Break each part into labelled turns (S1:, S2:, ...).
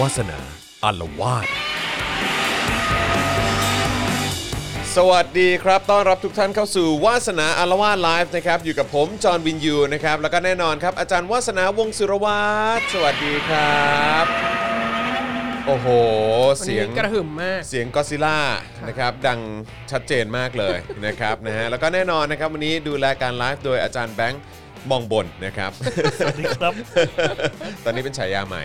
S1: วาสนาอารวาส
S2: สวัสดีครับ ต้อนรับทุกท่านเข้าสู่วาสนาอารวาสไลฟ์นะครับ อยู่กับผม จอห์นวินยูนะครับ แล้วก็แน่นอนครับ อาจารย์วาสนาวงศ์สุรวัตรสวัสดีครับ โอ้โห
S3: วัน
S2: เสี
S3: นี้
S2: ยง
S3: กระหึ่มมาก
S2: เสียงก็อดซิลล่านะครับดังชัดเจนมากเลย นะครับนะฮะแล้วก็แน่นอนนะครับวันนี้ดูแลการไลฟ์โดยอาจารย์แบงค์มองบนนะครับ
S4: ครับ
S2: ตอนนี้เป็นฉายาใหม่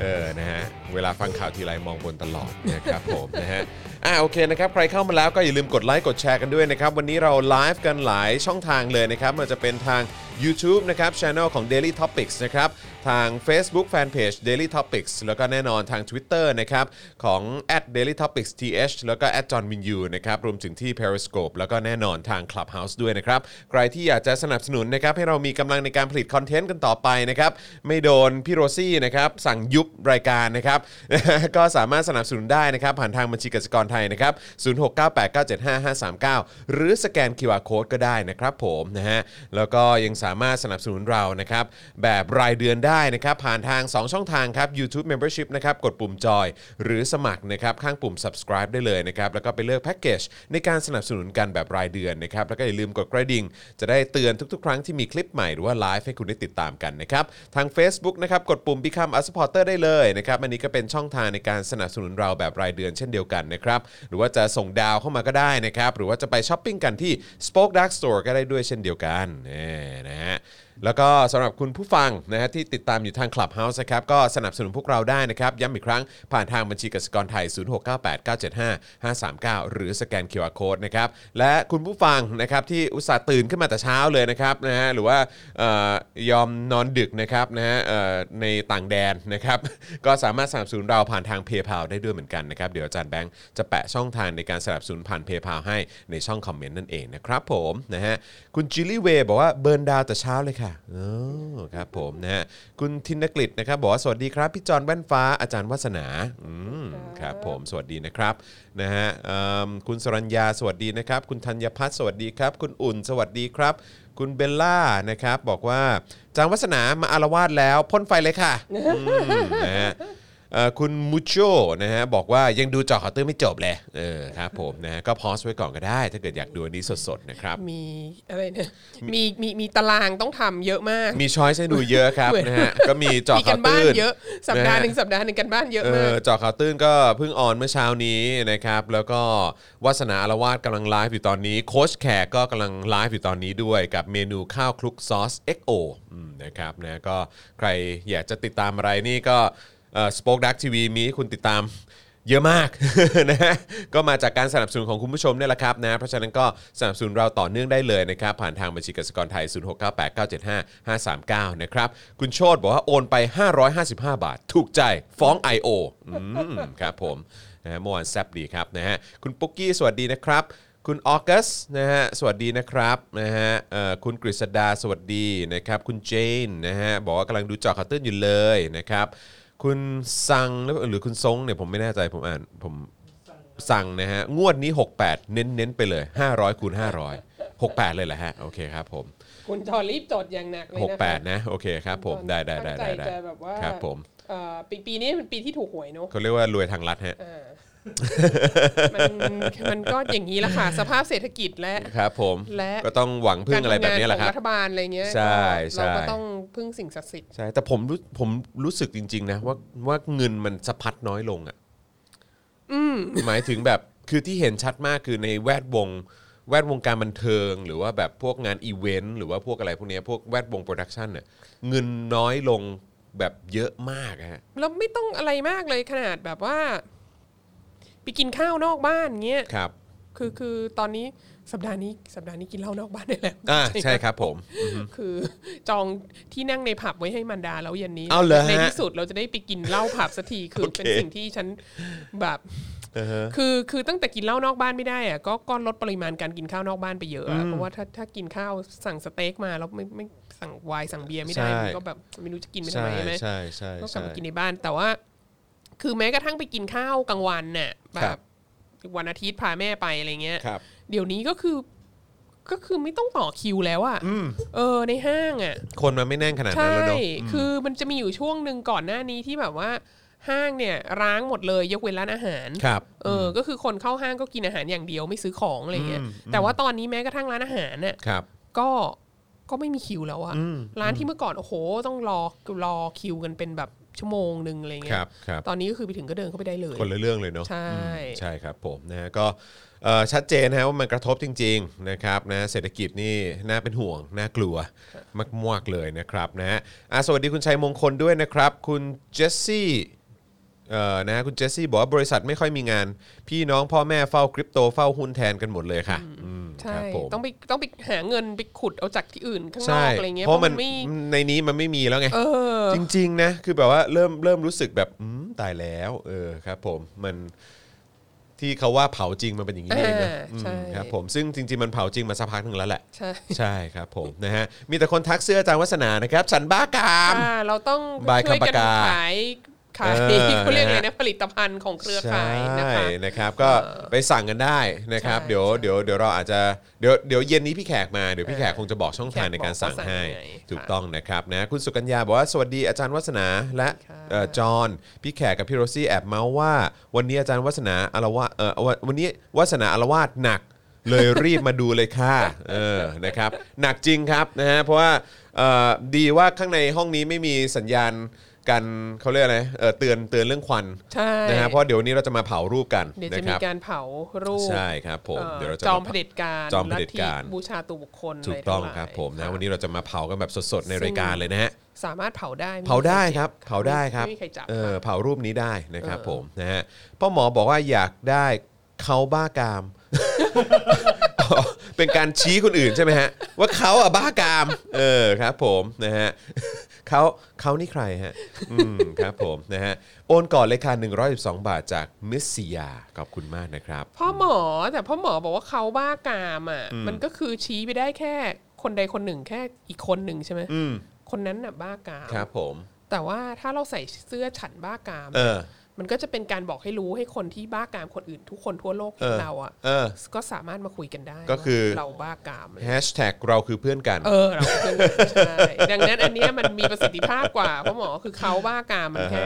S2: เออนะฮะเวลาฟังข่าวทีไรมองบนตลอดนะครับผมนะฮ ะอ่าโอเคนะครับใครเข้ามาแล้วก็อย่าลืมกดไลค์กดแชร์กันด้วยนะครับวันนี้เราไลฟ์กันหลายช่องทางเลยนะครับไมันจะเป็นทาง YouTube นะครับช anel ของ Daily Topics นะครับทาง Facebook Fanpage Daily Topics แล้วก็แน่นอนทาง Twitter นะครับของ @dailytopicsth แล้วก็ @johnwinu นะครับรวมถึงที่ Periscope แล้วก็แน่นอนทาง Clubhouse ด้วยนะครับ ใครที่อยากจะสนับสนุนนะครับให้เรามีกำลังในการผลิตคอนเทนต์กันต่อไปนะครับไม่โดนพี่โรซี่นะครับสั่งยุบรายการนะครับ ก็สามารถสนับสนุนได้นะครับผ่านทางบัญชีกสิกรไทยนะครับ0698975539 หรือสแกน QR Code ก็ได้นะครับผมนะฮะแล้วก็ยังสามารถสนับสนุนเรานะครับแบบรายเดือนได้นะครับผ่านทาง 2 ช่องทางครับ YouTube Membership นะครับกดปุ่มจอย หรือสมัครนะครับข้างปุ่ม subscribe ได้เลยนะครับแล้วก็ไปเลือกแพ็กเกจในการสนับสนุนกันแบบรายเดือนนะครับแล้วก็อย่าลืมกดกระดิ่ง จะได้เตือนทุกๆ ครั้งที่มีคลิปใหม่หรือว่าไลฟ์ให้คุณได้ติดตามกันนะครับทาง Facebook นะครับกดปุ่ม Become a supporter ได้เลยนะครับอันนี้ก็เป็นช่องทางในการสนับสนุนเราแบบรายเดือนเช่นเดียวกันนะครับหรือว่าจะส่งดาวเข้ามาก็ได้นะครับหรือว่าจะไปช้อปปิ้งกันที่ Spoke Dark Store ก็ได้ด้วยเช่นเดียวกันเน่นะฮะ แล้วก็สำหรับคุณผู้ฟังนะฮะที่ติดตามอยู่ทาง Clubhouse นะครับก็สนับสนุนพวกเราได้นะครับย้ำอีกครั้งผ่านทางบัญชีกสิกรไทย 0698975539 หรือสแกน QR Code นะครับและคุณผู้ฟังนะครับที่อุตส่าห์ตื่นขึ้นมาแต่เช้าเลยนะครับนะฮะหรือว่าเออยอมนอนดึกนะครับนะฮะเอ่อในต่างแดนนะครับ ก็สามารถสนับสนุนเราผ่านทาง PayPal ได้ด้วยเหมือนกันนะครับเดี๋ยวอาจารย์แบงค์จะแปะช่องทางในการสนับสนุนผ่าน PayPal ให้ในช่องคอมเมนต์นั่นเองนะครับผมนะฮะคุณจิลลี่เวย์บอกว่าเบิร์นดาวแต่เช้าเลยค่ะอ๋อครับผมนะฮะคุณธินกฤษนะครับบอกว่าสวัสดีครับ พี่จอนแว่นฟ้าอาจารย์วัสนาอืมครับผมสวัสดีนะครับนะฮะเอิ่มคุณสรัญญาสวัสดีนะครับ คุณธัญพัฒน์สวัสดีครับ คุณอุ่นสวัสดีครับ คุณเบลล่านะครับบอกว่าอาจารย์วัสนามาอารวาสแล้วพ่นไฟเลยค่ะ นะฮะเอ่อคุณมูโชนะฮะบอกว่ายังดูเจอข่าวตื้อไม่จบเลยเออครับผมนะฮะก็พอสไว้ก่อนก็ได้ ถ้าเกิดอยากดูอันนี้สดๆนะครับ
S3: มีอะไรเนี่ยมีมีมีตารางต้องทำเยอะมาก
S2: มีช้อยให้ดูเยอะครับ
S3: เหมือน
S2: นะฮะก็มีเจอ
S3: มี
S2: ข่า
S3: กั
S2: วน
S3: บ้าน
S2: ตื้น
S3: เยอะ สัปดาห์
S2: นะฮะ
S3: หนึ่งสัปดาห์หนึ่งกันบ้านเยอะ
S2: เอ
S3: มาก
S2: อเจอข่าวตื้นก็เพิ่งออนเมื่อเช้านี้นะครับแล้วก็วาสนาอารวาสกำลังไลฟ์อยู่ตอนนี้โค้ชแขกก็กำลังไลฟ์อยู่ตอนนี้ด้วยกับเมนูข้าวคลุกซอส XO อืมนะครับนะก็ใครอยากจะติดตามอะไรนี่ก็สป็อคดักทีวีมีให้คุณติดตามเยอะมาก นะฮะก็มาจากการสนับสนุนของคุณผู้ชมเนี่ยแหละครับนะเพราะฉะนั้นก็สนับสนุนเราต่อเนื่องได้เลยนะครับผ่านทางบัญชีกสิกรไทย 0698975539 นะครับคุณโชตบอกว่าโอนไป 555 บาท ถูกใจฟ้อง I.O. อืมครับผมนะฮะเมื่อวานแซบดีครับนะฮะคุณปุ๊กกี้สวัสดีนะครับ คุณออกัสนะฮะสวัสดีนะครับนะฮะเอ่อคุณกฤษดาสวัสดีนะครับ คุณเจนนะฮะบอกว่ากำลังดูเจอข่าวตื้นอยู่เลยนะครับ คุณซังหรือหรือคุณซงเนี่ยผมไม่แน่ใจผมอ่านผมสั่งนะฮะ งวดนี้ 68 เน้นเน้นๆไปเลย 500คูณ500 68 เลยแหละฮะ โอเคครับผม
S3: คุณจอรีบจดอย่างหนักเลยนะคะ
S2: 68 นะ โอเคครับผมได้ได้ได้ได้
S3: ตั้งใจ
S2: ได้
S3: จะแบบว่า
S2: ครับผม
S3: เอ่อปีปีนี้เป็นปีที่ถูกหวยเนอะ
S2: เขาเรียกว่ารวยทางลัดฮะ
S3: อ่ามันมันก็อย่างนี้ละค่ะ สภาพเศรษฐกิจและ
S2: ครับผม
S3: และ
S2: ก็ต้องหวังพึ่งอะไรแบบนี้แหละค
S3: กาทำงาข
S2: รับ
S3: องรัฐบาลอะไรเงี้ย
S2: ใช่ใช่
S3: เราก็ต้องพึ่งสิ่งศักดิ์สิทธิ์
S2: ใช่ แต่ผมรู้ผมรู้สึกจริง ๆ นะ ว่าว่าเงินมันสะพัดน้อยลงอ่ะหมายถึงแบบคือที่เห็นชัดมากคือในแวดวง แวดวงการบันเทิง หรือว่าแบบพวกงานอีเวนต์หรือว่าพวกอะไรพวกเนี้ยพวกแวดวงโปรดักชันเนี่ยเงินน้อยลงแบบเยอะมากอะฮะ
S3: แล้วไม่ต้องอะไรมากเลยขนาดแบบว่าไปกินข้าวนอกบ้านเงี้ย
S2: ครับ
S3: คือคือตอนนี้สัปดาห์นี้สัปดาห์นี้กินเหล้านอกบ้านได้แล้ว
S2: อ่าใช่ครับผม
S3: คือจองที่นั่งในผับไว้ให้มันดาแล้วเย็นนี้
S2: เอาเหรอฮะ
S3: ในที่สุดเราจะได้ไปกินเหล้าผับสักทีคือ
S2: โอเค
S3: เป็นสิ่งที่ฉันแบบ
S2: อือฮะ
S3: คือคือตั้งแต่กินเหล้านอกบ้านไม่ได้อะก็ก็ลดปริมาณการกินข้าวนอกบ้านไปเยอะอะเพราะว่าถ้าถ้ากินข้าวสั่งสเต็กมาแล้วไม่ไม่สั่งไวน์สั่งเบียร์ไม่ได้
S2: ใช่
S3: มันก็แบบไม่รู้จะกินไปทำ
S2: ใช่
S3: ไมใช่ไหม
S2: ใช่ใช่
S3: ก็กลับ
S2: ใช่
S3: มากินในบ้านแต่ว่า คือแม้กระทั่งไปกินข้าวกลางวันน่ะแบ
S2: ครับ
S3: บวันอาทิตย์พาแม่ไปอะไรเงี้ย
S2: ครับ
S3: เดี๋ยวนี้ก็คือ ก็คือไม่ต้องต่อคิวแล้วอะเออ ในห้างอะ
S2: คนมันไม่แน่นขนาดนั้น
S3: ใช่
S2: แล้วเนาะ
S3: คือมันจะมีอยู่ช่วงหนึ่งก่อนหน้านี้ที่แบบว่า ห้างเนี่ยร้างหมดเลยยกเว้นร้านอาหาร
S2: ครับ
S3: เออ ก็คือคนเข้าห้างก็กินอาหารอย่างเดียวไม่ซื้อของอะไรเงี้ย แต่ว่าตอนนี้แม้กระทั่งร้านอาหารเนี่ย
S2: ครับ
S3: ก็ ก็ไม่มีคิวแล้วอะร้านที่เมื่อก่อนโอ้โห ต้องรอ รอคิวกันเป็นแบบชั่วโมงหนึ่งอะไร
S2: ค
S3: เงี้
S2: รั
S3: ย
S2: บครับ
S3: ตอนนี้ก็คือไปถึงก็เดินเข้าไปได้เลย
S2: คนละเรื่องเลยเนาะ
S3: ใช่
S2: ใช่ครับผมนะฮะก็เอ่อชัดเจนนะฮะว่ามันกระทบจริงๆนะครับนะเศรษฐกิจนี่น่าเป็นห่วง น่ากลัวมากๆเลยนะครับนะฮะอ่ะสวัสดีคุณชัยมงคลด้วยนะครับ คุณเจสซี่เอ่อนะฮะคุณเจสซี่บอกว่าบริษัทไม่ค่อยมีงาน พี่น้องพ่อแม่เฝ้าคริปโตเฝ้าหุ้นแทนกันหมดเลยค่ะอืมค
S3: ใช่
S2: รับผม
S3: ต้องไป ต้องไปหาเงินไปขุดเอาจากที่อื่นข้างน
S2: ใช่
S3: อกอะไรเงี้ย
S2: เพราะมัน
S3: ไม่
S2: ในนี้มันไม่มีแล้วไง
S3: เออ
S2: จริงๆนะคือแบบว่าเริ่มเริ่มรู้สึกแบบอืมตายแล้วเออครับผมมันที่เขาว่าเผาจริงมันเป็นอย่างนี้เองนะ
S3: อ่า
S2: อืม
S3: ใช่
S2: ครับผมซึ่งจริง ๆ มันเผาจริงมาสักพักหนึ่งแล้วแหละ
S3: ใช่
S2: ใช่ครับผมนะฮะมีแต่คนทักเสื้ออาจารย์วัฒนานะครับ ฉันบ้ากาม
S3: อ่าเราต้อง
S2: บาย
S3: ช่วย
S2: คำ
S3: กั
S2: ปากกา
S3: ขาย ขาย
S2: เออ
S3: เขาเรียกอะไรนะ ผลิตภัณฑ์ของเครือข่ายนะคะ
S2: ใช่นะครับก็ไปสั่งกันได้นะครับ
S3: ใช่
S2: เดี๋ยว
S3: ใช่
S2: เดี๋ยวเดี๋ยวเราอาจจะเดี๋ยวเดี๋ยวเย็นนี้พี่แขกมาเดี๋ยวพี่
S3: เออ
S2: แขกคงจะบอกช่องทางในการสั่ง
S3: พี่แขกบอกว่าสั่ง
S2: ให้
S3: ยังไง
S2: ถูก
S3: ค่ะ
S2: ต้องนะครับนะคุณสุกัญญาบอกว่าสวัสดีอาจารย์วัฒนาและ
S3: ค่ะ
S2: เอ่อจอห์นพี่แขกกับพี่โรซี่แอบเมาส์ว่า วันนี้อาจารย์วัฒนาอารวาสเออวันวันนี้วัฒนาอารวาสหนัก เลยรีบมาดูเลยค่ะเออนะครับหนักจริงครับนะฮะเพราะว่าเอ่อดีว่าข้างในห้องนี้ไม่มีสัญญาณกันเขาเรียกอะไรเอ่อเตือนเตือนเรื่องควัน
S3: ใช่
S2: นะฮะเพราะเดี๋ยวนี้เราจะมาเผารูปกัน
S3: เดี๋ยว
S2: นะ
S3: จะ
S2: ค
S3: มี
S2: รับ
S3: การเผารูป
S2: ใช่ครับผม
S3: เอ่อ
S2: เดี๋ยวเราจะ
S3: จอม
S2: มา
S3: เผด็จการ
S2: จอมเผด็จการ
S3: ลัทธิบูชาตัวบุคคล
S2: ถูก
S3: ะ
S2: ต้อง
S3: ไทั้หลาย
S2: ครับผมนะ
S3: ค่ะ
S2: วันนี้เราจะมาเผากันแบบสดๆในรายการเลยนะฮะ
S3: สามารถเผาได้ม่มี
S2: เผาได้
S3: ใจ็
S2: ครับเผาได้ครับ
S3: ไม่มีใครจับ
S2: เออ
S3: ค่ะ
S2: เผารูปนี้ได้นะครับ
S3: เออ
S2: ผมนะฮะพ่อหมอบอกว่าอยากได้เขาบ้า กาม อ๋อเป็นการชี้คนอื่นใช่ไหมฮะ ว่าเขาอ่ะบ้ากาม เออครับ ผมนะฮะเขาเขานี่ใครฮะอืมครับผมนะฮะโอนก่อนเลยค่ะ112 บาทจากมิสซิยาขอบคุณมากนะครับ
S3: พ่อหมอแต่พ่อหมอบอกว่าเขาบ้ากามอ่ะมันก็คือชี้ไปได้แค่คนใดคนหนึ่งแค่อีกคนหนึ่งใช่ไหม
S2: อืม
S3: คนนั้นน่ะบ้ากาม
S2: ครับผม
S3: แต่ว่าถ้าเราใส่เสื้อฉันบ้ากาม
S2: เออ
S3: มันก็จะเป็นการบอกให้รู้ให้คนที่บ้ากามคนอื่น ทุกคนทั่วโลกเห็น
S2: เออ
S3: เราอ่ะ
S2: เออ
S3: ก็สามารถมาคุยกันได้
S2: ก็คือ
S3: ว่าเราบ้ากาม
S2: แฮชแท็กเราคือเพื่อนกัน
S3: เออเราเพื่อนกันใช่ดังนั้นอันเนี้ยมันมีประสิทธิภาพกว่าเพราะหมอคือเขาบ้ากามมันแค่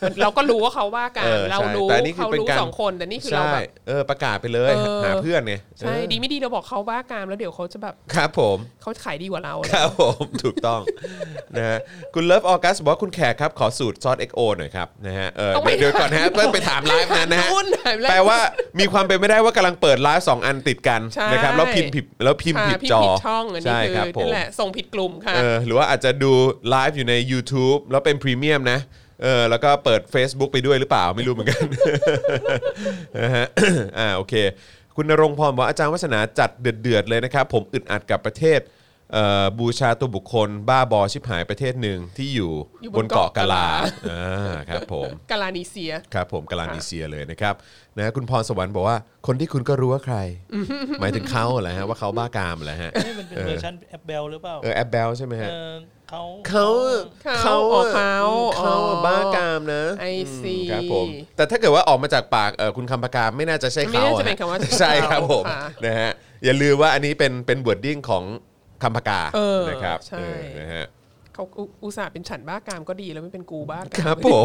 S3: มันเราก็รู้ว่าเขาบ้ากา
S2: เออ
S3: ม
S2: ใช่
S3: เรารู้
S2: แต่อันนี้คือ
S3: เขา
S2: เป็น
S3: รู้
S2: การ
S3: สองคนแต่นี่คือเรา
S2: ใช่
S3: แบบ
S2: เออประกาศไปเลย
S3: เออ
S2: หาเพื่อนไง
S3: ใช่
S2: เออ
S3: ดีไม่ดีเราบอกเขาบ้ากามแล้วเดี๋ยวเขาจะแบบ
S2: ครับผม
S3: เขาขายดีกว่าเรา
S2: ค
S3: เลย
S2: รับ ผมถูกต้องนะฮะคุณเลิฟออกัสบอกว่าคุณแขกครับ ขอสูตรซอส XO หน่อยครับนะฮะเออเดี๋ยวก่อนนะฮะต้องไปถามไลฟ์นั้นนะฮะ
S3: นู่นหายไป
S2: แปล
S3: แล้ว
S2: ว่ามีความเป็นไม่ได้ว่ากำลังเปิดไลฟ์สองอันติดกัน
S3: ใช่
S2: นะครับแล้วพิมพ์ผิดแล้วพิมพ์
S3: ค่ะ
S2: ผิด
S3: พี่
S2: จอ
S3: ผิดช่องอันนี้
S2: ใช่
S3: คือ
S2: ครับผ
S3: นั่
S2: ม
S3: นแหละส่งผิดกลุ่มค่ะ
S2: เออหรือว่าอาจจะดูไลฟ์อยู่ใน YouTube แล้วเป็นพรีเมียมนะเออแล้วก็เปิด Facebook ไปด้วยหรือเปล่าไม่รู้เหมือนกัน นะ ฮะ อ่าโอเค คุณนรงค์พรบอกว่าอาจารย์วัฒนาจัดเดือดๆเลยนะครับ ผมอึดอัดกับประเทศเอ่อบูชาตัวบุคคล บ้าบอชิบหายประเทศหนึ่งที่อยู่
S3: อยู่
S2: บบ น
S3: น
S2: เกาะ
S3: เกาะ
S2: กะลาก
S3: ะลา
S2: อ่าครับผม
S3: กาลานีเซีย
S2: ครับผมกะลานีเซียเลยนะครับนะคุณพรสวรรค์บอกว่าคนที่คุณก็รู้ว่าใคร หมายถึงเขาเหรอฮะว่าเขาบ้ากามเหรอฮะ
S4: นี่มันเป็นเวอร์ชันแอปเบลหรือเปล่า
S2: เออแอปเบลใช่ไหมฮะ
S4: เออเขา
S2: เขา
S3: เขา
S2: อะ
S3: เขา
S2: เขาอะ
S3: อ๋อ
S2: บ้ากามนะ
S3: I
S2: ม
S3: see
S2: ครับผม แต่ถ้าเกิดว่าออกมาจากปากเอ่อคุณคำปากามไม่น่าจะใช่เขา
S3: ไม่
S2: อ
S3: น่าจะเป็นคำว่า
S2: ใช่ครับผม
S3: ค่ะ
S2: นะฮะอย่าลืมว่าอันนี้เป็นเป็นบวดดิ้งของคำปากา
S3: เออ
S2: นะครับ
S3: ใช่
S2: เออนะฮะ
S3: เขาอุอุตส่าห์เป็นฉันบ้ากามก็ดีแล้วไม่เป็นกูบ้ากาม
S2: ครับผม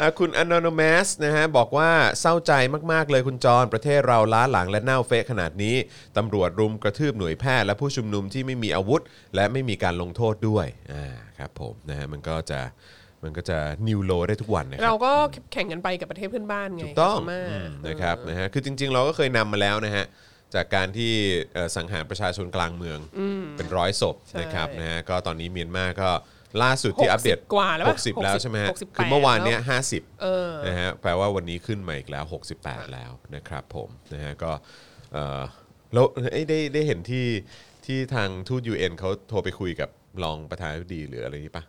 S2: อ่ะคุณ anonymous นะฮะบอกว่าเศร้าใจมาก ๆ เลยคุณจรประเทศเราล้าหลังและเน่าเฟะขนาดนี้ตำรวจรุมกระทืบหน่วยแพทย์และผู้ชุมนุมที่ไม่มีอาวุธ และไม่มีการลงโทษด้วยอ่าครับผมนะฮะมันก็จะมันก็จะนิวโลได้ทุกวันนะค
S3: เรา
S2: รับ
S3: ก็แข่งกันไปกับประเทศเพื่อนบ้านไง
S2: ถูกต้อง
S3: พม่า
S2: อืมนะครับนะฮะคือจริง ๆ เราก็เคยนำมาแล้วนะฮะจากการที่เอ่อสังหารประชาชนกลางเมืองเป็นร้อยศพ
S3: ใช่
S2: นะครับนะฮะก็ตอนนี้เมียนมาก็ล่าสุดที่อัปเดต
S3: กว่าแล้วปะ
S2: 60 แล้วใช่ไหมฮะ
S3: 68
S2: คือเมื่อวานเนี้ย
S3: แล้เออ
S2: 50นะฮะแปลว่าวันนี้ขึ้นมาอีกแล้ว 68 แล้วนะครับผมนะฮะก็เอ่อแล้วเอ้ยได้ได้เห็นที่ที่ทางทูต UN เขาโทรไปคุยกับรองประธานาธิบดีหรืออะไรนี้ปะ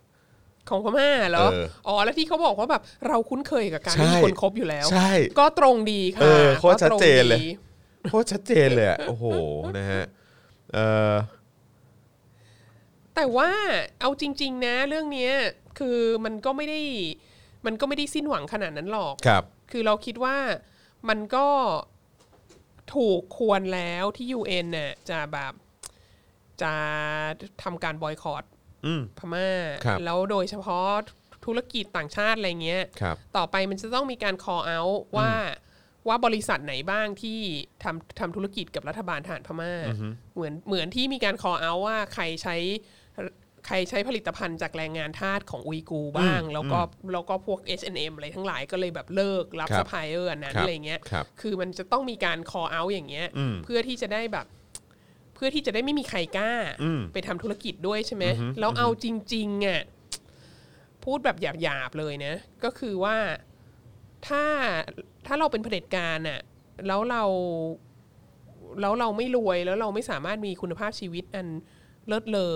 S3: ของพม่าเหรอ
S2: เอออ๋
S3: อ๋อ แล้วที่เขาบอกว่าแบบเราคุ้นเคยกับการ
S2: ใช่
S3: ที่มีคนคบอยู่แล้ว
S2: ใช่
S3: ก็ตรงดีค่ะ
S2: เออโคตรชัดเจนเลย
S3: ก็ตรงดี
S2: โคตรชัดเจนเลยอะโอ้โหนะฮะเอ่อ
S3: แต่ว่าเอาจริง ๆ นะ เรื่องเนี้ยคือมันก็ไม่ได้ มันก็ไม่ได้สิ้นหวังขนาดนั้นหรอก
S2: ครับ
S3: คือเราคิดว่ามันก็ถูกควรแล้วที่ UN น่ะจะแบบจะทำการบอยคอรตพม่า
S2: ครับ
S3: แล้วโดยเฉพาะ ธุรกิจต่างชาติอะไรเงี้ย
S2: ครับ
S3: ต่อไปมันจะต้องมีการ call out ว่าว่าบริษัทไหนบ้างที่ทำทำธุรกิจกับรัฐบาลทหารพม่า เหมือนเหมือนที่มีการ call out ว่าใครใช้ใครใช้ผลิตภัณฑ์จากแรงงานทาสของอุยกูบ้าง แล้วก็แล้วก็พวก H&M อะไรทั้งหลายก็เลยแบบเลิกรับ
S2: ครับ
S3: ซัพพลายเออร์อันนั้น
S2: ครับ
S3: อะไรเงี้ย
S2: ครับ
S3: อมันจะต้องมีการ call out อย่างเงี้ยเพื่อที่จะได้แบบ เพื่อที่จะได้ไม่มีใครกล้าไปทำธุรกิจด้วยใช่ไหมแล้วเอาจริงๆอ่ะพูดแบบหยาบๆเลยนะ ก็คือว่าถ้าถ้าเราเป็นเผด็จการอ่ะแล้วเราแล้วเราไม่รวยแล้วเราไม่สามารถมีคุณภาพชีวิตอันเลิศเลอ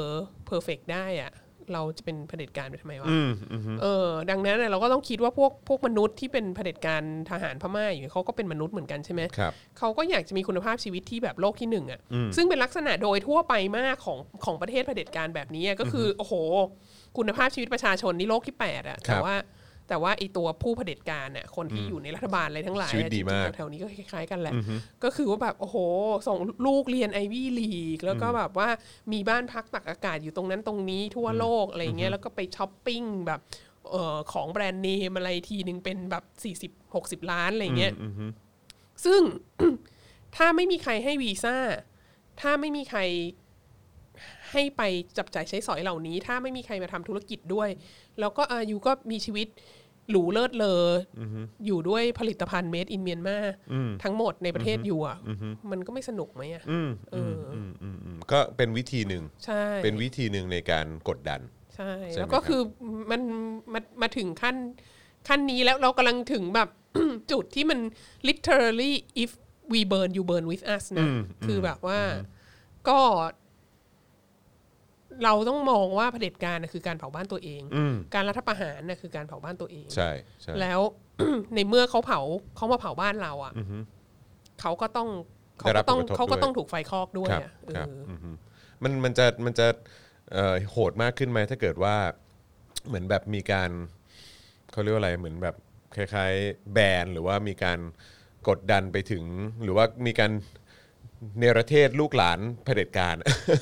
S3: เพอร์เฟกได้อ่ะ เราจะเป็นเผด็จการไปทำไมวะ
S2: อืมอืม
S3: เออดังนั้นน่ะเราก็ต้องคิดว่าพวกพวกมนุษย์ที่เป็นเผด็จการทหารพม่าอยู่เขาก็เป็นมนุษย์เหมือนกันใช่ไหม
S2: ครับ
S3: เขาก็อยากจะมีคุณภาพชีวิตที่แบบโลกที่หนึ่งอะ่ะ ซึ่งเป็นลักษณะโดยทั่วไปมากของของประเทศเผด็จการแบบนี้อะก็คืออโอ้โห คุณภาพชีวิตประชาชนนี่โลกที่ 8 อ่ะ
S2: ครั
S3: แต่
S2: บ
S3: ว่าแต่ว่าไอตัวผู้เผด็จการน่ะคนที่อยู่ในรัฐบาลอะไรทั้งหลายอะ
S2: ชีวิตดีมาก
S3: จริงๆแถวๆนี้ก็คล้ายๆกันแหละ ก็คือว่าแบบโอ้โห ส่งลูกเรียนไอวี่ลีก แล้วก็แบบว่ามีบ้านพักตักอากาศอยู่ตรงนั้นตรงนี้ทั่วโลกอะไรเงี้ยแล้วก็ไปช้อปปิ้งแบบเออของแบรนด์เนมอะไรทีหนึ่งเป็นแบบ 40 60 ล้านอะไรเงี้ย ซึ่ง ถ้าไม่มีใครให้วีซ่า ถ้าไม่มีใครให้ไปจับจ่ายใช้สอยเหล่านี้ ถ้าไม่มีใครมาทำธุรกิจด้วย แล้วก็อายุก็มีชีวิตหรูเลิศเลอออยู่ด้วยผลิตภัณฑ์เมดอินเมียนมาทั้งหมดในประเทศอยู่อะมันก็ไม่สนุกไหมอ่ะเอออ
S2: อืมก็เป็นวิธีหนึ่ง
S3: ใช่
S2: เป็นวิธีหนึ่งในการกดดัน
S3: ใช่
S2: ใช่ไหม
S3: แล้วก็
S2: ครับ
S3: คือมันมามาถึงขั้นขั้นนี้แล้วเรากำลังถึงแบบ จุดที่มัน literally if we burn you burn with us นะคือแบบว่าก็ เราต้องมองว่าเผด็จการนะคือการเผาบ้านตัวเอง การรัฐประหารนะคือการเผาบ้านตัวเอง
S2: ใช่ใช่
S3: แล้ว ในเมื่อเขาเผาเขามาเผาบ้านเราอ่ะเขาก็ต้องเขาก็ต้อง
S2: ได้รับผลกระทบ
S3: เขาก็
S2: ด้วย
S3: ต้องถูกไฟคลอกด้วย
S2: ครับ
S3: อ่ะ
S2: ครับ
S3: เอออ
S2: มันมันจะมันจะเอ่อโหดมากขึ้นไหมถ้าเกิดว่าเหมือนแบบมีการเขาเรียกว่าอะไรเหมือนแบบคล้ายๆแบนหรือว่ามีการกดดันไปถึง หรือว่ามีการเนรเทศลูกหลานเผด็จการ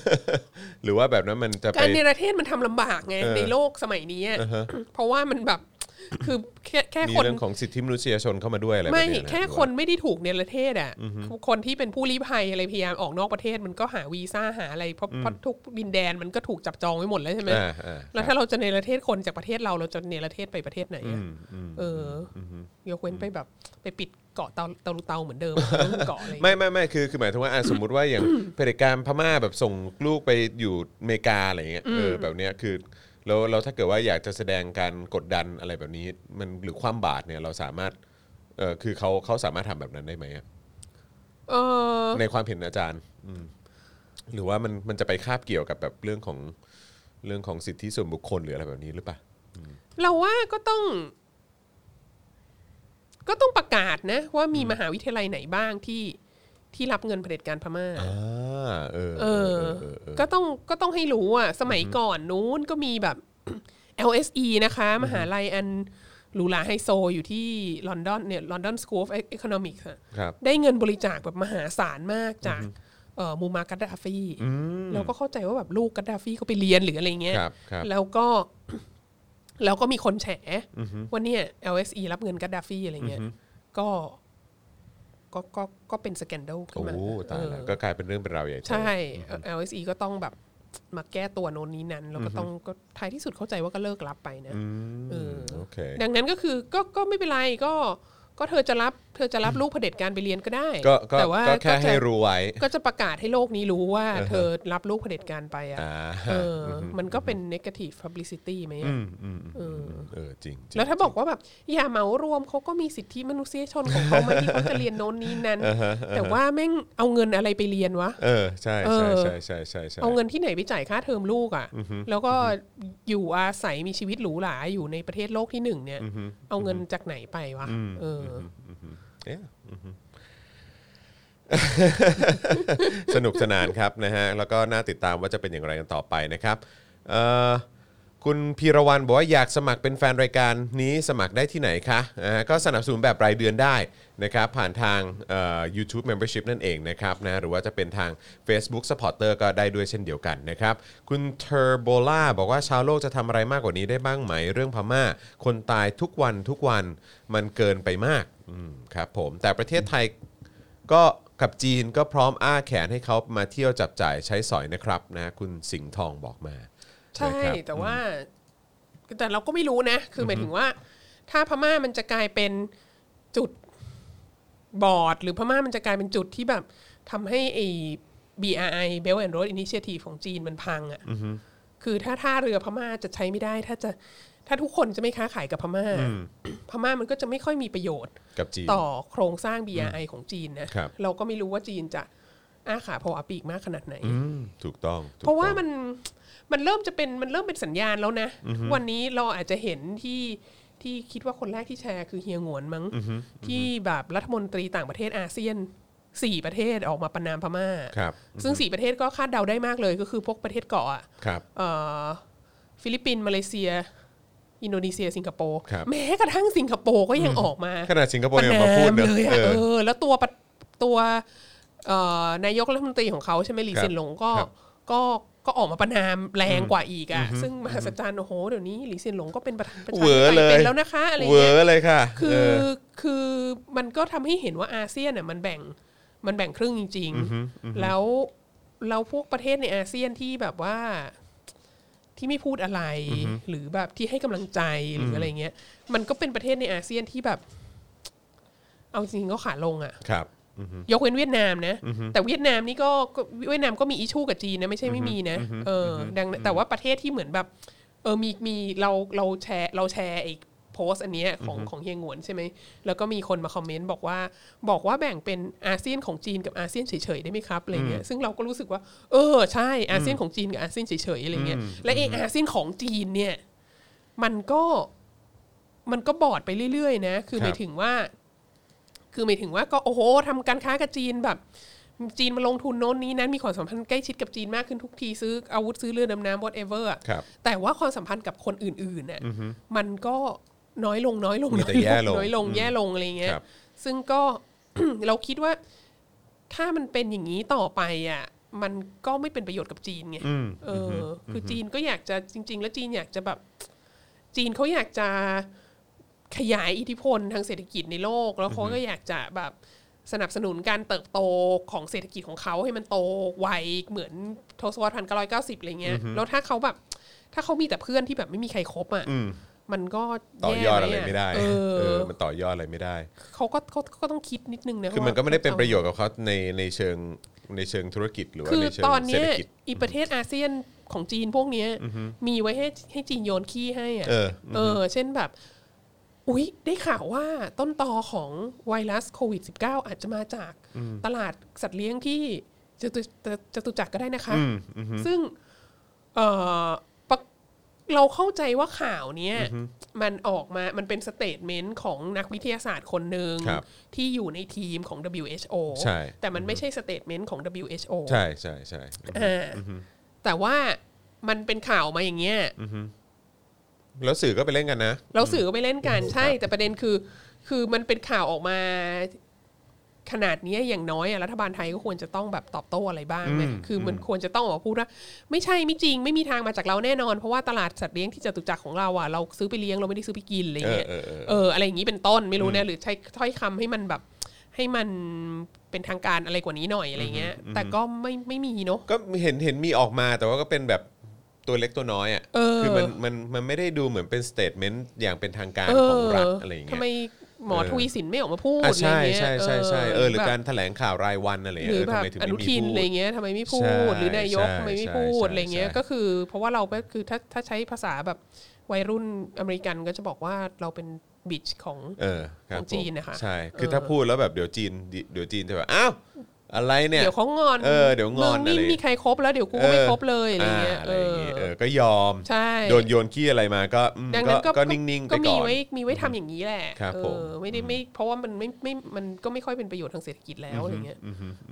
S2: หรือว่าแบบนั้นมันจะไป
S3: การเนรเทศมันทำลำบากไง
S2: เออ
S3: ในโลกสมัยนี้อะ
S2: อือฮะ
S3: เพราะว่ามันแบบ คือแค่แค่
S2: มี
S3: คน
S2: เรื่องของสิทธิมนุษยชนเข้ามาด้วยอะไรแบบ
S3: ไม่
S2: เนี้ยะ
S3: แค่
S2: หรือ
S3: คน
S2: ว่า
S3: ไม่ได้ถูกเนรเทศอ่ะคนที่เป็นผู้ลี้ภัยอะไรพยายามออกนอกประเทศมันก็หาวีซ่าหาอะไรเพราะเพราะทุกดินแดนมันก็ถูกจับจองไว้หมดแล้วใช่ไหม
S2: อ่าอ่า
S3: แล้วถ้าเราจะเนรเทศคนจากประเทศเราเราจะเนรเทศไปประเทศไหนอะเอออยกเว้นไปแบบ ไปปิดเกาะเตาเตาลูเตาเหมือนเดิมไม่ต้องเกาะอะไรอย่างเงี้ย
S2: ไม่ไม่ไม่คือคือหมายถึงว่าอ่ะสมมติว่า อย่าง เผด็จการพม่าแบบส่งลูกไปอยู่อเมริกาอะไรเงี้ยเออแบบเนี้ยคือแล้วเราถ้าเกิดว่าอยากจะแสดงการกดดันอะไรแบบนี้มันหรือความบาดเนี่ยเราสามารถเออคือเขาเขาสามารถทำแบบนั้นได้ไหมอะ
S3: เออ
S2: ในความเห็นอาจารย์อืมหรือว่ามันมันจะไปคาบเกี่ยวกับแบบเรื่องของเรื่องของสิทธิส่วนบุคคลหรืออะไรแบบนี้หรือเปล่า
S3: เราว่าก็ต้อง ก็ต้องประกาศนะ ว่ามีมหาวิทยาลัยไหนบ้างที่ที่รับเงินเผด็จการพม่า
S2: อ่าเออ
S3: เออ
S2: เออเออ
S3: ก็ต้องก็ต้องให้รู้อ่ะ สมัยก่อนนู้นก็มีแบบ LSE นะคะ มหาลัยอันหรูหราไฮโซอยู่ที่ลอนดอนเนี่ยลอนดอนสกู o อ e c o n o m i c s อะ
S2: ครับ
S3: ได้เงินบริจาคแบบมหาศาลมากจากเอ่อมูมาร์กัดดาฟีเราก็เข้าใจว่าแบบลูกกัดดาฟีก็ไปเรียนหรืออะไรเงี้ย
S2: ครับครับ
S3: แล้วก็ แล้วก็มีคนแฉว่าเนี่ย LSE รับเงินกัดดาฟีอะไรเงี้ยก็ก็ก็ก็เป็นสแกนเดลขึ้
S2: โอ้
S3: นมา
S2: ตายแล้ว
S3: เออ
S2: ก็กลายเป็นเรื่องเป็นราวใหญ่โต
S3: ใช่ LSE ก็ต้องแบบมาแก้ตัวโน้นนี้นั้น แล้วก็ต้องก็ท้ายที่สุดเข้าใจว่าก็เลิกรับไปนะเออ
S2: โอเค
S3: ดังนั้นก็คือก็ก็ไม่เป็นไรก็ ก็เธอจะรับ เธอจะรับลูกเผด็จการไปเรียนก็ได้
S2: ก็ก็
S3: แต่ว่า
S2: ก็แค่
S3: ก็จะ
S2: ให้รู้ไว้
S3: ก็จะประกาศให้โลกนี้รู้ว่า เธอรับลูกเผด็จการไปอ่ะ
S2: อ่า
S3: เออ มันก็เป็น negative publicity ไหมอะเออ
S2: เออจริงจริง
S3: แล้วถ้าบอกว่าแบบ อย่าเหมารวมเขาก็มีสิทธิมนุษยชนของเขาไหมที่เขาจะเรียนโน้นนี้นั้น แต่ว่าแม่งเอาเงินอะไรไปเรียนวะ
S2: เออใช่ใช่ใช่ใช่ใช่ใช่
S3: เอาเงินที่ไหนไปจ่ายค่าเทอมลูกอ่ะ แล้วก็อยู่อาศัยมีชีวิตหรูหราอยู่ในประเทศโลกที่หนึ่งเนี่ย เอาเงินจากไหนไปวะ เอออ
S2: เอ๊ะอือฮึ สนุกสนานครับนะฮะแล้วก็น่าติดตามว่าจะเป็นอย่างไรกันต่อไปนะครับเอ่อ คุณพีรวันบอกว่าอยากสมัครเป็นแฟนรายการนี้สมัครได้ที่ไหนคะอ่าก็สนับสนุนแบบรายเดือนได้นะครับ ผ่านทางเอ่อ YouTube Membership นั่นเองนะครับนะหรือว่าจะเป็นทาง Facebook Supporter ก็ได้ด้วยเช่นเดียวกันนะครับ คุณเทอร์โบล่าบอกว่าชาวโลกจะทำอะไรมากกว่านี้ได้บ้างไหม เรื่องพม่า คนตายทุกวันทุกวันมันเกินไปมากอืมครับผมแต่ประเทศไทย ก็กับจีนก็พร้อมอ้าแขนให้เขามาเที่ยวจับจ่ายใช้สอยนะครับนะคุณสิงห์ทองบอกมา
S3: ใช่
S2: นะครับ
S3: แต่ว่า แต่เราก็ไม่รู้นะ คือหมายถึงว่า ถ้าพม่ามันจะกลายเป็นจุดบอร์ด หรือพม่ามันจะกลายเป็นจุดที่แบบทำให้ไอ้ BRI Belt and Road Initiative ของจีนมันพังอะ่ะคือถ้าท่าเรือพม่าจะใช้ไม่ได้ ถ้าจะถ้าทุกคนจะไม่ค้าขายกับพม่า พม่ามันก็จะไม่ค่อยมีประโยชน์
S2: กับจีน
S3: ต่อโครงสร้าง BRI ของจีนนะครับ เราก็ไม่รู้ว่าจีนจะอ้าขาพออาปีกมากขนาดไหน
S2: อืมถูกต้องถูก
S3: เพราะว่า
S2: ต้อง
S3: มันมันเริ่มจะเป็นมันเริ่มเป็นสัญญาณแล้วนะ วันนี้เราอาจจะเห็นที่ที่คิดว่าคนแรกที่แชร์คือเฮียหงวนมั้งที่แบบรัฐมนตรีต่างประเทศอาเซียนสี่ประเทศออกมาประนามพม่า
S2: ครับ
S3: ซึ่งสี่ประเทศก็คาดเดาได้มากเลยก็คือพวกประเทศเกาะอะ
S2: ครับ
S3: เอ่อฟิลิปปินส์มาเลเซีย อินโดนีเซีย สิงคโปร์
S2: ครับ
S3: แม้กระทั่งสิงคโปร์ก็ยังออกมา
S2: ขนาดสิงคโปร์ยังมาพูด
S3: ป
S2: เนอะ
S3: ระนามเลย
S2: เอ
S3: อะ
S2: อ
S3: เออ แล้วตัวปะตัวเอ่อนายกรัฐมนตรีของเขาใช่ไหมหลี
S2: ครับ
S3: เซียนหลงก็
S2: ครับ
S3: ก็ก็ออกมาประนามแรงกว่าอีกอ่ะซึ่งมหัศจรรย์โอ้โหเดี๋ยวนี้หลีเซียนหลงก็เป็นประธานประชา
S2: เหวอ
S3: ธิปไต
S2: เลย
S3: ยเป็นแล้วนะคะอะไร
S2: เวอ
S3: เงี้ย
S2: ร์เลยค่ะ
S3: คื
S2: เ
S3: อคือมันก็ทำให้เห็นว่าอาเซียนอ่ะมันแบ่งมันแบ่งครึ่งจริง ๆ
S2: อืมอืม
S3: แล้วเราพวกประเทศในอาเซียนที่แบบว่าที่ไม่พูดอะไร หรือแบบที่ให้กำลังใจหรืออะไรเงี้ย มันก็เป็นประเทศในอาเซียนที่แบบ เอาจริงๆก็ขาลงอะ่ะ
S2: ครับ
S3: ยกเว้นเวียดนามนะ แต่เวียดนามนี่ก็ก็เวียดนามก็มีอิชูกับจีนนะไม่ใช่ไม่มีนะเอออดังนั้นแต่ว่าประเทศที่เหมือนแบบ เออมีมีเราเราแชร์เราแชร์ไอ้โพสต์อันเนี้ยของของเฮียหงวนใช่ไหมแล้วก็มีคนมาคอมเมนต์บอกว่า บอกว่าแบ่งเป็นอาเซียนของจีนกับอาเซียนเฉยๆได้ไหมครับอะไรเงี้ยซึ่งเราก็รู้สึกว่า เออใช่อาเซียนของจีนกับอาเซียนเฉยๆอะไรเงี้ยและไออาเซียนของจีนเนี่ย มันก็มันก็บอดไปเรื่อยๆนะคือหมายถึงว่า คือหมายถึงว่าก็โอ้โหทำการค้ากับจีนแบบ จีนมาลงทุนโน้นนี้นั้นมีความสัมพันธ์ใกล้ชิดกับจีนมากขึ้นทุกทีซื้ออาวุธซื้อเรือดำน้ำ whatever อะ
S2: ครับ
S3: แต่ว่าความสัมพันธ์กับคนอื่นๆเนี่ยมันก็น้อยลงน้อยลง
S2: มันจะแย่ลง
S3: น้อยลง
S2: อืม
S3: แย่ลงอะไรเงี้ย
S2: ครับ
S3: ซึ่งก็ เราคิดว่า ถ้ามันเป็นอย่างนี้ต่อไปอ่ะมันก็ไม่เป็นประโยชน์กับจีนไง
S2: อืม
S3: เอออคือจีนก็อยากจะจริง ๆ แล้วจีนอยากจะแบบ จีนเขาอยากจะขยายอิทธิพลทางเศรษฐกิจในโลก แล้วเขาก็อยากจะแบบสนับสนุนการเติบโตของเศรษฐกิจของเขาให้มันโตไวเหมือนทศวรรษพันเก้าร้อยเก้าสิบอะไรเงี้ยแล้วถ้าเขาแบบ ถ้าเขามีแต่เพื่อนที่แบบไม่มีใครคบอ่ะ
S2: อืม
S3: มันก็
S2: ต่อยอดอะไร
S3: แห
S2: ไม่ได้
S3: เอ
S2: เอ
S3: อ
S2: อมันต่อยอดอะไรไม่ได้
S3: เขาก็เขาก็ต้องคิดนิดนึงนะ
S2: คือ
S3: ว่า
S2: มันก็ไม่ได้เป็นประโยชน์กับเขาในในเชิงในเชิงธุรกิจหรือว่า
S3: คือ
S2: ในเชิง
S3: ตอน
S2: เศร
S3: เนี้
S2: ษ
S3: ย
S2: ฐกิจ
S3: อีประเทศอาเซียนของจีนพวกเนี้ยมีไว้ให้ให้จีนโยนขี้ให้อ่ะ
S2: เออ
S3: เออ เช่นแบบ อุ๊ย ได้ข่าวว่าต้นตอของไวรัสโควิด -19 อาจจะมาจากตลาดสัตว์เลี้ยงที่จตุจตุจักรก็ได้นะคะ
S2: อืมอืม
S3: ซึ่งเอ่อปะเราเข้าใจว่าข่าวเนี้ยมันออกมามันเป็นสเตทเมนต์ของนักวิทยาศาสตร์คนหนึ่ง
S2: ครับ
S3: ที่อยู่ในทีมของ WHO
S2: ใช่
S3: แต่มันไม่ใช่สเตทเมนต์ของ WHO
S2: ใช่ใช่ใช่
S3: อ่าแต่ว่ามันเป็นข่าวมาอย่างเงี้ย
S2: แล้วสื่อก็ไปเล่นกันนะ
S3: เราสื่อก็ไปเล่นกันใช่ แต่ประเด็นคือ คือมันเป็นข่าวออกมา ขนาดเนี้ยอย่างน้อยอะรัฐบาลไทยก็ควรจะต้องแบบตอบโต้อะไรบ้างไหม
S2: อืม
S3: คือมันควรจะต้องออกมาพูดว่า ไม่ใช่ไม่จริงไม่มีทางมาจากเราแน่นอน เพราะว่าตลาดสัตว์เลี้ยงที่จตุจักรของเราอ่ะเราซื้อไปเลี้ยงเราไม่ได้ซื้อไปกินอะไร
S2: เออ
S3: เงี้ย
S2: เออเออ
S3: เอออะไรอย่างนี้เป็นต้นไม่รู้นะหรือใช้ถ้อยคำให้มันแบบ ให้มันเป็นทางการอะไรกว่านี้หน่อยอะไรเงี้ย แต่ก็ไม่ไม่มีเนาะ
S2: ก็เห็นเห็นมีออกมาแต่ว่าก็เป็นแบบตัวเล็กตัวน้อยอ่ะ
S3: เออ
S2: คือมันมันมันไม่ได้ดูเหมือนเป็นสเตทเมนต์อย่างเป็นทางการ
S3: เอ
S2: ของ
S3: อ
S2: รัฐอะไรอย่าง
S3: ทำ
S2: เงี้ย
S3: ไมหมอทวีสินไม่ออกมาพูด
S2: อ่ะ
S3: อะไร
S2: ใช่
S3: เงี้ย
S2: ใช่ใช่ใช่เออหรือ
S3: แบบ
S2: การแถลงข่าวรายวันอะไร
S3: ห
S2: เงี้
S3: รื
S2: ย
S3: อ
S2: เออ
S3: แบ
S2: ทำ
S3: บ
S2: ไมถึง
S3: อ
S2: ไม่
S3: นุ
S2: มี
S3: ทิน
S2: พู
S3: อะไร
S2: ด
S3: เงี้ยทำไมไม่พู
S2: ใช่
S3: ด หรือนายก
S2: ใช่
S3: ทำไมไม่พูด
S2: ใช่
S3: อะไรเงี้ย
S2: ใช่
S3: ก็คือ เพราะว่าเราก็คือถ้าถ้าใช้ภาษาแบบวัยรุ่นอเมริกันก็จะบอกว่าเราเป็นบิชของ
S2: เออครับ
S3: ของจีนนะคะ
S2: ผมใช่คือ
S3: เออ
S2: ถ้าพูดแล้วแบบเดี๋ยวจีน เดี๋ยวจีนจะแบบอ้าว อะไรเนี่ย
S3: เดี๋ยวเขางอน
S2: เออเดี๋ยวงอน
S3: มึ
S2: อะไร
S3: นี่มีใครครบแล้วเดี๋ยวกูก็ไม่ครบเลยอะไรเงี้ย
S2: อ่า
S3: เออ
S2: เงี้ยเออก็ยอม
S3: ใช่
S2: โดนโยนขี้อะไรมาก็อืม
S3: ดังนั้นก็
S2: ก็นิ่งๆไป
S3: ก็
S2: ก่
S3: มี
S2: อน
S3: ไว้มีไว้ทำอย่างนี้แหละ
S2: ครับ
S3: เอ
S2: ผม
S3: อไม่ได้ไม่เพราะว่ามันไม่ไม่มันก็ไม่ค่อยเป็นประโยชน์ทางเศรษฐกิจแล้วอะไรเงี้ย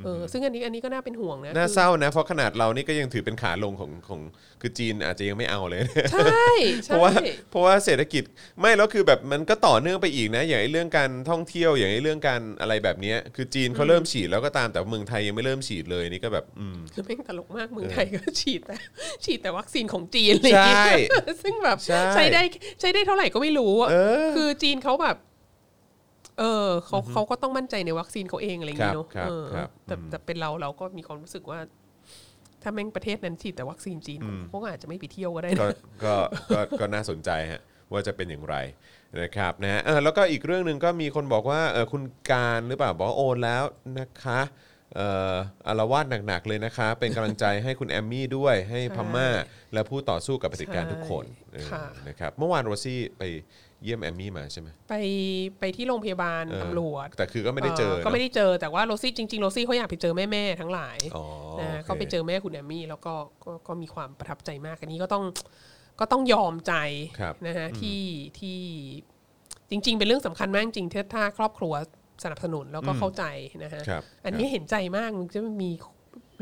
S3: เออซึ่งอันนี้อันนี้ก็น่าเป็นห่วงนะ
S2: น่า
S3: คือ
S2: เศร้านะ เพราะขนาดเรานี่ก็ยังถือเป็นขาลงของของคือจีนอาจจะยังไม่เอาเลย
S3: ใช่
S2: เพ
S3: ใช่
S2: ราะว่าเพราะว่าเศรษฐกิจไม่แล้วคือแบบมันก็ต่อเนื่องไปอีกนะ อย่างไอ้เรื่องการท่องเที่ยวอย่างไอ้เรื่องการอะไรแบบเนี้ยคือจีนเขาเริ่มฉีดแล้วก็ตามแต่เมืองไทยยังไม่เริ่มฉีดเลยนี่ก็แบบอืม
S3: คือแม่งตลกมากเมืองไทยก็ฉีดแต่ฉีดแต่วัคซีนของจีนอะไรอย่าง
S2: ใช่
S3: เลย ซึ่งแบบ
S2: ใช่
S3: ใช้ได้ใช้ได้เท่าไหร่ก็ไม่รู้อะ
S2: เออ
S3: คือจีนเขาแบบ เออเขาเขาก็ต้องมั่นใจในวัคซีนเขาเองอะไรอย่างเงี้ยเนาะ
S2: ครับ
S3: เออ
S2: ครับ
S3: แต่
S2: อืม
S3: แต่เป็นเราเราก็มีความรู้สึกว่า ถ้าแม่งประเทศนั้นฉีดแต่วัคซีนจีน
S2: อืม
S3: พวกอาจจะไม่ไปเที่ยวก็ได้
S2: ก็
S3: นะ
S2: ก็ก็ก็น่าสนใจฮะว่าจะเป็นอย่างไรนะครับนะฮะเออแล้วก็อีกเรื่องหนึ่งก็มีคนบอกว่าเออคุณการหรือเปล่าบอกว่าโอนแล้วนะคะเอ่ออารวาสหนักๆเลยนะคะ เป็นกำลังใจให้คุณแอมมี่ด้วยให้พม่าและผู้ต่อสู้กับปฏิการทุกคน
S3: ใช่ค่ะ
S2: เออนะครับเมื่อวานโรซี่ไปเยี่ยมแอมมี่มาใช่ไหม
S3: ไปไปที่โรงพยาบาล
S2: เออ
S3: ตำรวจ
S2: แต่คือก็ไม่ได้เจอ
S3: ก็ไม่
S2: เน
S3: ได้เจอแต่ว่าโรซี่จริงๆโรซี่เขาอยากไปเจอแม่แม่ๆทั้งหลาย
S2: อะอ๋อ
S3: นะ
S2: โค
S3: ก็ไปเจอแม่คุณแอมมี่แล้วก็ก็ก็มีความประทับใจมาก อันนี้ก็ต้องก็ต้องยอมใจ
S2: ครับ
S3: นะฮะที่ที่จริง ๆ เป็นเรื่องสำคัญมากจริงๆถ้าถ้าครอบครัวสนับสนุนแล้วก็เข้าใจนะฮะ
S2: ครับ
S3: อันนี้เห็นใจมากมันจะมี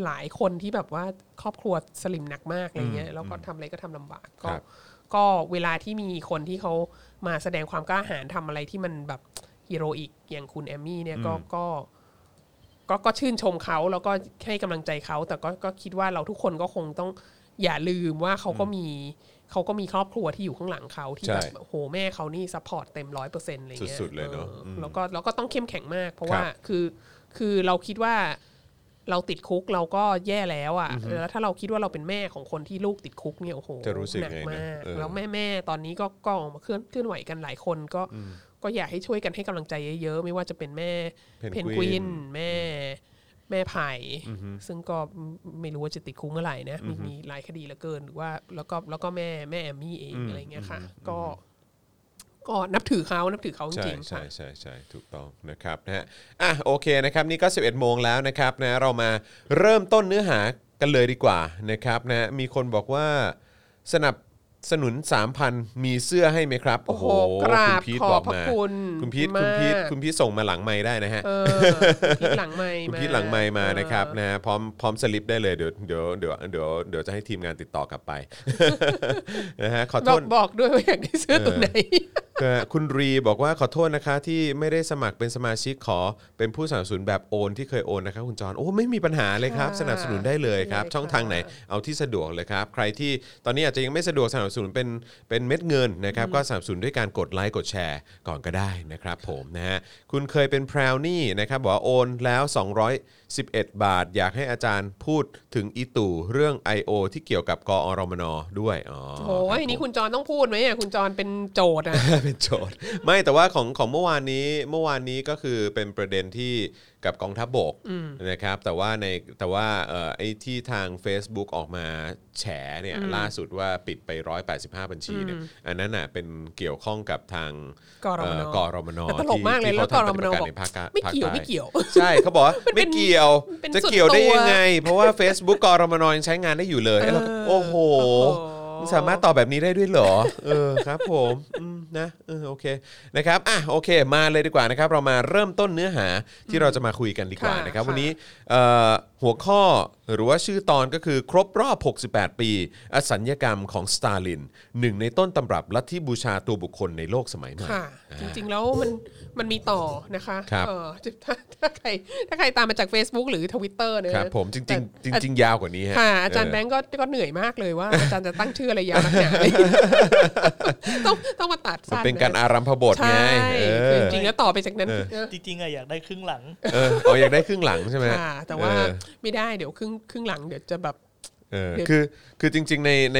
S3: หลายคนที่แบบว่าครอบครัวสลิมหนักมากอะไรเงี้ยแล้วก็ทำอะไรก็ทำลำบากก็
S2: ครับ
S3: ก็เวลาที่มีคนที่เขามาแสดงความกล้าหาญทำอะไรที่มันแบบฮีโรอีกอย่างคุณแอมมี่เนี่ยก็ก็ ก็ก็ชื่นชมเขาแล้วก็ให้กำลังใจเขา แต่ก็ก็คิดว่าเราทุกคนก็คงต้องอย่าลืมว่าเขาก็มีเขาก็มีครอบครัวที่อยู่ข้างหลังเขาที่
S2: ใช่
S3: แบบโอ้โหแม่เขานี่ซัพพอร์ตเต็มร้อยเปอร์เซ็นต์อะไรเงี้ย
S2: สุดๆเลยเนอะ
S3: อออ
S2: ม
S3: แล้วก็แล้วก็ต้องเข้มแข็งมาก เพราะ
S2: ครับ
S3: ว่าคือคือเราคิดว่าเราติดคุกเราก็แย่แล้วอะ่ะแล้วถ้าเราคิดว่าเราเป็นแม่ของคนที่ลูกติดคุกเนี่ยโอ้โห
S2: จะรู้สึก
S3: หนั
S2: ไงนะ
S3: มาก
S2: เออ
S3: แล้วแม่แม่ๆตอนนี้ก็ก็ออกมาเคลื่อนเคลื่อนไหวกันหลายคนก็ก็อยากให้ช่วยกันให้กำลังใจเยอะๆไม่ว่าจะเป็นแม่ เพนกวิน แม่ แม่ไผ่ซึ่งก็ไม่รู้ว่าจะติดคุกเมื่อไหร่นะมีมีหลายคดีเหลือเกินหรือว่าแล้วก็แล้วก็แม่แม่แอมมี่เองอะไรเงี้ยค่ะ ก็ ก็นับถือเขานับถือเขาจ
S2: ใช่
S3: ริงๆ
S2: ใช่
S3: ค่ะ
S2: ใช่ใช่ถูกต้องนะครับนะฮะอ่ะโอเคนะครับนี่ก็ 11 โมงแล้วนะครับนะเรามาเริ่มต้นเนื้อหากันเลยดีกว่านะครับนะมีคนบอกว่าสนับสนุน 3,000 มีเสื้อให้ไหมครับ
S3: โอ้โหกราบ
S2: คุณพีท
S3: ขอ
S2: บอ
S3: บ
S2: ก
S3: พระ
S2: มา
S3: คุณ
S2: ณพีทคุณพีท
S3: มาก
S2: คุณพีทส่งมาหลังไม้ได้นะฮะ
S3: เออพีทหลังไมค์
S2: คุณ
S3: มา
S2: พีทหลังไมค์มา
S3: เออ
S2: นะครับนะฮะพร้อมพร้อมสลิปได้เลยเดี๋ยวเดี๋ยวเดี๋ยวเดี๋ยวเดี๋ยวจะให้ทีมงานติดต่อกลับไป นะฮะขอโท
S3: บอก
S2: ษ
S3: บอกด้วยว่าอยากได้เสื้อตัวไหน
S2: นะฮะคุณรีบอกว่าขอโทษนะคะ ที่ไม่ได้สมัครเป็นสมาชิกขอเป็นผู้สนับสนุนแบบโอนที่เคยโอนนะคะคุณจอนโอ้ไม่มีปัญหาเลยครับ
S3: ค่ะ
S2: สนับสนุนได้เลยครับ
S3: ได้ค่ะ
S2: ช่องทางไหนเอาที่สะดวกเลยครับ ใครที่ตอนนี้อาจจะยังไม่สะดวกสนับสนุนเป็นเป็นเม็ดเงินนะครับ ก็สนับสนุนด้วยการกดไลค์กดแชร์ก่อนก็ได้นะครับ ผมนะฮะคุณเคยเป็นแพรวนี่นะครับบอกว่าโอนแล้ว 211 บาท อยากให้อาจารย์พูดถึงอีตู่เรื่อง I.O. ที่เกี่ยวกับกอรมนด้วยอ๋อ
S3: โอ้ยนี่คุณจรต้องพูดไหมอ่ะคุณจรเป็นโจทย์อ่ะ
S2: เป็นโจทย์ ไม่แต่ว่าของของเมื่อวานนี้เมื่อวานนี้ก็คือเป็นประเด็นที่กับกองทัพบบกนะครับแต่ว่าในแต่ว่าเอ่อไอ้ที่ทาง Facebook ออกมาแฉเนี่ยล่าสุดว่าปิดไป 185 บัญชีเนี่ยอันนั้นน่ะเป็นเกี่ยวข้องกับทาง
S3: กรมน
S2: เอ่อกรมน
S3: แต่ตลกมากเลย
S2: ที่
S3: แล้ว
S2: ที่ข
S3: กรมน
S2: ทำปฏิติ
S3: บอก
S2: ในภาคกลาง
S3: ไม่เกี่ยว
S2: ภาคใต้
S3: ไม่ เกี่ยว
S2: ใช่เขาบอกว่าไม่เกี่ยว
S3: มันเป็น
S2: จะเกี่ยวได้ยังไง
S3: ส่วนตัว
S2: เพราะว่า Facebook กรมนยังใช้งานได้อยู่เลยไอ้เราก็โอ้โห
S3: โอ้โห
S2: สามารถตอบแบบนี้ได้ด้วยเหรอ เออครับผมอืมนะเออโอเคนะครับอ่ะโอเค มาเลยดีกว่านะครับ เรามาเริ่มต้นเนื้อหาที่เราจะมาคุยกันดีกว่า
S3: ค่ะ
S2: นะครับ
S3: ค่ะ
S2: วันนี้เอ่อหัวข้อหรือว่าชื่อตอนก็คือครบรอบ 68 ปี อสัญญกรรมของสตาลินหนึ่งในต้นตำรับลัทธิบูชาตัวบุคคลในโลกสมัยใหม่
S3: ค่ะจริงๆแล้วมันมันมีต่อนะคะ
S2: ครับ
S3: เออ ถ้าถ้าใครถ้าใครตามมาจาก Facebook หรือ Twitter เนี่ย
S2: ครับ ผมจริงๆจริงๆจริงๆยาวกว่านี้ฮะ
S3: ค่ะอาจารย์
S2: เ
S3: แบงก์ก็ก็เหนื่อยมากเลยว่า อาจารย์จะตั้งชื่ออะไรยาวนักหนาต้องต้องมาตัด
S2: มัน
S3: สั้น
S2: เป็นการอารัมพบท
S3: ใช
S2: ไง่ เอ
S3: คือ
S2: อ
S3: จริงๆแล้วต่อไปจากนั้นนะ
S4: จริงๆอะอยากได้ครึ่งหลัง
S2: เออเอาอยากได้ครึ่งหลังใช่ไหม
S3: ค่ะ แต่ว่า
S2: เออ
S3: ไม่ได้เดี๋ยวครึ่งครึ่งหลังเดี๋ยวจะแบบ
S2: เออ
S3: เดี๋ยว
S2: คือคือจริงๆ ในใน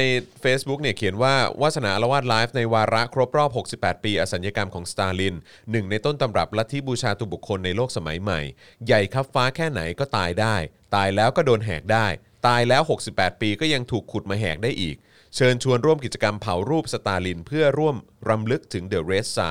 S2: a c e b o o k เนี่ยเขียนว่าวาสนาละวาดไลฟ์ในวาระครบรอบ 68 ปี อสัญญกรรมของสตาลินหนึ่งในต้นตำรับลัทธิบูชาตัวบุคคลในโลกสมัยใหม่ ใหญ่ครับฟ้าแค่ไหนก็ตายได้ ตายแล้วก็โดนแหกได้ ตายแล้ว 68 ปีก็ยังถูกขุดมาแหกได้อีก เชิญชวนร่วมกิจกรรมเผารูปสตาลิน เพื่อร่วมรำลึกถึงเดอะเรสซา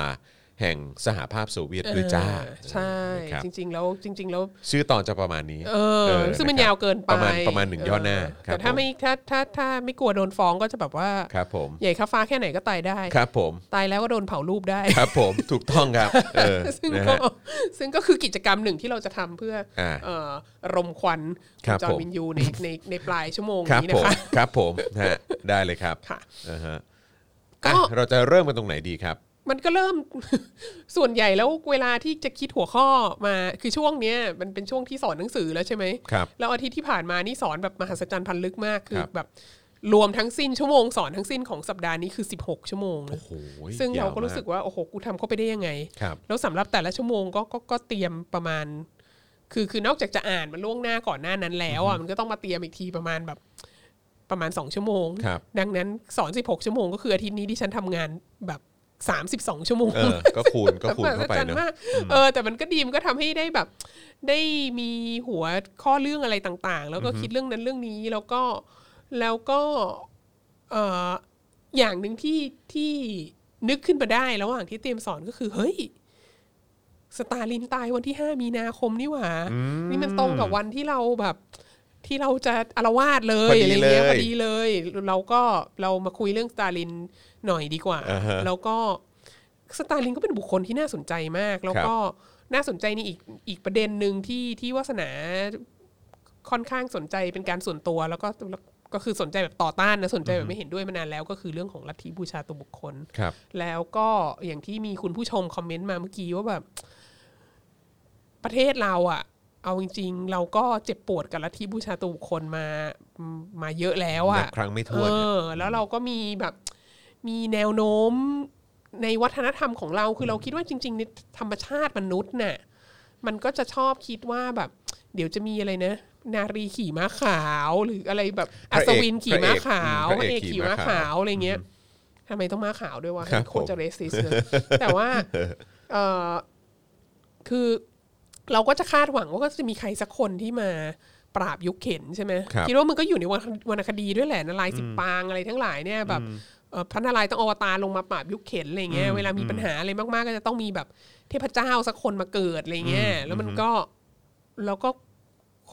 S2: แห่งสหภาพโซเวียตด้วยจ้า
S3: เออใช่
S2: นะครับ
S3: จริง ๆ แล้วจริง ๆ แล้ว
S2: ชื่อตอนจะประมาณนี้
S3: เออ
S2: เออ
S3: ซึ่งมัน
S2: นะครับ
S3: ยาวเกินไป
S2: ประมาณประมาณหนึ่งย่อหน้าครับ
S3: เแต่ถ้า
S2: ผม
S3: ไม่ถ้าถ้าถ้าไม่กลัวโดนฟ้องก็จะแบบว่า
S2: ครับผม
S3: ใหญ่ข้าฟ้าแค่ไหนก็ตายได้
S2: ครับผม
S3: ตายแล้วก็โดนเผารูปได้
S2: ครับผมถูกต้องครับเออ
S3: ซึ่ง
S2: นะ
S3: ก็
S2: ฮะ
S3: ซึ่งก็คือกิจกรรมหนึ่งที่เราจะทำเพื่ออา เอ่อรมควัน
S2: ค
S3: ข
S2: รั
S3: อง
S2: บ
S3: จอห์
S2: ผ
S3: น
S2: ม
S3: วินยูในในในปลายชั่วโมง
S2: ครับ
S3: นี้
S2: ผ
S3: นะ
S2: ม
S3: คะ
S2: ครับผมฮะได้เลยครับ
S3: ค่ะ
S2: อ่าฮะอ่ะ
S3: ก็
S2: เราจะเริ่มกันตรงไหนดีครับ
S3: มันก็เริ่ม ส่วนใหญ่แล้วเวลาที่จะคิดหัวข้อมาคือช่วงเนี้ยมันเป็นช่วงที่สอนหนังสือแล้วใช่ไหม
S2: ครับ
S3: แล้วอาทิตย์ที่ผ่านมานี่สอนแบบมหัศจรรย์พันลึกมากคื
S2: ค
S3: อ
S2: รับ
S3: แบบรวมทั้งสิ้นชั่วโมงสอนทั้งสิ้นของสัปดาห์นี้คือ 16 ชั่วโมงนะ
S2: โอ้โหย
S3: ซึ่งเรา
S2: ย
S3: ก็รู้สึกว่าโอ้โหกูทำเข้าไปได้ยังไง
S2: ครับ
S3: แล้วสำหรับแต่ละชั่วโมงก็ก็ก็เตรียมประมาณ คือคือนอกจากจะอ่านมันล่วงหน้าก่อนหน้านั้นแล้วอ่ะมันก็ต้องมาเตรียมอีกทีประมาณแบบประมาณสองชั่วโมง
S2: ครับ
S3: ดังนั้นสอน 16 ชั่วโมงก็คืออาทิตย์นี้ที่ฉันทำงานแบบ 32 ชั่วโมง
S2: เออก็คูณก็คูณเข้าไป
S3: มหัศจรรย์
S2: เนอะ
S3: มากเออแต่มันก็ดีมันก็ทำให้ได้แบบ ได้มีหัวข้อเรื่องอะไรต่างๆ แล้วก็คิดเรื่องนั้นเรื่องนี้แล้วก็แล้วก็เอออย่างหนึ่งที่ที่นึกขึ้นมาได้ระหว่างที่เตรียมสอนก็คือ เฮ้ย สตาลินตายวันที่ 5 มีนาคมนี่หว่า นี่มันตรงกับวันที่เราแบบ ที่เราจะอารวาสเลย
S2: พอดี
S3: อะไรเงี้ย
S2: เลย
S3: พอดีเลย เราก็เรามาคุยเรื่องสตาลินหน่อยดีกว่า
S2: อ่าฮะ
S3: แล้วก็สตาลินก็เป็นบุคคลที่น่าสนใจมาก แล้วก็น่าสนใจในอีกอีกประเด็นหนึ่งที่ที่วาสนาค่อนข้างสนใจเป็นการส่วนตัว แล้วก็แล้วก็คือสนใจแบบต่อต้านนะสนใจแบบไม่เห็นด้วยมานานแล้วก็คือเรื่องของลัทธิบูชาตัวบุคคล
S2: ครับ
S3: แล้วก็อย่างที่มีคุณผู้ชมคอมเมนต์มาเมื่อกี้ว่าแบบ ประเทศเราอะเอาจริง ๆ เราก็เจ็บปวดกับลัทธิบูชาตัวบุคคลมามาเยอะแล้ว
S2: นั
S3: อะ
S2: บครั้งไม่
S3: เอ
S2: ถ้วน
S3: อ แล้วเราก็มีแบบมีแนวโน้มในวัฒนธรรมของเราคือเราคิดว่าจริงๆในธรรมชาติมนุษย์น่ะ มันก็จะชอบคิดว่าแบบ เดี๋ยวจะมีอะไรนะ นารีขี่ม้าขาวหรืออะไรแบบ
S2: พ
S3: อั
S2: ระเอก
S3: ศวินขี่ม้าขาว
S2: พ
S3: พ
S2: ระ
S3: ระ
S2: เอ
S3: เอก ก
S2: ขี่
S3: ขี่
S2: ม้า
S3: ม้า
S2: ขาว
S3: ขาวอะไรเงี้ยทำไมต้องม้าขาวด้วยวะโคตรจะเรสซิสเลยแต่ ว่า เออคือเราก็จะคาดหวังว่าก็จะมีใครสักคนที่มาปราบยุคเข็นใช่ไหม
S2: ครับ
S3: ดว่ามันก็อยู่ในวรรณวรรณคดีด้วยแหละนารายณ์สิบปางอะไรทั้งหลายเนี่ยแบบเอ่อพระนารายณ์ต้องอวตารลงมาปราบยุคเข็นอะไรเงี้ยเวลามีปัญหาอะไรมาก ๆ ก็จะต้องมีแบบเทพเจ้าสักคนมาเกิดอะไรเงี้ยแล้วมันก็แล้วก็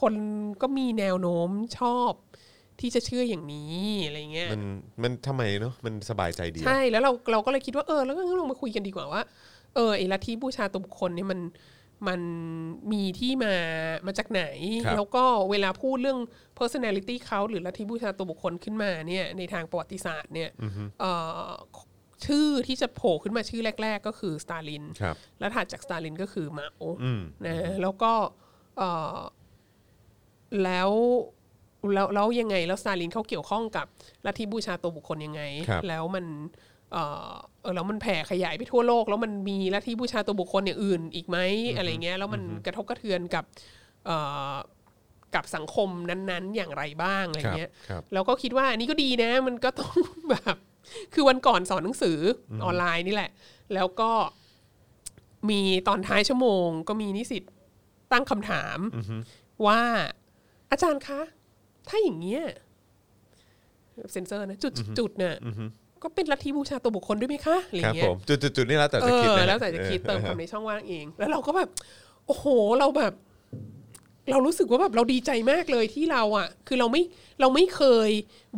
S3: คนก็มีแนวโน้มชอบที่จะเชื่ออย่างนี้อะไรเงี้ย
S2: มันมันทำไมเนาะมันสบายใจดี
S3: ใช่ แล้วเราเราก็เลยคิดว่าเออแล้วก็ลงมาคุยกันดีกว่าว่า เออไอ้ลัทธิบูชาตัวบุคคลเนี่ยมันมันมีที่มามาจากไหน
S2: ครับ
S3: แล้วก็เวลาพูดเรื่อง personality เขาหรือลัทธิบูชาตัวบุคคลขึ้นมาเนี่ยในทางประวัติศาสตร์เนี่ยเอ่อชื่อที่จะโผล่ขึ้นมาชื่อแรก ๆ ก็คือสตาลิน
S2: ครับ
S3: แล้วถัดจากสตาลินก็คือเหมา
S2: อืม
S3: นะแล้วก็เอ่อแล้วแล้วแล้วยังไง แล้วสตาลินเขาเกี่ยวข้องกับลัทธิบูชาตัวบุคคลยังไง
S2: ครับ
S3: แล้วมันเอ่อเออแล้วมันแผ่ขยายไปทั่วโลก แล้วมันมีลัทธิบูชาตัวบุคคลอย่างอื่นอีกไหมอะไรเงี้ยแล้วมันกระทบกระเทือนกับเอ่อกับสังคมนั้น ๆ อย่างไรบ้างอะไร
S2: ครับ
S3: เงี้ย
S2: ครับ
S3: เราก็คิดว่าอันนี้ก็ดีนะ มันก็ต้อง แบบ คือวันก่อนสอนหนังสือออนไลน์นี่แหละ แล้วก็มีตอนท้ายชั่วโมง ก็มีนิสิตตั้งคำถามว่าอาจารย์คะ ถ้าอย่างเงี้ยเซ็นเซอร์นะจุดจุดเนี่ยก็เป็นลัทธิบูชาตัวบุคคลด้วยไหมคะอะไร
S2: ครับ
S3: เงี้
S2: ผ
S3: ย
S2: มจุดจุดจุดนี่แล้วแต่จะคิด
S3: เอ
S2: นะ
S3: อ
S2: ฮะ
S3: แล้วแต่จะคิดเติมความในช่องว่างเอง แล้วเราก็แบบ โอ้โหเราแบบ เรารู้สึกว่าแบบเราดีใจมากเลยที่เราอ่ะ คือเราไม่เราไม่เคย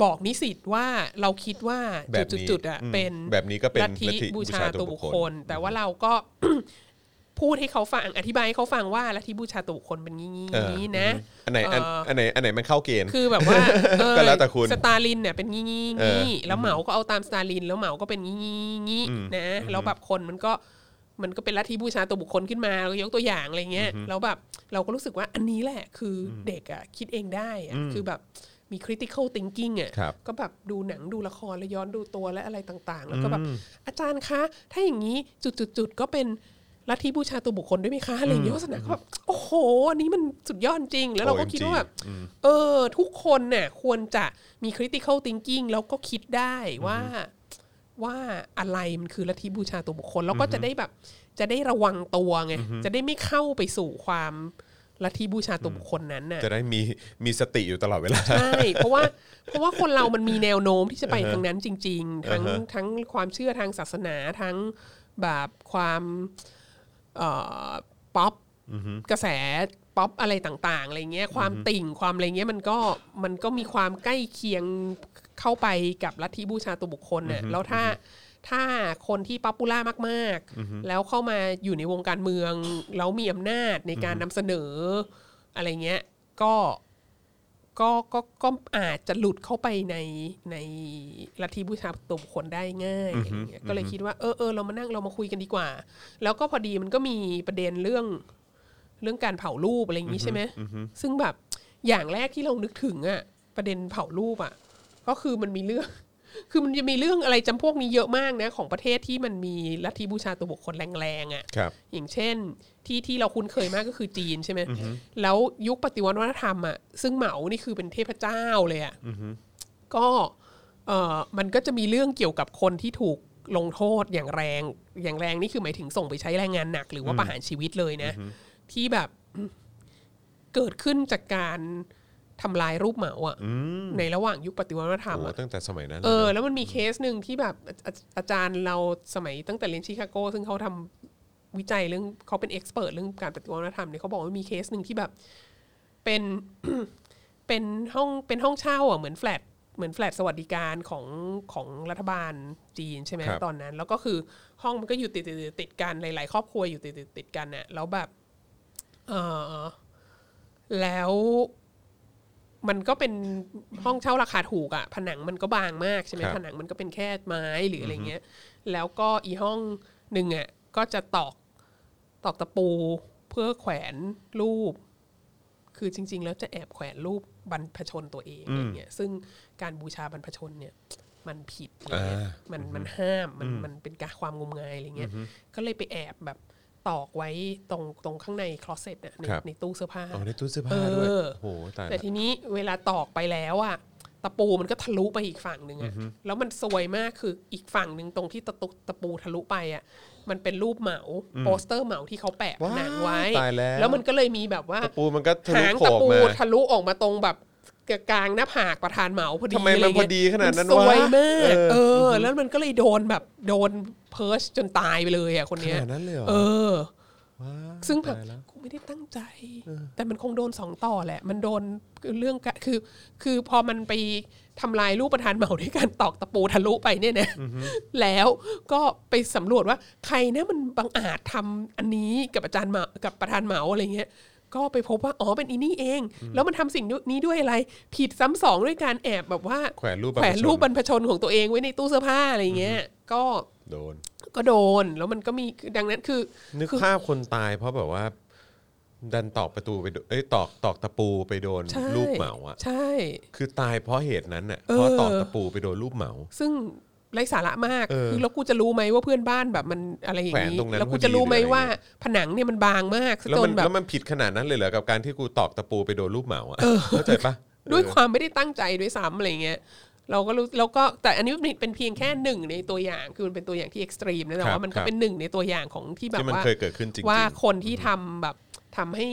S3: บอกนิสิตว่าเราคิดว่า
S2: แบบ
S3: จุด
S2: นี้
S3: จุดๆอ่ะ
S2: อืม
S3: เป็น
S2: แบบนี้ก็เป็น
S3: ลัทธิบูชาตัวบุคคล แต่ว่าเราก็ พูดให้เขาฟังอธิบายให้เขาฟังว่าลัทธิบูชาตัวบุคคลเป็นงี้
S2: เออ
S3: ๆนี้นะ
S2: อันไหนอัน
S3: เอ่ออั
S2: อันไหนอันไหนมันเข้าเกณฑ์
S3: คือแบบ ว่าเออ
S2: ก็แล้วแต่คุณ
S3: สตาลินเนี่ยเป็นงี้งี้
S2: เออ
S3: งี้แล้วเหมาก็เอาตามสตาลิน แล้วเหมาก็เป็นงี้งี้งี้นะแล้วแบบคนมันก็มันก็เป็นลัทธิบูชาตัวบุคคลขึ้นมาเรายกตัวอย่างอะไรเงี้ยแล้วแบบเราก็รู้สึกว่าอันนี้แหละคืออเด็กอะคิดเองได้อะคือแบบมี critical thinking อะ
S2: ครับ
S3: ก็แบบดูหนังดูละครแล้วย้อนดูตัวและอะไรต่างๆ แล้วก็แบบอาจารย์คะ ถ้าอย่างนี้จุดๆๆก็เป็นลัทธิบูชาตัวบุคคลด้วยไหมคะอะไรอย่างเงี้ยศาสนาก็แบบโอ้โหอันนี้มันสุดยอดจริง แล้วเราก็คิดว่าแบบ
S2: อืม
S3: เออ ทุกคนน่ะควรจะมี critical thinking แล้วก็คิดได้ว่าว่าอะไรมันคือลัทธิบูชาตัวบุคคล แล้วก็จะได้แบบ จะได้ระวังตัวไงจะได้ไม่เข้าไปสู่ความลัทธิบูชาตัวบุคคลนั้นน่ะ
S2: จะได้มีมีสติอยู่ตลอดเวลา
S3: ใช่เพราะว่าเพราะว่าคนเรามันมีแนวโน้มที่จะไปทางนั้นจริง ๆ ทั้งทั้งความเชื่อทางศาสนาทั้ง แบบความเอ่อป๊อปกระแสป๊อปอะไรต่าง ๆอะไรเงี้ยความติ่งความอะไรเงี้ยมันก็มันก็มีความใกล้เคียงเข้าไปกับลัทธิบูชาตัวบุคคลเนี่ยแล้วถ้าถ้าคนที่ป๊อปปูล่ามาก ๆ แล้วเข้ามาอยู่ในวงการเมือง แล้วมีอำนาจในการนำเสนออะไรเงี้ยก็ก็ก็ก็อาจจะหลุดเข้าไปในในลัทธิบูชาตัวบุคคลได้ง่ายอะไรเงี้ยก็เลยคิดว่าเออเออเรามานั่งเรามาคุยกันดีกว่า แล้วก็พอดีมันก็มีประเด็นเรื่อง เรื่องการเผารูปอะไรอย่างนี้ใช่ไหม ซึ่งแบบอย่างแรกที่เรานึกถึงอะประเด็นเผารูปอะก็คือมันมีเรื่อง คือมันจะมีเรื่องอะไรจำพวกนี้เยอะมากนะ ของประเทศที่มันมีลัทธิบูชาตัวบุคคลแรงๆอะ
S2: ครับ
S3: อย่างเช่นที่ที่เราคุ้นเคยมากก็คือจีนใช่ไหมแล้วยุคปฏิวัติวัฒนธรรมอ่ะซึ่งเหมานี่คือเป็นเทพเจ้าเลยอ่ะก็เออมันก็จะมีเรื่องเกี่ยวกับคนที่ถูกลงโทษอย่างแรง อย่างแรงนี่คือหมายถึงส่งไปใช้แรงงานหนัก หรือว่าประหารชีวิตเลยนะ ที่แบบเกิดขึ้นจากการทำลายรูปเหมาอ่ะในระหว่างยุคปฏิวัติวัฒนธรรม
S2: โอ้
S3: อะ
S2: ตั้งแต่สมัยนั้นลย
S3: เออ
S2: นะ
S3: แล้วมันมีเคสหนึ่งที่แบบอาอาอาจารย์เราสมัยตั้งแต่เรียนชิคาโก ซึ่งเขาทำวิจัยเรื่องเขาเป็นเอ็กซ์เพรสเรื่องการปฏิวัติวัฒนธรรมเนี่ยเขาบอกว่ามีเคสหนึ่งที่แบบเป็น เป็นห้องเป็นห้องเช่าอ่ะเหมือนแฟลตเหมือนแฟลตสวัสดิการของของรัฐบาลจีนใช่ไหมตอนนั้น แล้วก็คือห้องมันก็อยู่ติดติดติดๆๆๆกันหลาย ๆ ครอบครัวอยู่ติดติดติดๆๆกันน่ะแล้วแบบเออแล้ว มันก็เป็นห้องเช่าราคาถูกอะผนังมันก็บางมากใช่ไหมผนังมันก็เป็นแค่ไม้หรืออะไรเงี้ย แล้วก็อีห้องหนึ่งอะก็จะตอกตอกตะปูเพื่อแขวนรูป คือจริง ๆ แล้วจะแอบแขวนรูปบรรพชนตัวเองอะไรเงี้ยซึ่งการบูชาบรรพชนเนี่ย มันผิดอะไรเลยมันมันห้ามมันมันเป็นการความงมงายอะไรเงี้ยก็เลยไปแอบแบบตอกไว้ตรงตรงข้างในคลอเซ็ตอะในในตู้เสื้อผ้า
S2: อ๋อในตู้เสื้อผ้าด้วย
S3: เออ
S2: โอ้โหตาย
S3: แต่
S2: ละ
S3: ทีนี้เวลาตอกไปแล้วอะตะปูมันก็ทะลุไปอีกฝั่งหนึ่งอะแล้วมันซวยมากคืออีกฝั่งหนึ่งตรงที่ตะตุตะปูทะลุไปอะมันเป็นรูปเหมาโปสเตอร์เหมาที่เขาแปะผนังไว้
S2: ว้ายตายแล้ว
S3: แล้วมันก็เลยมีแบบว่า
S2: ตะปูมันก็ทะลุ
S3: หาง
S2: โผล่
S3: ตะ
S2: ออก
S3: ปู
S2: มา
S3: ทะลุออกมาตรงแบบกลางหน้าผากประธานเหมาพอดี
S2: ทำไมมัน
S3: ไรเงี้
S2: พอดีขนาดนั้น
S3: มัซวย
S2: ะ
S3: มาก
S2: เออ
S3: เออ แล้วมันก็เลยโดนแบบโดนเพิร์ชจนตายไปเลยอะคน
S2: ข
S3: เนี้ย
S2: นาดนั้นเลยเหรอ
S3: เออ
S2: ว้าย
S3: ซึ่งแบบ
S2: ตายล้ว
S3: กูไม่ได้ตั้งใจ แต่มันคงโดนสองต่อแหละ มันโดนเรื่องกะคือ คือพอมันไปทำลายรูปประธานเหมาด้วยการตอกตะปูทะลุไปเนี่ยนะแล้วก็ไปสำรวจว่าใครนะมันบังอาจทำอันนี้กับอาจารย์เหมากับประธานเหมาอะไรเงี้ย ก็ไปพบว่าอ๋อเป็นอีนี่เอง แล้วมันทำสิ่งนี้ด้วยอะไร ผิดซ้ำสองด้วยการแอบแบบว่า
S2: แขวนรูป
S3: แขวนรูปบ
S2: บั
S3: รรพชนของตัวเองไว้ในตู้เสื้อผ้าอะไรเงี้ย ก็
S2: โดน
S3: ก็โดนแล้วมันก็มีดังนั้นคือ
S2: นึกภาพคนตายเพราะแบบว่า ดันตอกประตูไปโดนเอ้ยตอกตอกตะปูไปโดน
S3: ใช่
S2: รูปเหมาอะ
S3: ใช่
S2: คือตายเพราะเหตุนั้นน่ะ
S3: เออ
S2: เพราะตอกตะปูไปโดนรูปเหมา
S3: ซึ่งไร้สาระมาก
S2: เออ
S3: คือแล้วกูจะรู้ไหมว่าเพื่อนบ้านแบบมันอะไรอย่าง
S2: แขวนตรงนั้น
S3: แล้วกูจะรู้ไหม
S2: พอดีเลย
S3: ว่าผนังเนี่ยมันบางมาก
S2: แล้ว
S3: จ
S2: มัน น
S3: แบบ
S2: แล้วมันผิดขนาดนั้นเลยเหรอกับการที่กูตอกตะปูไปโดนรูปเหมาอะเข้าใจปะ
S3: ด้วย
S2: เออ
S3: ความไม่ได้ตั้งใจด้วยซ้ำอะไรเงี้ยเราก็รู้เราก็แต่อันนี้มันเป็นเพียงแค่หนึ่งในตัวอย่างคือมันเป็นตัวอย่างที่เอ็กซ์ตรีมนะแต่
S2: ครั
S3: ว่า
S2: บ
S3: มันก็
S2: ครับ
S3: เป็นหนึ่งในตัวอย่างของที่แบบ
S2: ที่มัน
S3: ว่า
S2: เคยเกิดขึ้นจริง
S3: ว่า
S2: ๆ
S3: คนที่ทำแบบทำให้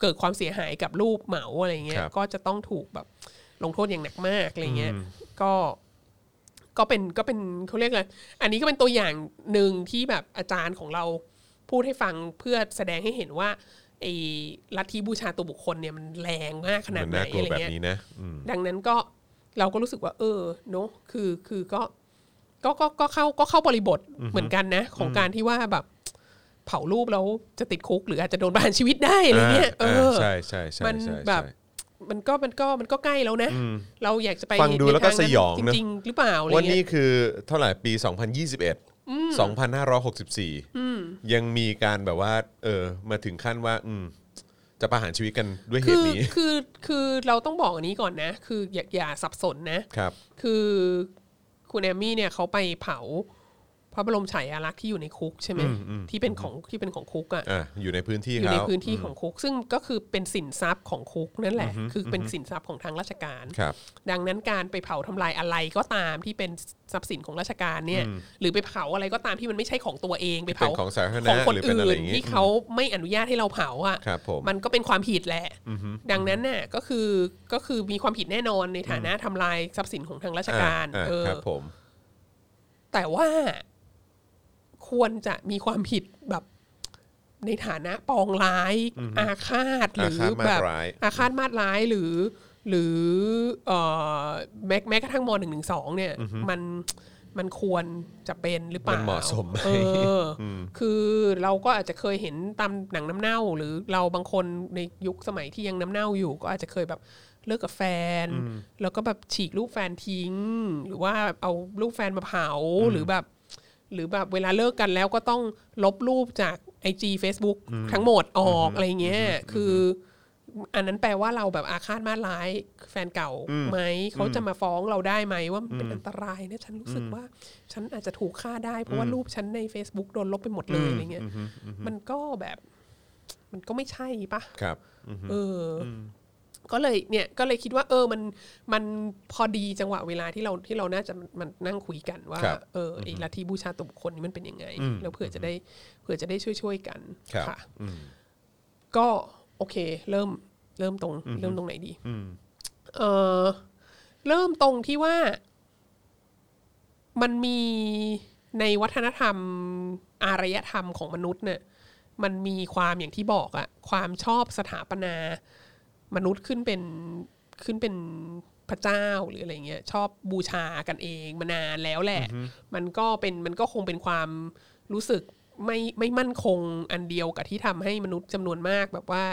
S3: เกิดความเสียหายกับรูปเหมาอะไรเงี้ย
S2: ครับ
S3: ก็จะต้องถูกแบบลงโทษอย่างหนักมากอะไรเงี้ยก็ ก็เป็นก็เป็นเขาเรียกอะไรอันนี้ก็เป็นตัวอย่างหนึ่งที่แบบอาจารย์ของเราพูดให้ฟังเพื่อแสดงให้เห็นว่าไอ้ลัทธิบูชาตัวบุคคลเนี่ยมันแรงมากขนาด
S2: มัน
S3: ไหน
S2: น่ากลั
S3: อะ
S2: ว
S3: ไร
S2: แบบ
S3: เงี้ย
S2: นี้นะอืม
S3: ดังนั้นก็เราก็รู้สึกว่า เออเนอะคือคือก็ก็ก็ก็เข้าก็เข้าบริบทเหมือนกันนะ ของการที่ว่าแบบเผารูปแล้วจะติดคุก หรืออาจจะโดนประหารชีวิตได้อะไรเงี้ยเออ
S2: ใช่ใช่ใช่
S3: มัน
S2: ใช่
S3: แบบ
S2: ใช่
S3: มันก็มันก็มันก็ใกล้แล้วนะ เราอยากจะไป
S2: ฟังดูแล้วก็
S3: ในทานั้น
S2: สยอง
S3: จ
S2: นะ
S3: ริงๆหรือเปล่าอะไร
S2: วัน
S3: เงี้
S2: นี้
S3: ย
S2: คือเท่าไหร่ปี 2021 2564 ยังมีการแบบว่า เออ มาถึงขั้นว่า อืม จะประหารชีวิตกันด้วยเห
S3: คื
S2: ตุ
S3: อ
S2: นี้
S3: คือคือเราต้องบอกอันนี้ก่อนนะ คืออย่าอย่าสับสนนะ
S2: ครับ
S3: คือคุณแอมมี่เนี่ยเขาไปเผาพระบรมฉายาลักษณ์ที่อยู่ในคุกใช่ไหมที่เป็นของที่เป็นของคุกอ่ะ
S2: อ่ะอยู่ในพื้นที่
S3: อยู่ใน
S2: เขา
S3: พื้นที่ของคุก ซึ่งก็คือเป็นสินทรัพย์ของคุกนั่นแหละ คือเป็นสินทรัพย์ของทางราชการ
S2: ครับ
S3: ดังนั้นการไปเผาทำลายอะไรก็ตามที่เป็นทรัพย์สินของราชการเนี่ยหรือไปเผาอะไรก็ตามที่มันไม่ใช่ของตัวเองไปเผา
S2: เป็นของสาธารณะ
S3: ของคน
S2: หรือเป็น
S3: อื่
S2: อะไร
S3: น
S2: อย่างงี้
S3: ที่เขาไม่อนุญาตให้เราเผาอ่ะ
S2: ครับผม
S3: มันก็เป็นความผิดแหละ ดังนั้นน่ะก็คือก็คือมีความผิดแน่นอนในฐานะทำลายทรัพย์สินของทางราช
S2: อ่ะ
S3: การ
S2: อ่ะ
S3: เออ
S2: ครับผม
S3: แต่ว่าค ควรจะมีความผิดแบบในฐานะปองร้าย อาฆาตหรือ
S2: อาฆาตมาต
S3: แบบ
S2: ร้าย
S3: อาฆาตมาตร้ายหรือ หรือเอ่อแม้แม้กระทั่งมหนึ่งหนึ่งสองเนี่ยมันมันควรจะเป็นหรือเปล่า
S2: มันเหมาะสมไหม
S3: เอออคือเราก็อาจจะเคยเห็นตามหนังน้ำเน่า หรือเราบางคนในยุคสมัยที่ยังน้ำเน่าอยู่ ก็อาจจะเคยแบบเลิกกับแฟน แล้วก็แบบฉีกลูกแฟนทิ้ง หรือว่าเอาลูกแฟนมาเผาหรือแบบ หรือแบบเวลาเลิกกันแล้วก็ต้องลบรูปจาก IG Facebook ทั้งหมดออกอะไรเงี้ยคือ อันนั้นแปลว่าเราแบบอาฆาตมาร้ายแฟนเก่าไหมเขาจะมาฟ้องเราได้ไหมว่ามันเป็นอันตรายนะฉันรู้สึกว่า ฉันอาจจะถูกฆ่าได้เพราะว่ารูปฉันใน Facebook โดนลบไปหมดเลยอะไรเงี้ยมันก็แบบ มันก็ไม่ใช่ปะ
S2: ครับ
S3: เอออก็เลยเนี่ยก็เลยคิดว่า เออมันมันพอดีจังหวะเวลาที่เราที่เราน่าจะมันนั่งคุยกันว่า
S2: ครับ
S3: เออไอ้ลัทธิบูชาตัวบุคคลนี่มันเป็นยังไง แล้วเผื่อจะได้เผื่อจะได้ช่วยช่วยๆกัน
S2: ครับ
S3: ค่ะก็โอเค เริ่มเริ่มตรงเริ่มตรงไหนดีเออเริ่มตรงที่ว่า มันมีในวัฒนธรรมอารยธรรมของมนุษย์เนี่ย มันมีความอย่างที่บอกอะความชอบสถาปนามนุษย์ขึ้นเป็นขึ้นเป็นพระเจ้าหรืออะไรเงี้ยชอบบูชากันเองมานานแล้วแหละ มันก็เป็นมันก็คงเป็นความรู้สึกไม่ไม่มั่นคงอันเดียวกับที่ทำให้มนุษย์จำนวนมากแบบว่า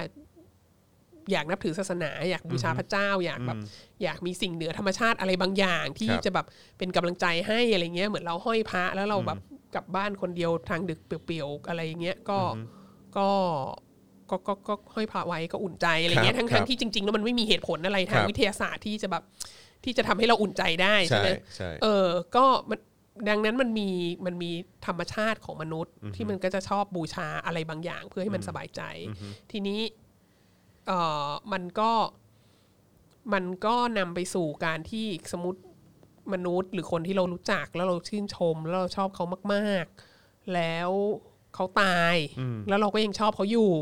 S3: อยากนับถือศาสนา อยากบูชาพระเจ้า อยากแบบอยากมีสิ่งเหนือธรรมชาติอะไรบางอย่าง ที่
S2: ครับ
S3: จะแบบเป็นกำลังใจให้อะไรเงี้ยเหมือนเราห้อยพระแล้วเราแบบกลับบ้านคนเดียวทางดึกเปลี่ยวๆอะไรเงี้ยก็ก็ก็ก็ก็ก็ห้อยพระไว้ก็อุ่นใจอะไรเงี้ย
S2: ครับ
S3: ทั้ง
S2: ครั
S3: ทั้
S2: บ
S3: งที่จริงๆแล้วมันไม่มีเหตุผลอะไรทา
S2: ค
S3: ง
S2: รับ
S3: วิทยาศาสตร์ที่จะแบบที่จะทำให้เราอุ่นใจได้ใช่
S2: ใช่
S3: ไหม
S2: ใช่
S3: เออ ก็มันดังนั้นมันมีมันมีธรรมชาติของมนุษย์ ที่มันก็จะชอบบูชาอะไรบางอย่าง เพื่อให้มันสบายใจ ทีนี้เออมันก็มันก็นำไปสู่การที่สมมติมนุษย์ หรือคนที่เรารู้จักแล้วเราชื่นชม แล้วเราชอบเขามากๆ แล้วเขาตาย แล้วเราก็ยังชอบเขาอยู่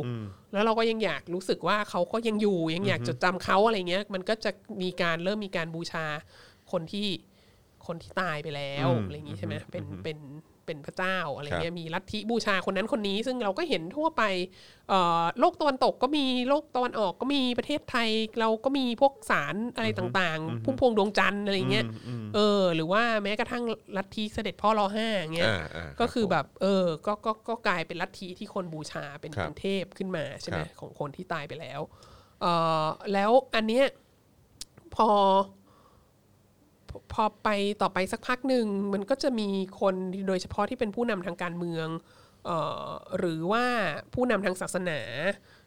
S3: แล้วเราก็ยังอยากรู้สึกว่าเขาก็ยังอยู่ยังอยากจดจำเขาอะไรเงี้ย มันก็จะมีการเริ่มมีการบูชาคนที่ คนที่ตายไปแล้วอะไรอย่างนี้ใช่ไหมเป็นเป็นเป็นพระเจ้าอะไรเงี้ยมีลัทธิบูชาคนนั้นคนนี้ซึ่งเราก็เห็นทั่วไปเอ่อโลกตะวันตกก็มีโลกตะวันออกก็มีประเทศไทย เราก็มีพวกสารอะไรต่างๆพุ่มพวงดวงจันทร์อะไรเงี้ยเออ หรือว่าแม้กระทั่งลัทธิเสด็จพ่อรอห้าอย่างเงี้ย
S2: อ่าอ่า
S3: ก็คือแบบเออก็ก็ก็กลายเป็นลัทธิที่คนบูชาเป็น
S2: ครับ
S3: เป็นเทพขึ้นมาใช่ไหม
S2: ครับ
S3: ของคนที่ตายไปแล้วเออแล้วอันเนี้ยพอ พอไปต่อไปสักพักหนึ่งมันก็จะมีคนโดยเฉพาะที่เป็นผู้นำทางการเมืองเออหรือว่าผู้นำทางศาสนา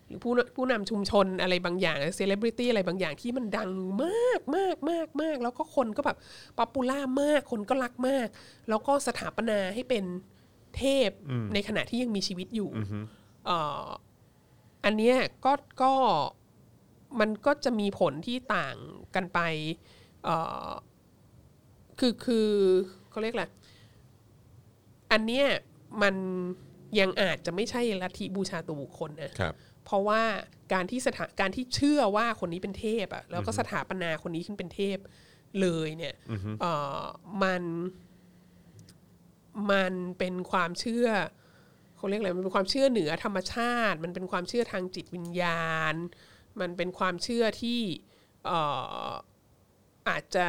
S3: หรือผู้ผู้นำชุมชนอะไรบางอย่างเซเลบริตี้อะไรบางอย่างที่มันดังมากมากมากมากแล้วก็คนก็แบบป๊อปปูล่ามากคนก็รักมาก แล้วก็สถาปนาให้เป็นเทพในขณะที่ยังมีชีวิตอยู่เอ่ออันเนี้ยก็ก็มันก็จะมีผลที่ต่างกันไปเอ่อ คือคือเขาเรียกอะไรอันเนี้ยมันยังอาจจะไม่ใช่ลัทธิบูชาตัวบุคคลนะ
S2: ครับ
S3: เพราะว่าการที่สถาการที่เชื่อว่าคนนี้เป็นเทพอะแล้วก็สถาปนาคนนี้ขึ้นเป็นเทพเลยเนี่ยเอ่อมันมันเป็นความเชื่อเขาเรียกอะไรมันเป็นความเชื่อเหนือธรรมชาติ มันเป็นความเชื่อทางจิตวิญญาณ มันเป็นความเชื่อที่เอ่ออาจจะ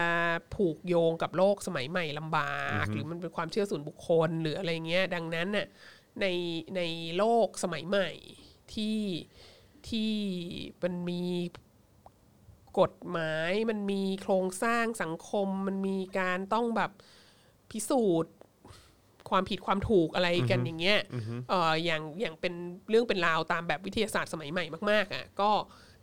S3: ผูกโยงกับโลกสมัยใหม่ลำบาก หรือมันเป็นความเชื่อส่วนบุคคลหรืออะไรเงี้ย ดังนั้นน่ะในในโลกสมัยใหม่ที่ที่มันมี กฎหมายมันมีโครงสร้างสังคม มันมีการต้องแบบพิสูจน์ความผิดความถูกอะไรกันอย่างเงี้ยเอออย่างอย่างเป็นเรื่องเป็นราวตามแบบวิทยาศาสตร์สมัยใหม่มากๆอ่ะก็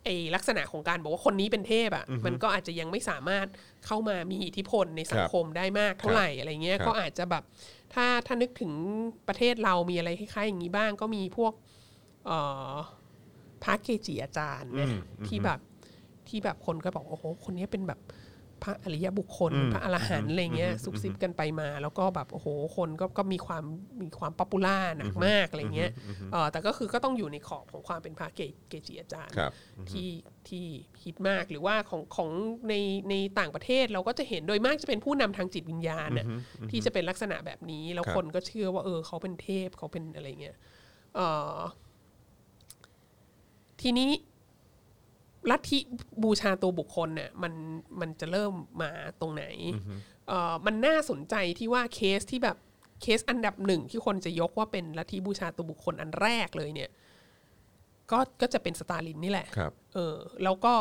S3: ไอลักษณะของการบอกว่าคนนี้เป็นเทพอ่ะมันก็อาจจะยังไม่สามารถเข้ามามีอิทธิพลในสังคมได้มากเท่าไหร่อะไรเงี้ย
S2: ครับ
S3: ก็อาจจะแบบถ้าถ้านึกถึงประเทศเรามีอะไรคล้ายๆอย่างนี้บ้างก็มีพวก เอ่อพระเกจิอาจารย์เนี่ยที่แบบที่แบบคนก็บอกโอ้โหคนนี้เป็นแบบ พระอริยบุคคล พระอรหันต์อะไรเงี้ยซุบซิบกันไปมา แล้วก็แบบโอ้โหคนก็ก็มีความมีความป๊อปปูล่าหนักมากอะไรเงี้ยเอ่อแต่ก็คือก็ต้องอยู่ในขอบของความเป็นพระเกเกจิอาจารย์
S2: ครับ
S3: ที่ที่ฮิตมากหรือว่าของของในในต่างประเทศเราก็จะเห็นโดยมากจะเป็นผู้นำทางจิตวิญญาณน่ะที่จะเป็นลักษณะแบบนี้ แล้ว
S2: ครับ
S3: คนก็เชื่อว่า เออเขาเป็นเทพเขาเป็นอะไรเงี้ยเอ่อทีนี้ลัทธิบูชาตัวบุคคลเนี่ยมันมันจะเริ่มมาตรงไหนเอ่อมันน่าสนใจที่ว่าเคสที่แบบเคสอันดับหนึ่งที่คนจะยกว่าเป็นลัทธิบูชาตัวบุคคลอันแรกเลยเนี่ย ก็ก็จะเป็นสตาลินนี่แหละ
S2: ครับ
S3: เออแล้วก็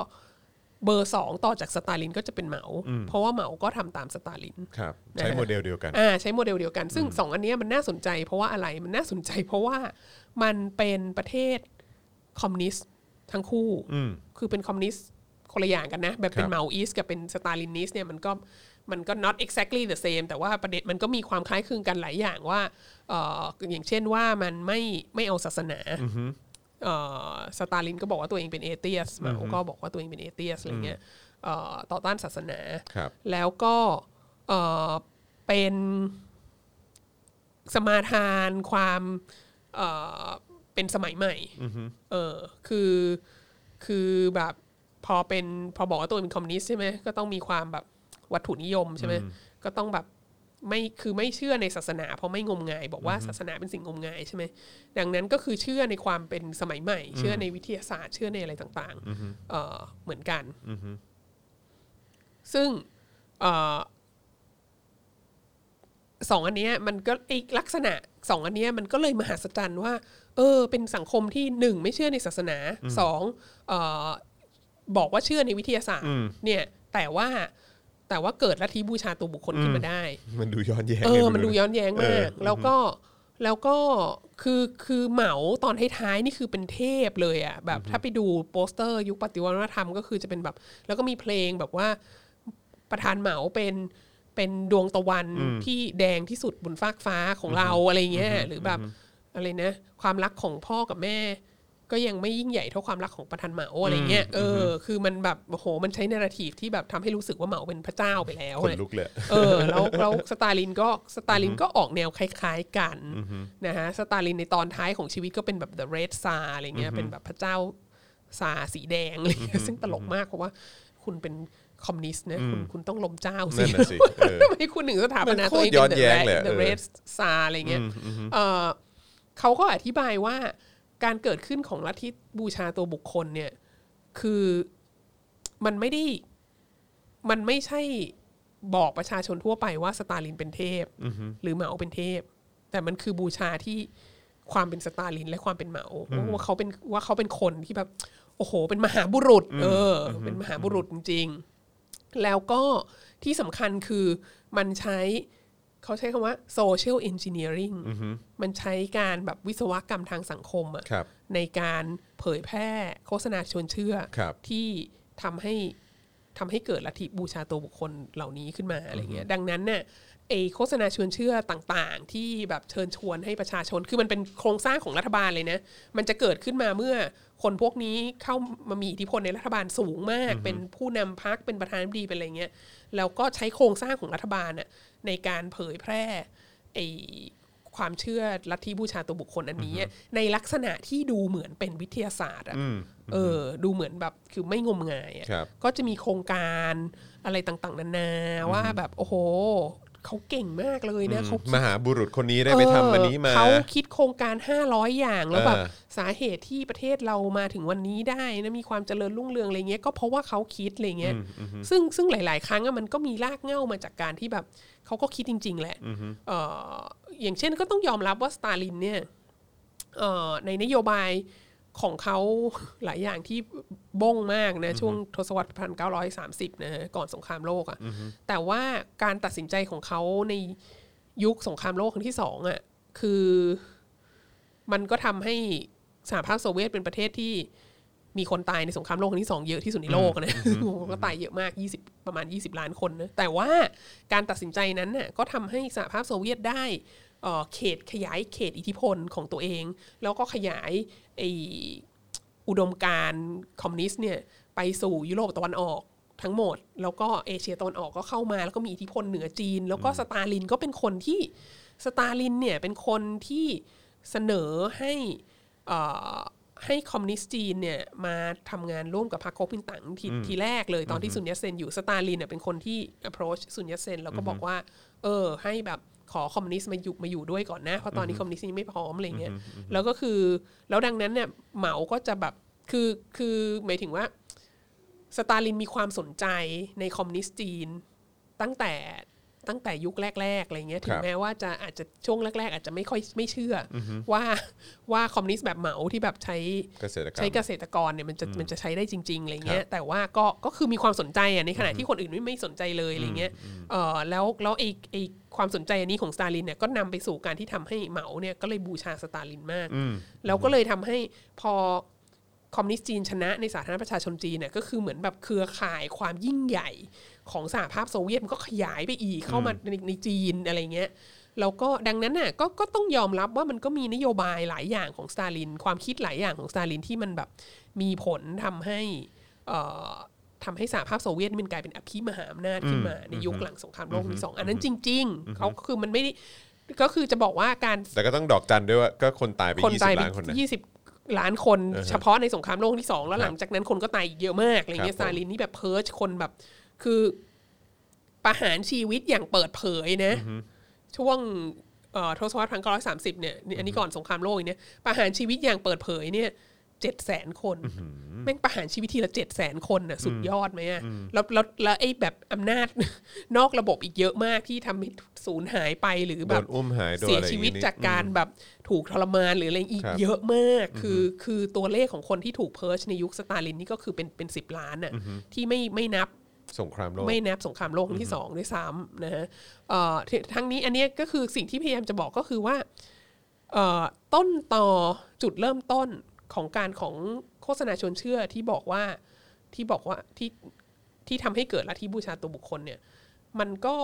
S3: เบอร์สองต่อจากสตาลินก็จะเป็นเหมา เพราะว่าเหมาก็ทำตามสตาลิน
S2: ครับ ใช้
S3: นะฮะ
S2: โมเดลเดียวกัน
S3: อ่าใช้โมเดลเดียวกัน ซึ่งสองอันเนี้ยมันน่าสนใจเพราะว่าอะไรมันน่าสนใจเพราะว่ามันเป็นประเทศคอมมิวนิสต์ทั้งคู่
S2: อืม คือ
S3: คือเป็นคอมมิวนิสต์คนละอย่างกันนะ แบบเป็
S2: คน รับ
S3: เหมาอีสต์กับเป็นสตาลินนิสต์เนี่ยมันก็มันก็ not exactly the same แต่ว่าประเด็นมันก็มีความคล้ายคลึงกันหลายอย่างว่าเอ่ออย่างเช่นว่ามันไม่ไม่เอาศาสนาเอ่อสตาลินก็บอกว่าตัวเองเป็นเอเทียสเหมาก็บอกว่าตัวเองเป็นเอเทียสอะไรเงี้ยเอ่อต่อต้านศาสนา
S2: ครับ
S3: แล้วก็เอ่อเป็นสมาทานความเอ่อเป็นสมัยใหม่เออคือ คือแบบพอเป็นพอบอกว่าตัวเองเป็นคอมมิวนิสต์ใช่ไหมก็ต้องมีความแบบวัตถุนิยมใช่ไหมก็ต้องแบบไม่คือไม่เชื่อในศาสนา เพราะไม่งมงาย บอกว่าศาสนาเป็นสิ่งงมงายใช่ไหมดังนั้นก็คือเชื่อในความเป็นสมัยใหม่ เชื่อในวิทยาศาสตร์เชื่อในอะไรต่างๆเอ่อเหมือนกันซึ่งเอ่อสองอันเนี้ยมันก็ไอลักษณะสองอันเนี้ยมันก็เลยมหัศจรรย์ว่า เออ เป็นสังคมที่หนึ่งไม่เชื่อในศาสนาสองเอ่อ บอกว่าเชื่อในวิทยาศาสตร์เนี่ยแต่ว่าแต่ว่าเกิดลัทธิบูชาตัวบุคคลขึ้นมาได้
S2: มันดูย้อนแย้ง
S3: เออ
S2: ไง
S3: มันดู
S2: ไรู้ะ
S3: ย้อนแย้ง
S2: เอ
S3: มา
S2: อ
S3: ก แล้วก็แล้วก็คือคือเหมาตอนท้ายๆนี่คือเป็นเทพเลยอ่ะแบบถ้าไปดูโปสเตอร์ยุคปฏิวัติวัฒนธรรมก็คือจะเป็นแบบ แล้วก็มีเพลงแบบว่าประธานเหมาเป็นเป็นดวงตะวันที่แดงที่สุดบนฟากฟ้าของเราอะไรเงี้ยหรือแบบอะไรนะความรักของพ่อกับแม่ ก็ยังไม่ยิ่งใหญ่เท่าความรักของประธานเหมาอะไรเงี้ยเอออคือมันแบบโอ้โหมันใช้นาราทีฟที่แบบทำให้รู้สึกว่าเหมาเป็นพระเจ้าไปแล้ว
S2: ขน
S3: เนี่ย
S2: ลุกเลย
S3: เออแล้วแล้วสตาลินก็สตาลินก็ออกแนวคล้ายๆกันนะฮะสตาลินในตอนท้ายของชีวิตก็เป็นแบบ the red tsar อะไรเงี้ยเป็นแบบพระเจ้าซาร์สีแดงอะไรเงี้ยซึ่งตลกมากเพราะว่าคุณเป็นคอมมิวนิสต์นะคุณคุณต้องล้มเจ้าสิ
S2: นั่นน่ะสิเออ
S3: ทำไมคุณถึงสถาปนาตัวเอง
S2: มันโคตรย้อน
S3: เป็น the
S2: แย้งเลย
S3: red
S2: อะ
S3: the red tsar อะไรเงี้ยเออเขาก็อธิบายว่าการเกิดขึ้นของลัทธิบูชาตัวบุคคลเนี่ยคือมันไม่ได้ มันไม่ใช่บอกประชาชนทั่วไปว่าสตาลินเป็นเทพ หรือเหมาเป็นเทพ แต่มันคือบูชาที่ความเป็นสตาลินและความเป็นเหมาว่าเขาเป็นว่าเขาเป็นคนที่แบบ โอ้โห เป็นมหาบุรุษ เอออเป็นมหาบุรุษจริง ๆ แล้วก็ที่สำคัญคือมันใช้เขาใช้คำว่า social engineering มันใช้การแบบวิศวกรรมทางสังคมอะ
S2: ครับ
S3: ในการเผยแพร่โฆษณาชวนเชื่อ
S2: ครับ
S3: ที่ทำให้ทำให้เกิดลัทธิบูชาตัวบุคคลเหล่านี้ขึ้นมาอะไรเงี้ยดังนั้นเนี่ยไอโฆษณาชวนเชื่อต่างๆ ที่แบบเชิญชวนให้ประชาชนคือมันเป็นโครงสร้างของรัฐบาลเลยนะมันจะเกิดขึ้นมาเมื่อคนพวกนี้เข้ามามีอิทธิพลในรัฐบาลสูงมาก เป็นผู้นำพักเป็นประธานาธิบดีเป็นอะไรเงี้ยแล้วก็ใช้โครงสร้างของรัฐบาลน่ะในการเผยแพร่ไอ ความเชื่อลัทธิบูชาตัวบุคคลอันนี้ ในลักษณะที่ดูเหมือนเป็นวิทยาศาสตร์อะเออ ดูเหมือนแบบคือไม่งมงายอะ
S2: ครับ
S3: ก็จะมีโครงการอะไรต่างๆ นานาว่าแบบโอ้โห เขาเก่งมากเลยนะเขาคิด
S2: มหาบุรุษคนนี้ได้ไปทำอันนี้มา
S3: เออเขาคิดโครงการ 500 อย่างแล้วแบบ
S2: เออ
S3: สาเหตุที่ประเทศเรามาถึงวันนี้ได้นะมีความเจริญรุ่งเรืองอะไรเงี้ยก็เพราะว่าเขาคิดอะไรเงี้ยซึ่งซึ่งหลาย ๆ ครั้งอะมันก็มีรากเหง้ามาจากการที่แบบเขาก็คิดจริง ๆ แหละเอออย่างเช่นก็ต้องยอมรับว่าสตาลินเนี่ยเอ่อในนโยบายของเขา หลายอย่างที่บ้งมากนะช่วงทศวรรษ 1930 นะฮะก่อนสงครามโลกอะแต่ว่าการตัดสินใจของเขาใน ยุคสงครามโลกครั้งที่สองอะ่ะคือมันก็ทำให้สหภาพโซเวียตเป็นประเทศที่มีคนตายในสงครามโลกครั้งที่สองเยอะที่สุดใน โลกอะนะก็ตายเยอะมาก 20 ประมาณ 20 ล้านคนนะแต่ว่าการตัดสินใจนั้นน่ะก็ทำให้สหภาพโซเวียตได้เอ่อเขตขยายเขตอิทธิพลของตัวเอง แล้วก็ขยายไอ อุดมการณ์คอมมิวนิสต์เนี่ยไปสู่ยุโรปตะวันออก ทั้งหมด แล้วก็เอเชียตะวันออกก็เข้ามาแล้วก็มีอิทธิพลเหนือจีน แล้วก็สตาลินก็เป็นคนที่สตาลินเนี่ยเป็นคนที่เสนอให้เอ่อให้คอมมิวนิสต์จีนเนี่ยมาทำงานร่วมกับพรรคก๊กมินตั๋งททีแรกเลยตอนที่ซุนยัตเซนอยู่สตาลินเนี่ยเป็นคนที่ approach ซุนยัตเซนแล้วก็บอกว่า เออให้แบบขอคอมมิวนิสต์มาอยู่มาอยู่ด้วยก่อนนะ เพราะตอนนี้คอมมิวนิสต์ยังไม่พร้อมอะไรเงี้ยแล้วก็คือแล้วดังนั้นเนี่ยเหมาก็จะแบบคือคือหมายถึงว่า สตาลินมีความสนใจในคอมมิวนิสต์จีนตั้งแต่ตั้งแต่ยุคแรกๆอะไรเงี้ยถึ
S2: ค
S3: ง
S2: รับ
S3: แม้ว่าจะอาจจะช่วงแรก ๆ อาจจะไม่ค่อยไม่เชื่ออว่าว่าคอมมิวนิสต์แบบเหมาที่แบบใช้
S2: เกษตรกรร
S3: ใช้
S2: ม
S3: เกษตรกรเนี่ยมันจะมันจะใช้ได้จริงๆอะไรเงี้
S2: ครั
S3: ย
S2: บ
S3: แต่ว่าก็ก็คือมีความสนใจอ่ะในขณะที่คนอื่นไม่ไม่สนใจเลยอะไรเงี้ยเออแล้วแล้วไอไอความสนใจอันนี้ของสตาลินเนี่ยก็นำไปสู่การที่ทำให้เหมาเนี่ยก็เลยบูชาสตาลินมาก แล้วก็เลยทำให้พอคอมมิวนิสต์จีนชนะในสาธารณรัฐประชาชนจีนเนี่ยก็คือเหมือนแบบเครือข่ายความยิ่งใหญ่ของสหภาพโซเวียตมันก็ขยายไปอีกเข้ามาในในจีนอะไรเงี้ยแล้วก็ดังนั้นน่ะก็ก็ต้องยอมรับว่ามันก็มีนโยบายหลายอย่างของสตาลิน ความคิดหลายอย่างของสตาลินที่มันแบบมีผลทำให้เอ่อทำให้สหภาพโซเวียตมันกลายเป็นอภิมหาอำนาจขึ้นมาในยุคหลังสงครามโลกที่สองอันนั้นจริงๆเขาคือมันไม่ได้ก็คือจะบอกว่าการ
S2: แต่ก็ต้องดอกจันด้วยว่าก็คนตายไป
S3: คน
S2: ยี่
S3: ตา
S2: สิ
S3: ย
S2: บ
S3: ไป
S2: ล้านคนนะ
S3: ยี่สิบล้านคน เฉพาะในสงครามโลกที่สองแล้วหลังจากนั้นคนก็ตายอีกเยอะมากอะไรเงี้ย
S2: ครับผม
S3: ซาลินนี่แบบเพิร์ชคนแบบ คือประหารชีวิตอย่างเปิดเผยนะ ช่วงเอ่อทศวรรษพันเก้าร้อยสามสิบเนี่ยนี่อันนี้ก่อนสงครามโลกอีกเนี่ยประหารชีวิตอย่างเปิดเผยเนี่ยเจ็ดแสนคนแม่งประหารชีวิตทีละเจ็ดแสนคนน่ะสุดยอดไหมอะแล้วแล้วแล้วไอ้แบบอำนาจ นอกระบบอีกเยอะมากที่ทำให้สูญหายไปหรือ
S2: โด
S3: แบบ
S2: นอุ้มหายโดน
S3: เสีย
S2: อะไรอ
S3: ชี
S2: ย่าง
S3: วิต
S2: งี้นี่
S3: จากการแบบถูกทรมานหรืออะไรอีก
S2: ครับ
S3: เยอะมาก คือคือตัวเลขของคนที่ถูกเพิร์ชในยุคสตาลินนี่ก็คือเป็นเป็นสิบล้านน่ะที่ไม่ไม่นับ
S2: สงครามโลก
S3: ไม่นับสงครามโลกครั้งที่สองด้วยซ้ำนะฮะเอ่อที่ทั้งนี้อันเนี้ยก็คือสิ่งที่พยายามจะบอกก็คือว่าเอ่อต้นต่อจุดเริ่มต้นของการของโฆษณาชวนเชื่อที่บอกว่าที่บอกว่าที่ที่ทำให้เกิดลัทธิบูชาตัวบุคคลเนี่ย มันก็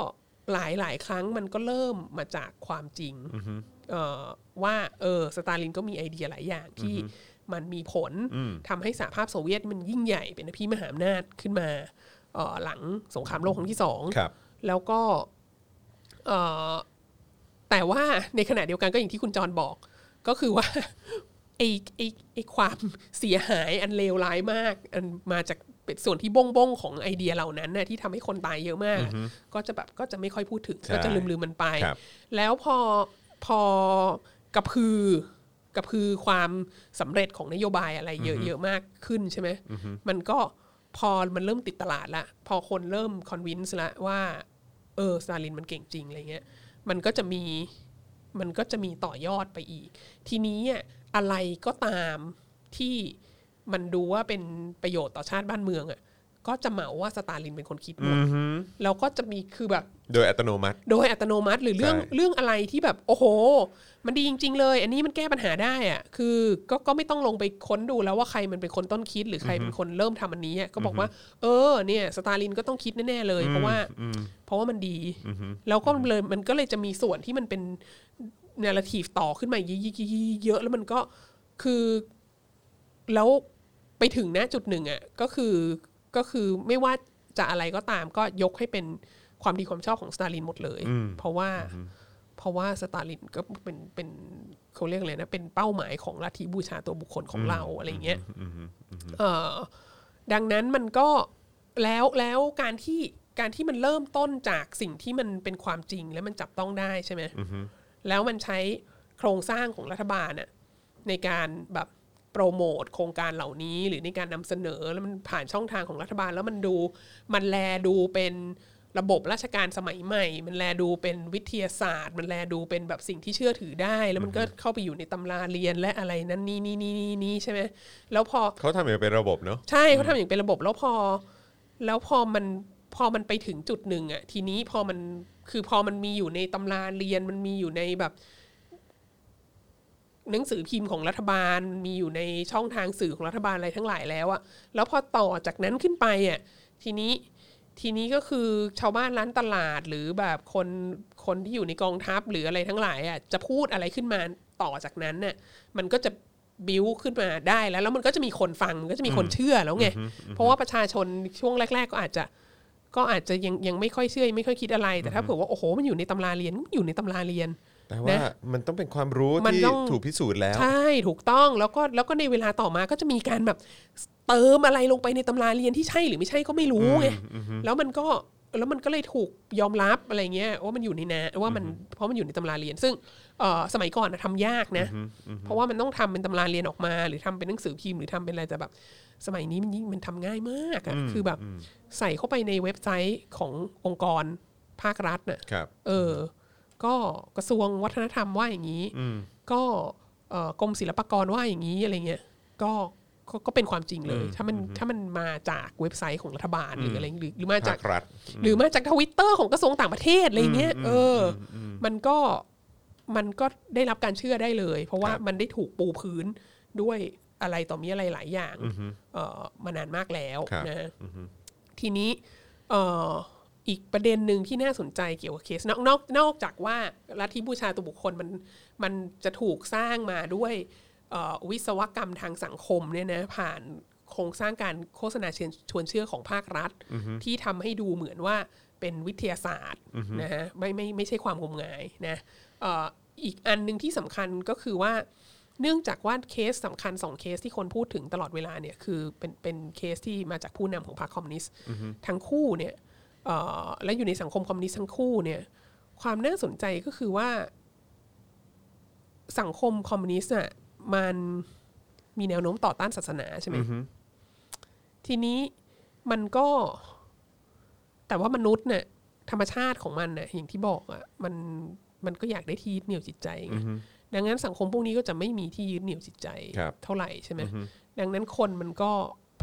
S3: หลายหลายๆครั้งมันก็เริ่มมาจากความจริง เอ่อว่าเออสตาลินก็มีไอเดียหลายอย่างที่มันมีผลทำให้สหภาพโซเวียตมันยิ่งใหญ่เป็นอภิมหาอำนาจขึ้นมาเอ่อหลังสงครามโลกครั้งที่สอง
S2: ครับ
S3: แล้วก็เอ่อแต่ว่าในขณะเดียวกันก็อย่างที่คุณจรบอก ก็คือว่า ไอ้ไอ้ไอ้ความเสียหายอันเลวร้ายมาก อันมาจากเป็นส่วนที่บงบงๆของไอเดียเหล่านั้นนะที่ทำให้คนตายเยอะมาก ก็จะแบบก็จะไม่ค่อยพูดถึง
S2: ใช่
S3: ก็จะลืมลืมๆมันไป
S2: ครับ
S3: แล้วพอพอกระพือกระพือความสำเร็จของนโยบายอะไรเยอะเยอะมากขึ้นใช่ไหมมันก็พอมันเริ่มติดตลาดละพอคนเริ่มคอนวินส์ละว่า เออสตาลินมันเก่งจริงอะไรเงี้ย มันก็จะมีมันก็จะมีต่อยอดไปอีก ทีนี้อะอะไรก็ตามที่มันดูว่าเป็นประโยชน์ต่อชาติบ้านเมืองอ่ะก็จะเหมาว่าสตาลินเป็นคนคิดหมดแล้วก็จะมีคือแบบ
S2: โดยอัตโนมัติ
S3: โดยอัตโนมัติหรือเรื่อง
S2: ใช่
S3: เรื่องอะไรที่แบบ โอ้โห มันดีจริง ๆ เลย อันนี้มันแก้ปัญหาได้อะคือก็ก็ไม่ต้องลงไปค้นดูแล้วว่าใครมันเป็นคนต้นคิด หรือใครเป็นคนเริ่มทำอันนี้อะก็บอกว่า เออเนี่ยสตาลินก็ต้องคิดแน่ๆเลย เพราะว่าเพราะว่ามันดีแล้วก็เลยมันก็เลยจะมีส่วนที่มันเป็นนาราทีฟต่อขึ้นมาเยอะๆแล้วมันก็คือ แล้วไปถึงณจุดหนึ่งอ่ะก็คือก็คือไม่ว่าจะอะไรก็ตามก็ยกให้เป็นความดีความชอบของสตาลินหมดเลย เพราะว่าเพราะว่าสตาลินก็เป็นเป็นเขาเรียกอะไรนะ เป็นเป้าหมายของลัทธิบูชาตัวบุคคลของเราอะไรเงี้ยเอ่อดังนั้นมันก็แล้วแล้วการที่การที่มันเริ่มต้นจากสิ่งที่มันเป็นความจริงและมันจับต้องได้ใช่ไหมแล้วมันใช้โครงสร้างของรัฐบาลน่ะ ในการแบบโปรโมทโครงการเหล่านี้ หรือในการนำเสนอแล้วมันผ่านช่องทางของรัฐบาล แล้วมันดูมันแลดูเป็นระบบราชการสมัยใหม่ มันแลดูเป็นวิทยาศาสตร์ มันแลดูเป็นแบบสิ่งที่เชื่อถือได้ แล้วมันก็เข้าไปอยู่ในตำราเรียนและอะไรนั้นนี่นี่นี่นี่นี่ใช่ไหมแล้วพอ
S2: เขาทำอย่างเป็นระบบเนาะ
S3: ใช่เขาทำอย่างเป็นระบบแล้วพอ แล้วพอมันพอมันไปถึงจุดหนึ่งอะทีนี้พอมันคือพอมันมีอยู่ในตำราเรียนมันมีอยู่ในแบบ หนังสือพิมพ์ของรัฐบาลมีอยู่ในช่องทางสื่อของรัฐบาลอะไรทั้งหลายแล้วอะแล้วพอต่อจากนั้นขึ้นไปอะทีนี้ทีนี้ก็คือชาวบ้านร้านตลาดหรือแบบคนคนที่อยู่ในกองทัพหรืออะไรทั้งหลายอะจะพูดอะไรขึ้นมาต่อจากนั้นเนี่ยมันก็จะ บิวขึ้นมาได้แล้ว แล้วมันก็จะมีคนฟังมันก็จะมีคนเชื่อแล้วไง เพราะว่าประชาชนช่วงแรก ๆ ก็อาจจะ ก็อาจจะยังยังไม่ค่อยเชื่อยังไม่ค่อยคิดอะไร แต่ถ้าเผื่อว่าโอ้โหมันอยู่ในตำราเรียนมันอยู่ในตำราเรียน
S2: แต่ว่า
S3: นะ
S2: มันต้องเป็นความรู้
S3: มัน
S2: ที่
S3: ต้อง
S2: ถูกพิสูจน์แล้ว
S3: ใช่ถูกต้องแล้วก็แล้วก็ในเวลาต่อมาก็จะมีการแบบเติมอะไรลงไปในตำราเรียนที่ใช่หรือไม่ใช่ก็ไม่รู้ไงแล้วมันก็แล้วมันก็เลยถูกยอมรับอะไรเงี้ยว่ามันอยู่ในนะว่ามันเพราะมันอยู่ในตำราเรียน ซึ่งเอ่อสมัยก่อนนะทำยากนะ เพราะว่ามันต้องทำเป็นตำราเรียนออกมา หรือทำเป็นหนังสือพิมพ์หรือทำเป็นอะไรแต่แบบ สมัยนี้มันยิ่งมันทำง่ายมากอะคือแบบใส่เข้าไปในเว็บไซต์ขององค์กรภาครัฐน่ะ
S2: ครับ
S3: เออ ก็กระทรวงวัฒนธรรมว่าอย่างนี้ ก็เอ่อกรมศิลปากรว่าอย่างนี้อะไรเงี้ย ก็ก็ก็เป็นความจริงเลย ถ้ามันถ้ามันมาจากเว็บไซต์ของรัฐบาลหรืออะไรหรือหรือมาจา
S2: ภาก ครัฐ
S3: หรือมาจากทวิตเตอร์ของกระทรวงต่างประเทศอะไรเงี้ย เอออมันก็มันก็ได้รับการเชื่อได้เลย เพราะว่า
S2: ครับ
S3: มันได้ถูกปูพื้นด้วยอะไรต่อมีอะไรหลายอย่างเออมานานมากแล้วนะ ทีนี้เอ่ออีกประเด็นหนึ่งที่น่าสนใจเกี่ยวกับเคสนอกนอกนอกจากว่าลัทธิบูชาตัวบุคคลมันมันจะถูกสร้างมาด้วยเอ่อวิศวกรรมทางสังคมเนี่ยนะผ่านโครงสร้างการโฆษณาเชิญชวนเชื่อของภาครัฐ ที่ทำให้ดูเหมือนว่าเป็นวิทยาศาสตร์นะฮะไม่ไม่ไม่ใช่ความงมงายนะเอ่ออีกอันหนึ่งที่สำคัญก็คือว่า เนื่องจากว่าเคสสำคัญสองเคสที่คนพูดถึงตลอดเวลาเนี่ยคือเป็นเป็นเคสที่มาจากผู้นำของพรรคคอมมิวนิสต์ทั้งคู่เนี่ยเอ่อและอยู่ในสังคมคอมมิวนิสต์ทั้งคู่เนี่ยความน่าสนใจก็คือว่า สังคมคอมมิวนิสต์อ่ะมันมีแนวโน้มต่อต้านศาสนาใช่ไหมทีนี้มันก็ แต่ว่ามนุษย์เนี่ยธรรมชาติของมันเนี่ยอย่างที่บอกอ่ะมันมันก็อยากได้ที่ยึดเหนี่ยวจิตใจไงดังนั้นสังคมพวกนี้ก็จะไม่มีที่ยึดเหนี่ยวจิตใจ
S2: ครับ
S3: เท่าไหร่ใช่ไหมดังนั้นคนมันก็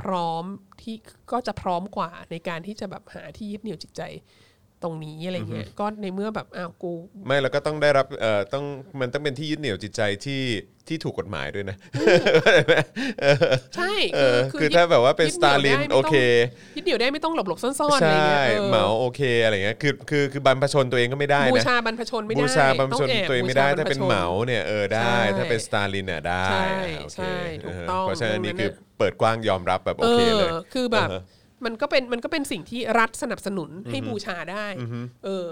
S3: พร้อมที่ก็จะพร้อมกว่าในการที่จะแบบหาที่ยึดเหนี่ยวจิตใจตรงนี้อะไรเงี้ยก็ในเมื่อแบบอ้าวกู
S2: ไม่แล้วก็ต้องได้รับเอ่อต้องมันต้องเป็นที่ยึดเหนี่ยวจิตใจที่ที่ถูกกฎหมายด้วยนะ
S3: ใช่
S2: เออคือ
S3: ยึด
S2: ถ้าแบบว่าเป็น
S3: ยึ
S2: ส
S3: ดห
S2: ตา
S3: ยว
S2: ลิน
S3: ได้ไม่
S2: โอ
S3: ต้ง
S2: เค
S3: ยึดเดี่ยวได้ไม่ต้องหลบหลบๆซ่อนๆอะไร
S2: ใช่
S3: เงี้ยออ
S2: เหมาโอเคอะไรเงี้ยคือคือคือบรรพชนตัวเองก็ไม่ได้
S3: บู
S2: นะ
S3: ชาบรรพชนไม่ได้
S2: บูชาบรรพชน
S3: แอบ
S2: ตัวเองไม่ได้
S3: บูช
S2: ถ้าเป็น
S3: บรรพช
S2: เหมาเนี่ยเออได้
S3: ใช่
S2: ถ้าเป็นสตาลินเนี่ยได้
S3: ใช่
S2: อ่าโอเค
S3: ใช่ถูกต้อง
S2: เเพราะฉะนั้นนี่
S3: ดังนั้น
S2: คือเปิดกว้างยอมรับแบบโอเคเลย
S3: ออคือแบบ
S2: อ่าฮะ
S3: มันก็เป็นมันก็เป็นสิ่งที่รัฐสนับสนุนให้บูชาได้เออ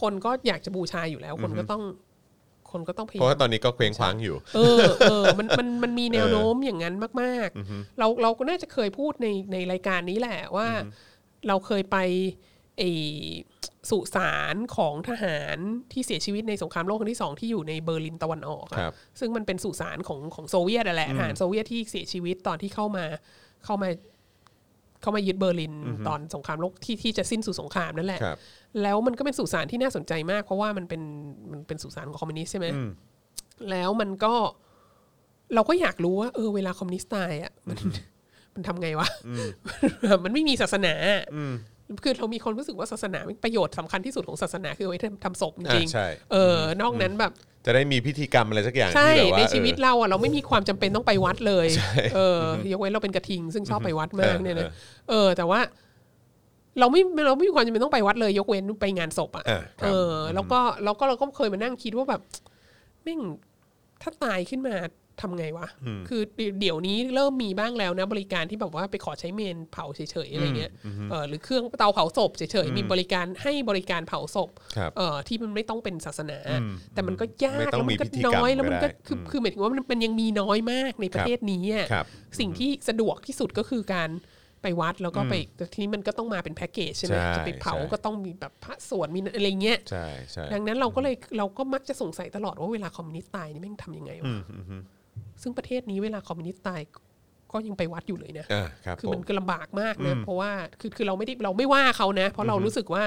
S3: คนก็อยากจะบูชาอยู่แล้ว คนก็ต้อง คนก็ต้องพยา
S2: เพราะ
S3: ยาม
S2: ว่าตอนนี้ก็เคว้งคว้างอยู่
S3: เออเออมันมันมันมีแนวโน้มอย่างนั้นมาก ๆ เราเราก็น่าจะเคยพูดในในรายการนี้แหละว่า เราเคยไปไอสุสานของทหารที่เสียชีวิตในสงครามโลกครั้งที่สองที่อยู่ในเบอร์ลินตะวันออกอะ
S2: ครับ
S3: ซึ่งมันเป็นสุสานของของโซเวียตอะแหละทหารโซเวียตที่เสียชีวิตตอนที่เข้ามาเข้ามาเข้ามายึดเบอร์ลินตอนสงครามโลกที่ที่จะสิ้นสุดสงครามนั่นแหละ
S2: ครับ
S3: แล้วมันก็เป็นสุสานที่น่าสนใจมาก เพราะว่ามันเป็นมันเป็นสุสานของคอมมิวนิสต์ใช่ไหมแล้วมันก็เราก็อยากรู้ว่า เออเวลาคอมมิวนิสต์ตายอ่ะมันมันทำไงวะ มันไม่มีศาสนาอะคือเรามีความรู้สึกว่าศาสนาประโยชน์สำคัญที่สุดของศาสนาคือเอาไว้ทำทำศพจริ
S2: อ่า
S3: งๆ
S2: ใช่
S3: เออนอกนั้นแบบ
S2: จะได้มีพิธีกรรมอะไรสักอย่าง
S3: ใช่
S2: ที่แบบว่า
S3: ในชีวิต
S2: เออ
S3: เราอ่ะเราไม่มีความจำเป็นต้องไปวัดเลยเออยกเว้นเราเป็นกระทิง ซึ่งชอบไปวัดมาก
S2: เออ
S3: เนี่ยนะ
S2: เออ
S3: เออ แต่ว่า เราไม่เราไม่มีความจำเป็นต้องไปวัดเลย ยกเว้นไปงานศพอ่ะ
S2: อ่าค
S3: เอ
S2: รับ
S3: อ แล้วก็เราก็เราก็เคยมานั่งคิดว่าแบบแม่งถ้าตายขึ้นมาทำไงวะ คือเดี๋ยวนี้เริ่มมีบ้างแล้วนะ บริการที่แบบว่าไปขอใช้เมนเผาเฉยๆอะไรเงี้ยเออหรือเครื่องเตาเผาศพเฉยๆมีบริการให้บริการเผาศพ
S2: ครับ
S3: เอ่อที่มันไม่ต้องเป็นศาสนา แต่มันก็ยาก
S2: ไม่ต้
S3: แล้
S2: อง
S3: ว
S2: มี
S3: มันก็
S2: พิธีกรรม
S3: น้อยแล้วมัน
S2: ก็
S3: ก็
S2: ได้
S3: คือคือหมายถึงว่ามันมันยังมีน้อยมากในประเทศนี้อะ
S2: ครับ
S3: สิ่งที่สะดวกที่สุดก็คือการไปวัดแล้วก็ไปแต่ทีนี้มันก็ต้องมาเป็นแพ็กเกจใช่ไหม
S2: ใช่
S3: จะไปเผา
S2: ใช่
S3: ก็ต้องมีแบบพระสวดมีอะไรเงี้ย
S2: ใช่ใช่
S3: ดังนั้นเราก็เลยเราก็มักจะสงสัยตลอดว่าเวลาคอมมิวนิสต์ตายนี่แม่งทำยังไงวะซึ่งประเทศนี้เวลาคอมมิวนิสต์ตายก็ยังไปวัดอยู่เลยนะ
S2: อ่าครับ
S3: คือ
S2: ผ
S3: มั
S2: ม
S3: นก็ลำบากมากนะเพราะว่าคือคือเราไม่ได้เราไม่ว่าเขานะ เพราะเรารู้สึกว่า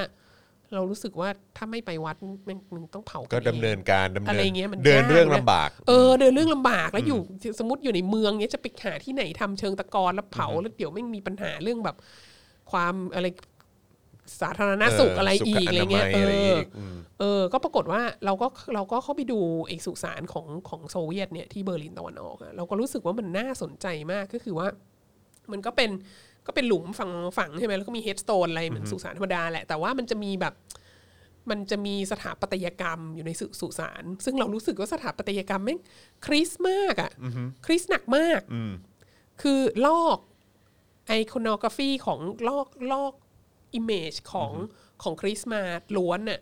S3: เรารู้สึกว่าถ้าไม่ไปวัดมึงมึงต้องเผา
S2: ก็
S3: นอง
S2: ดำเนินการดำ
S3: อะ
S2: เนิ
S3: ไร
S2: น
S3: เงี้ยมัน
S2: เดิน
S3: ยาก
S2: เรื่อง
S3: นะ
S2: ลำบาก
S3: เออเดินเรื่องลำบากแล้วอยู่สมมติอยู่ในเมืองเนี้ยจะไปหาที่ไหนทำเชิงตะกอนแล้วเผาแล้วเดี๋ยวไม่งมีปัญหาเรื่องแบบ ความอะไรสาธารณสุข
S2: เอออ
S3: อะไรอีก
S2: สุขอ
S3: อะไร
S2: นามัย
S3: เงี้ยเอ
S2: อะไรอี
S3: อก
S2: อืม
S3: เออ ก็ปรากฏว่าเราก็เราก็เข้าไปดูเอกสุสานของของโซเวียตเนี่ยที่เบอร์ลินตะวันออกอะเราก็รู้สึกว่ามันน่าสนใจมากก็คือว่า มันก็เป็นก็เป็นหลุมฝังฝังใช่ไหมแล้วก็มีเฮดสโตนอะไรเหมือนสุสานธรรมดาแหละแต่ว่ามันจะมีแบบ มันจะมีสถาปัตยกรรมอยู่ในสุสุสานซึ่งเรารู้สึกว่าสถาปัตยกรรมแม่งคริสมากอะ่ะคริสหนักมาก
S2: อืม
S3: คือลอกไอคอนกราฟีของลอกลอกอิมเมจของของคริสต์มาสล้วนน่ะ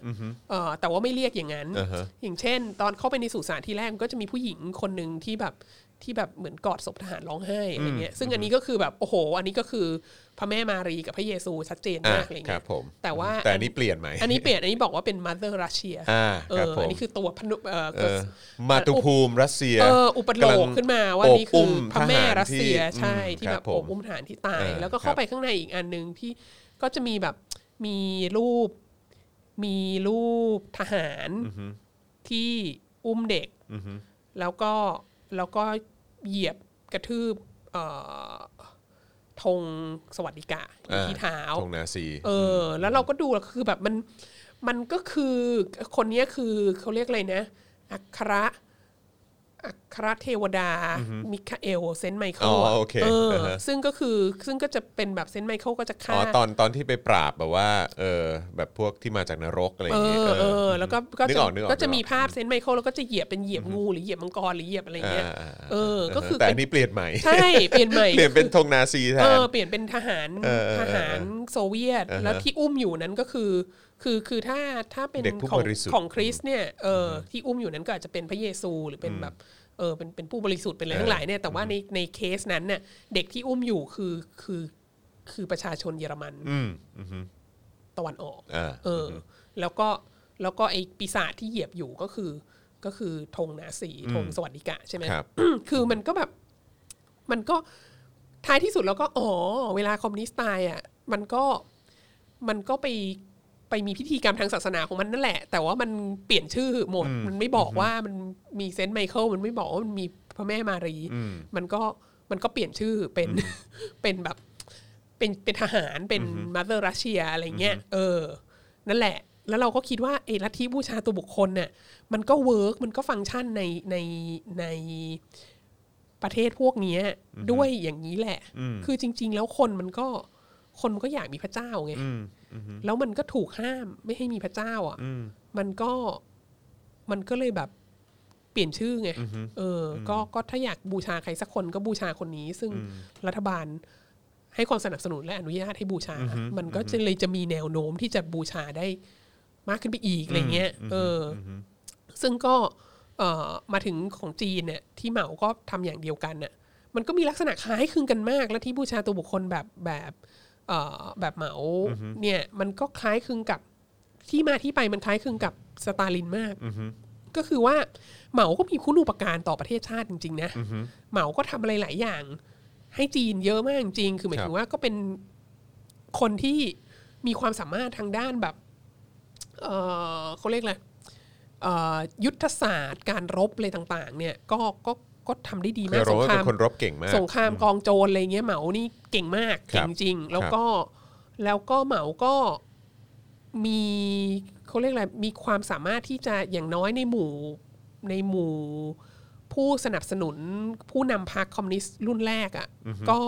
S3: เอ่อแต่ว่าไม่เรียกอย่างนั้น
S2: อ่าฮะ
S3: อย่างเช่น ตอนเข้าไปในสุสานที่แรกมันก็จะมีผู้หญิงคนหนึ่งที่แบบที่แบบเหมือนกอดศพทหารร้องไห้อะไรเงี้ยซึ่งอันนี้ก็คือแบบโอ้โห อันนี้ก็คือพระแม่มารีกับพระเยซูชัดเจน
S2: อ่าม
S3: ากอะไร
S2: ครั
S3: เงี้
S2: บ
S3: ย
S2: ผม
S3: แต่ว่า
S2: แต่อันนี้เปลี่ยนไหม
S3: อันนี้เปลี่ยนอันนี้บอกว่าเป็นมาเ h อร์รัสเซีย
S2: อ่า
S3: เอ
S2: ครับ
S3: อ
S2: ผ
S3: อั
S2: ม
S3: นนี้คือตัวพนุเอ่อ
S2: เออมาตุภูมิรัสเซีย
S3: เอออุปโล
S2: ำ
S3: ก
S2: ง
S3: ขึ้นมาว่านี่
S2: บ
S3: คื
S2: ม
S3: อพระแม่
S2: ทหา
S3: รัสเซีย
S2: ที่
S3: ใช่
S2: อืม
S3: ที่
S2: ค
S3: แบ
S2: รั
S3: บบ
S2: ผ
S3: อ
S2: ม
S3: บอุ้มฐานที่ตาย
S2: เออ
S3: แล้วก็
S2: ครั
S3: เข้า
S2: บ
S3: ไปข้างในอีกอันหนึ่งที่ก็จะมีแบบมีรูปมีรูปทหารที่อุ้มเด็ก แล้วก็แล้วก็เหยียบกระทืบเอ่อธงสวัสดิกะอยู่ที่เท้า
S2: ธงนาซี
S3: เออแล้วเราก็ดูแล้วคือแบบมันมันก็คือคนเนี้ยคือเขาเรียกอะไรนะ อัคระอัคระเทวดามิคาเอลเซนต์ไมเคิล
S2: อ๋อโอเค
S3: เออ
S2: อ่าฮะ
S3: ซึ่งก็คือซึ่งก็จะเป็นแบบเซนต์ไมเคิลก็จะ
S2: อ๋
S3: ฆ่า
S2: อตอนตอนที่ไปปราบแบบว่าเออแบบพวกที่มาจากนรกอะไรอ
S3: เอย่าง
S2: เงี้ย
S3: อ
S2: เอ
S3: เอ
S2: อ
S3: อแล้วก็ก็
S2: นึก
S3: จะ
S2: ออกนึกออก
S3: ก็จะมีภาพเซนต์ไมเคิลแล้วก็จะเหยียบเป็นเหยียบงูหรือเหยียบมังกรหรือเหยียบอะไรเงี้ย
S2: อ่า
S3: เออก็คือ
S2: แต่
S3: เป็น
S2: อันนี้เปลี่ยนใหม่
S3: ใช่เปลี่ยนใหม่
S2: เปลี่ยนเป็นธงนาซีแท
S3: เอน อเปลี่ยนเป็นทหาร
S2: เออเออ
S3: ทหารโซเวียต
S2: เออฮะ
S3: แล้วที่อุ้มอยู่นั้นก็คือ คือคือถ้าถ้าเป็น
S2: เด็กผู้
S3: ของ
S2: บริสุทธิ์
S3: ของคริสต์เนี่ยเอออที่อุ้มอยู่นั้นก็อาจจะเป็นพระเยซูหรือเป็นแบบเออเป็นเป็นผู้บริสุทธิ์เป็นอะไร
S2: เออ
S3: ทั้งหลายเนี่ยแต่ว่าในในเคสนั้นเนี่ยเด็กที่อุ้มอยู่คือคือคือประชาชนเยอรมัน
S2: อืมอืม
S3: ตะวันออก
S2: อ่า
S3: เอออแล้วก็แล้วก็ไอ้ปีศาจที่เหยียบอยู่ก็คือ ก็คือธงนาสีธงสวัสดิกะใช่ไหม
S2: ครับ
S3: คือมันก็แบบ มันก็ท้ายที่สุดแล้วก็อ๋อเวลาคอมมิวนิสต์ตายอ่ะมันก็มันก็ไปไปมีพิธีกรรมทางศาสนาของมันนั่นแหละ แต่ว่ามันเปลี่ยนชื่อหมด มันไม่บอกว่ามันมีเซนต์ไมเคิลมันไม่บอกว่ามันมีพระแม่มารี มันก็มันก็เปลี่ยนชื่อเป็น เป็นแบบ เป็นเป็นทหารเป็นมาเตอร์รัสเซียอะไรเงี้ยเออ นั่นแหละ แล้วเราก็คิดว่าเออลัทธิบูชาตัวบุคคลเนี่ยมันก็เวิร์กมันก็ฟังก์ชันในในในประเทศพวกเนี้ยด้วยอย่างนี้แหละ คือจริง ๆ แล้วคนมันก็คนมันก็อยากมีพระเจ้าไงแล้วมันก็ถูกห้ามไม่ให้มีพระเจ้าอ่ะมันก็มันก็เลยแบบเปลี่ยนชื่อไงเอออก็ก็ถ้าอยากบูชาใครสักคนก็บูชาคนนี้ ซึ่งรัฐบาล ให้ความสนับสนุนและอนุญาตให้บูชา มันก็จะเลยจะมีแนวโน้มที่จะบูชาได้มากขึ้นไปอีกอะไรเงี้ย เอออซึ่งก็เอ่อมาถึงของจีนเนี่ยที่เหมาก็ทำอย่างเดียวกันน่ะ มันก็มีลักษณะคล้ายคลึงกันมาก และที่บูชาตัวบุคคลแบบแบบเอ่อแบบเหมาเนี่ย มันก็คล้ายคลึงกับที่มาที่ไปมันคล้ายคลึงกับสตาลินมาก ก็คือว่าเหมาก็มีคุณูปการต่อประเทศชาติจริง ๆ นะ เหมาก็ทำอะไรหลายอย่าง ให้จีนเยอะมากจริง คือหมายถึงว่าก็เป็นคนที่มีความสามารถทางด้านแบบ เอ่อเขาเรียกอะไรเอ่อยุทธศาสตร์การรบอะไรต่าง ๆ เนี่ย ก็ก็ก็ทำได้ดี
S2: คือ
S3: มา
S2: ก
S3: ส
S2: เรา
S3: ง
S2: ว่า
S3: ค
S2: เป็
S3: ราม
S2: นคนรบเก่งมาก
S3: สงครามกองโจรอะไรเงี้ยเหมานี่เก่งมาก
S2: ครั
S3: เก่
S2: บ
S3: งจริง แล้วก็แล้วก็เหมาก็มีเขาเรียกอะไรมีความสามารถที่จะอย่างน้อยในหมู่ในหมู่ผู้สนับสนุนผู้นำพรรคคอมมิวนิสต์รุ่นแรกอะ่ะก็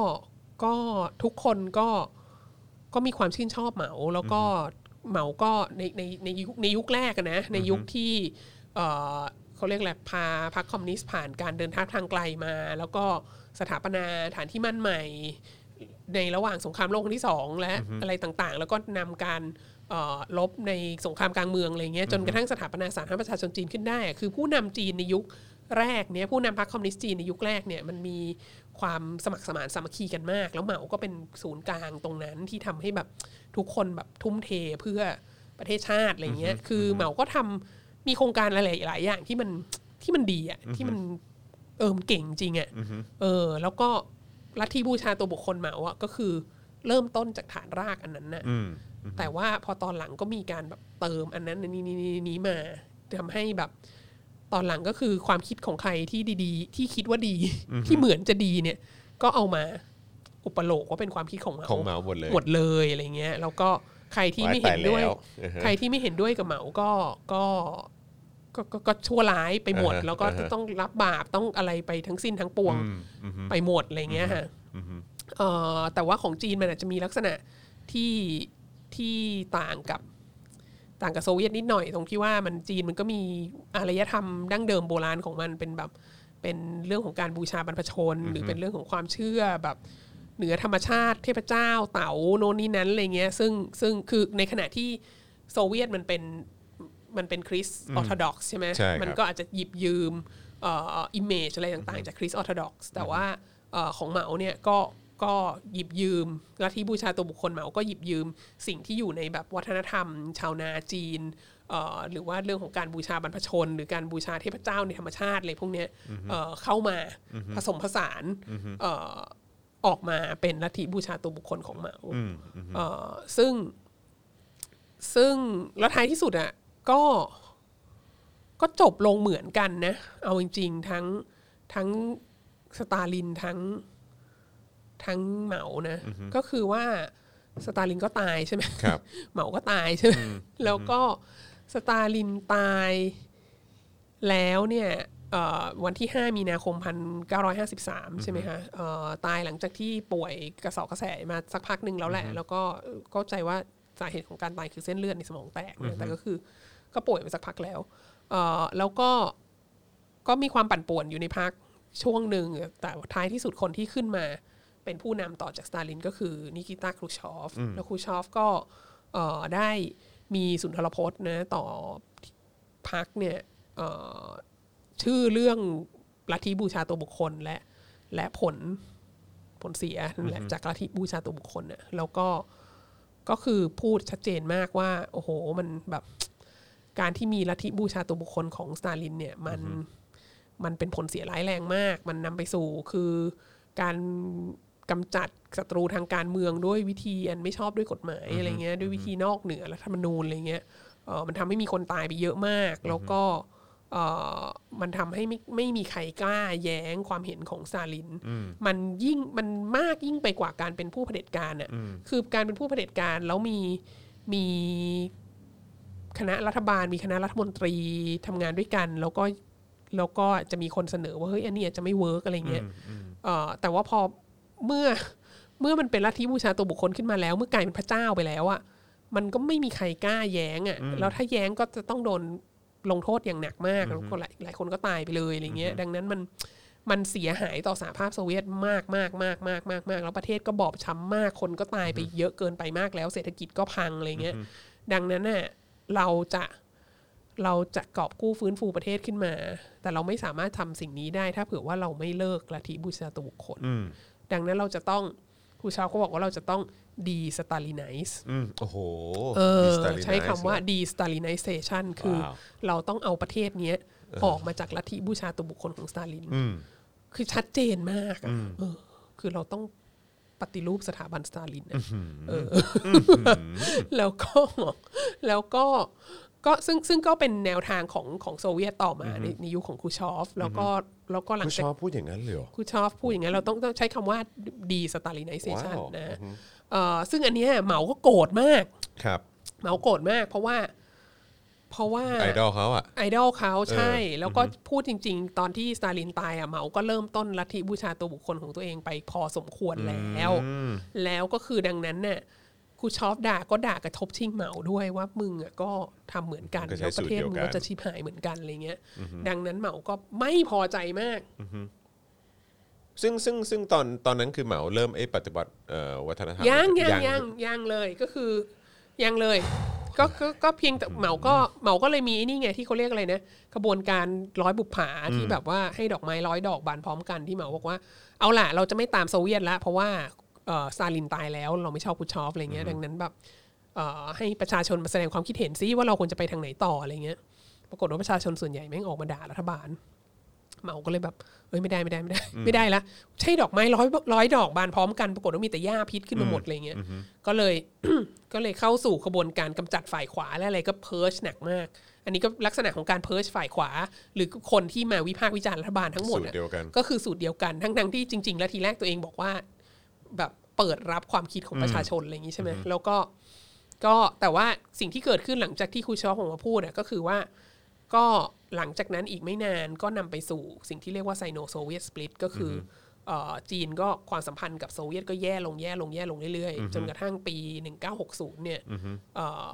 S3: ก็ทุกคนก็ก็มีความชื่นชอบเหมาแล้วก็เหมาก็ในในในยุคในยุคแรกอะนะในยุคที่ เอ่อเขาเรียกอะไรพาพรรคคอมมิวนิสต์ผ่านการเดินทางทางไกลมา แล้วก็สถาปนาฐานที่มั่นใหม่ ในระหว่างสงครามโลกครั้งที่สองและอะไรต่างๆ แล้วก็นำการเอ่อลบในสงครามกลางเมืองอะไรเงี้ยจนกระทั่งสถาปนาสาธารณรัฐประชาชนจีนขึ้นได้อะคือผู้นำจีนในยุคแรกเนี่ยผู้นำพรรคคอมมิวนิสต์จีนในยุคแรกเนี่ยมันมีความสมัครสมานสามัคคีกันมาก แล้วเหมาก็เป็นศูนย์กลางตรงนั้นที่ทำให้แบบทุกคนแบบทุ่มเทเพื่อประเทศชาติอะไรเงี้ยคือเหมาก็ทำ มีโครงการอะไรหลายๆอย่างที่มันที่มันดีอ่ะที่มันเออมันเก่งจริงอ่ะเออ แล้วก็ลัทธิบูชาตัวบุคคลเหมาอ่ะก็คือเริ่มต้นจากฐานรากอันนั้นน่ะแต่ว่าพอตอนหลังก็มีการแบบเติมอันนั้นอันนี้นี่นี่นี้มาทำให้แบบ ตอนหลังก็คือความคิดของใครที่ดีๆ ที่คิดว่าดี ที่เหมือนจะดีเนี่ย ก็เอามาอุปโลกว่าเป็นความคิดของเหมา
S2: ของเหมาหมดเลย
S3: หมดเลยอะไรเงี้ย แล้วก็ใครที่ไม่เห็นด้วย
S2: ตาแล้ว
S3: ใครที่ไม่เห็นด้วยกับเหมาก็ก็ก็ก็ก็ชั่วร้ายไปหมด
S2: อ่าฮะ
S3: แล้วก็
S2: อ่าฮะ
S3: ต้องรับบาปต้องอะไรไปทั้งสิ้นทั้งปวงไปหมดอะไรเงี้ยฮะเอ่อแต่ว่าของจีนมันอาจจะมีลักษณะที่ที่ต่างกับ ต่างกับโซเวียตนิดหน่อยตรงที่ว่ามันจีนมันก็มีอารยธรรมดั้งเดิมโบราณของมันเป็นแบบเป็นเรื่องของการบูชาบรรพชน หรือเป็นเรื่องของความเชื่อแบบ เหนือธรรมชาติเทพเจ้าเต๋าโน่นนี่นั้นอะไรเงี้ยซึ่งซึ่งคือในขณะที่โซเวียตมันเป็นมันเป็นคริสต์ออร์โธดอกซ์ใช่ไหม
S2: ใช่ครับ
S3: มัก็อาจจะหยิบยืมเอ่ออิมเมจอะไรต่างๆ จากคริสต์ออร์โธดอกซ์แต่ว่าเอ่อของเหมาเนี่ยก็ก็หยิบยืมลัทธิบูชาตัวบุคคลเหมาก็หยิบยืมสิ่งที่อยู่ในแบบวัฒนธรรม ชาวนาจีนเอ่อหรือว่าเรื่องของการบูชาบรรพชน หรือการบูชาเทพเจ้าในธรรมชาติอะไรพวกเนี้ยเอ่อเข้ามาผสมผสานเอ่อ ออกมาเป็นลัทธิบูชาตัวบุคคลของเหมาเอ่อซึ่ง ซึ่งแล้วท้ายที่สุดอ่ะก็ ก็จบลงเหมือนกันนะ เอาจริงๆ ทั้งทั้งสตาลินทั้งทั้งเหมานะ ก็คือว่าสตาลินก็ตายใช่ไหม
S2: ครับ
S3: เหมาก็ตายใช่ไหมแล้วก็สตาลินตายแล้วเนี่ยเอ่อวันที่ 5 มีนาคม 1953 ใช่ไหมคะเอ่อตายหลังจากที่ป่วยกระเสอบกระแสมาสักพักหนึ่งแล้วแหละ แล้วก็เข้าใจว่าสาเหตุของการตายคือเส้นเลือดในสมองแตกนะแต่ก็คือก็ป่วยมาสักพักแล้วเอ่อแล้วก็ ก็มีความปั่นป่วนอยู่ในพักช่วงหนึ่งแต่ท้ายที่สุดคนที่ขึ้นมาเป็นผู้นำต่อจากสตาลินก็คือนิกิตาครูชอฟ แล้วครูชอฟก็เอ่อได้มีสุนทรพจน์นะต่อพักเนี่ยเอ่อชื่อเรื่องลัทธิบูชาตัวบุคคลและและผลผลเสียนั่นแหละจากลัทธิบูชาตัวบุคคลน่ะแล้วก็ก็คือพูดชัดเจนมากว่า โอ้โหมันแบบ การที่มีลัทธิบูชาตัวบุคคลของสตาลินเนี่ยมัน มันเป็นผลเสียร้ายแรงมาก มันนำไปสู่คือการกำจัดศัตรูทางการเมืองด้วยวิธีอันไม่ชอบด้วยกฎหมายอะไรเงี้ยด้วยวิธีนอกเหนือรัฐธรรมนูญอะไรเงี้ยเออมันทำให้มีคนตายไปเยอะมาก แล้วก็เออมันทำให้ไม่ไม่มีใครกล้าแย้งความเห็นของซาลิน มันยิ่งมันมากยิ่งไปกว่าการเป็นผู้เผด็จการอ่ะคือการเป็นผู้เผด็จการแล้วมีมี คณะรัฐบาลมีคณะรัฐมนตรีทำงานด้วยกัน แล้วก็แล้วก็จะมีคนเสนอว่าเฮ้ยอันนี้อาจจะไม่เวิร์กอะไรเงี้ยเอ่อแต่ว่าพอเมื่อ เมื่อมันเป็นลัทธิบูชาตัวบุคคลขึ้นมาแล้ว เมื่อกลายเป็นพระเจ้าไปแล้วอะมันก็ไม่มีใครกล้าแย้งอะแล้วถ้าแย้งก็จะต้องโดนลงโทษอย่างหนักมากแล้วก็หลายหลายคนก็ตายไปเลยอะไรเงี้ยดังนั้นมันมันเสียหายต่อสหภาพโซเวียตมากมากมากมากมากมากแล้วประเทศก็บอบช้ำมากคนก็ตายไปเยอะเกินไปมากแล้ว เศรษฐกิจก็พังอะไรเงี้ย ดังนั้นน่ะเราจะเราจะกอบกู้ฟื้นฟูประเทศขึ้นมา แต่เราไม่สามารถทำสิ่งนี้ได้ ถ้าเผื่อว่าเราไม่เลิกลัทธิบูชาตัวบุคคล ดังนั้นเราจะต้องครูชาวก็บอกว่าเราจะต้องดีสตาลิไนซ์
S2: อืมโอ้โห
S3: เออ
S2: Destabilize
S3: ใช้คำว่าดีสตาลิไนเซชันคือ
S2: ว้าว
S3: เราต้องเอาประเทศเนี้ยออกมาจากลัทธิบูชาตัวบุคคลของสตาลิน คือชัดเจนมากอะเออ คือเราต้องปฏิรูปสถาบันสตาลินนะเออ แล้วก็แล้วก็ก็ซึ่งซึ่งก็เป็นแนวทางของของโซเวียตต่อมาในในยุคของครูชอฟ แล้วก็แล้วก็หลัง
S2: ผู้ช
S3: จาก
S2: อบพูดอย่างนั้นเลยเหรอ
S3: ครูชอฟพูดอย่างนั้นเราต้องต้องใช้คำว่าดีสตาลิน i เซชัน
S2: ว้าว
S3: นะเอ่อซึ่งอันเนี้ยเหมาก็โกรธมาก
S2: ครับ
S3: เหมาโกรธมาก เพราะว่า เพราะว่า
S2: ไอดอลเขาอ่ะ
S3: ไอดอลเขาใช่ แล้วก็พูดจริง ๆ ตอนที่สตาลินตายอ่ะเหมาก็เริ่มต้นลัทธิบูชาตัวบุคคลของตัวเองไปพอสมควรแล้ว แล้วก็คือดังนั้นเนี่ยครูชอฟด่าก็ด่ากระทบชิงเหมาด้วยว่ามึงอ่ะก็ทำเหมือนกัน
S2: ก็ใช้
S3: แล้วประเทศ
S2: สูตรเดียว
S3: มึง
S2: กัน
S3: ก็จะชิบหายเหมือนกันอะไรเงี้ย ดังนั้นเหมาก็ไม่พอใจมาก
S2: ซึ่งซึ่งซึ่งตอนตอนนั้นคือเหมาเริ่มไอ้ปฏิบัติเอ่อวัฒนธรรม
S3: ยังยังยังยังเลยก็คือยังเลยก็ก็ก็เพียงแต่เหมาก็เหมาก็เลยมีไอ้นี่ไงที่เขาเรียกอะไรนะกระบวนการร้อยบุปผาที่แบบว่าให้ดอกไม้ร้อยดอกบานพร้อมกันที่เหมาบอกว่าเอาล่ะเราจะไม่ตามโซเวียตละเพราะว่าเอ่อซาลินตายแล้วเราไม่ชอบคุชอฟอะไรเงี้ยดังนั้นแบบเอ่อให้ประชาชนมาแสดงความคิดเห็นซิว่าเราควรจะไปทางไหนต่ออะไรเงี้ยปรากฏว่าประชาชนส่วนใหญ่แม่งออกมาด่ารัฐบาล เหมาก็เลยแบบเอ้ยไม่ได้ไม่ได้ไม่ได้ ไม่ได้ละใช่ดอกไม้ร้อยร้อยดอกบานพร้อมกันปรากฏว่ามีแต่หญ้าพิษขึ้นมาหมดอะไรเงี้ยก็เลย ก็เลยเข้าสู่ขบวนการกำจัดฝ่ายขวาและอะไรก็เพิร์ชหนักมาก อันนี้ก็ลักษณะของการเพิร์ชฝ่ายขวา หรือคนที่มาวิพากษ์วิจารณ์รัฐบาลทั้งหมด
S2: สูตร
S3: อะ
S2: เดียวกัน
S3: ก็คือสูตรเดียวกันทั้งทั้งๆที่จริง ๆ แล้วทีแรกตัวเองบอกว่าแบบเปิดรับความคิดของประชาชนอะไรอย่างนี้ใช่ไหมแล้วก็ก็แต่ว่าสิ่งที่เกิดขึ้นหลังจากที่ครูชอฟของมาพูดอะก็คือว่าก็หลังจากนั้นอีกไม่นานก็นำไปสู่สิ่งที่เรียกว่าไซโนโซเวียตสปลิตก็คืออเอ่อจีนก็ความสัมพันธ์กับโซเวียตก็แย่ลงแย่ลงแย่ลงเรื่อยๆ จนกระทั่งปี 1960เนี่ยเอ่อ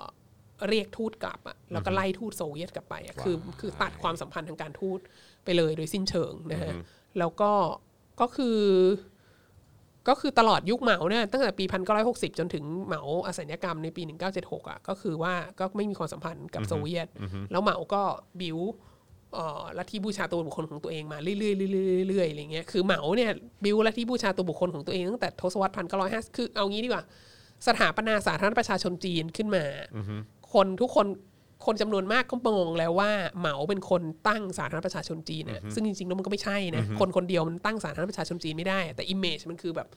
S3: เรียกทูตกลับอะแล้วก็ไล่ทูตโซเวียตกลับไปอะคือคือตัดความสัมพันธ์ทางการทูตไปเลยโดยสิ้นเชิงนะฮะแล้วก็ก็คือ ก็คือตลอดยุคเหมาเนี่ยตั้งแต่ปี 1960 จนถึงเหมาอาสัญญกรรมในปี 1976อ่ะก็คือว่าก็ไม่มีความสัมพันธ์กับโซเวียต แล้วเหมาก็บิวเอ่อลัทธิบูชาตัวบุคคลของตัวเองมาเรื่อยๆเรื่อยๆเรื่อยๆอะไรเงี้ยคือเหมาเนี่ยบิวลัทธิบูชาตัวบุคคลของตัวเองตั้งแต่ทศวรรษพันเก้าร้อยห้าคือเอางี้ดีกว่า สถาปนาสาธารณประชาชนจีนขึ้นมา คนทุกคนคนจำนวนมากก็มองแล้วว่าเหมาเป็นคนตั้งสาธารณประชาชนจีนนะซึ่งจริงๆแล้วมันก็ไม่ใช่นะคนคนเดียวมันตั้งสาธารณประชาชนจีนไม่ได้อะแต่อิมเมจมันคือแบบ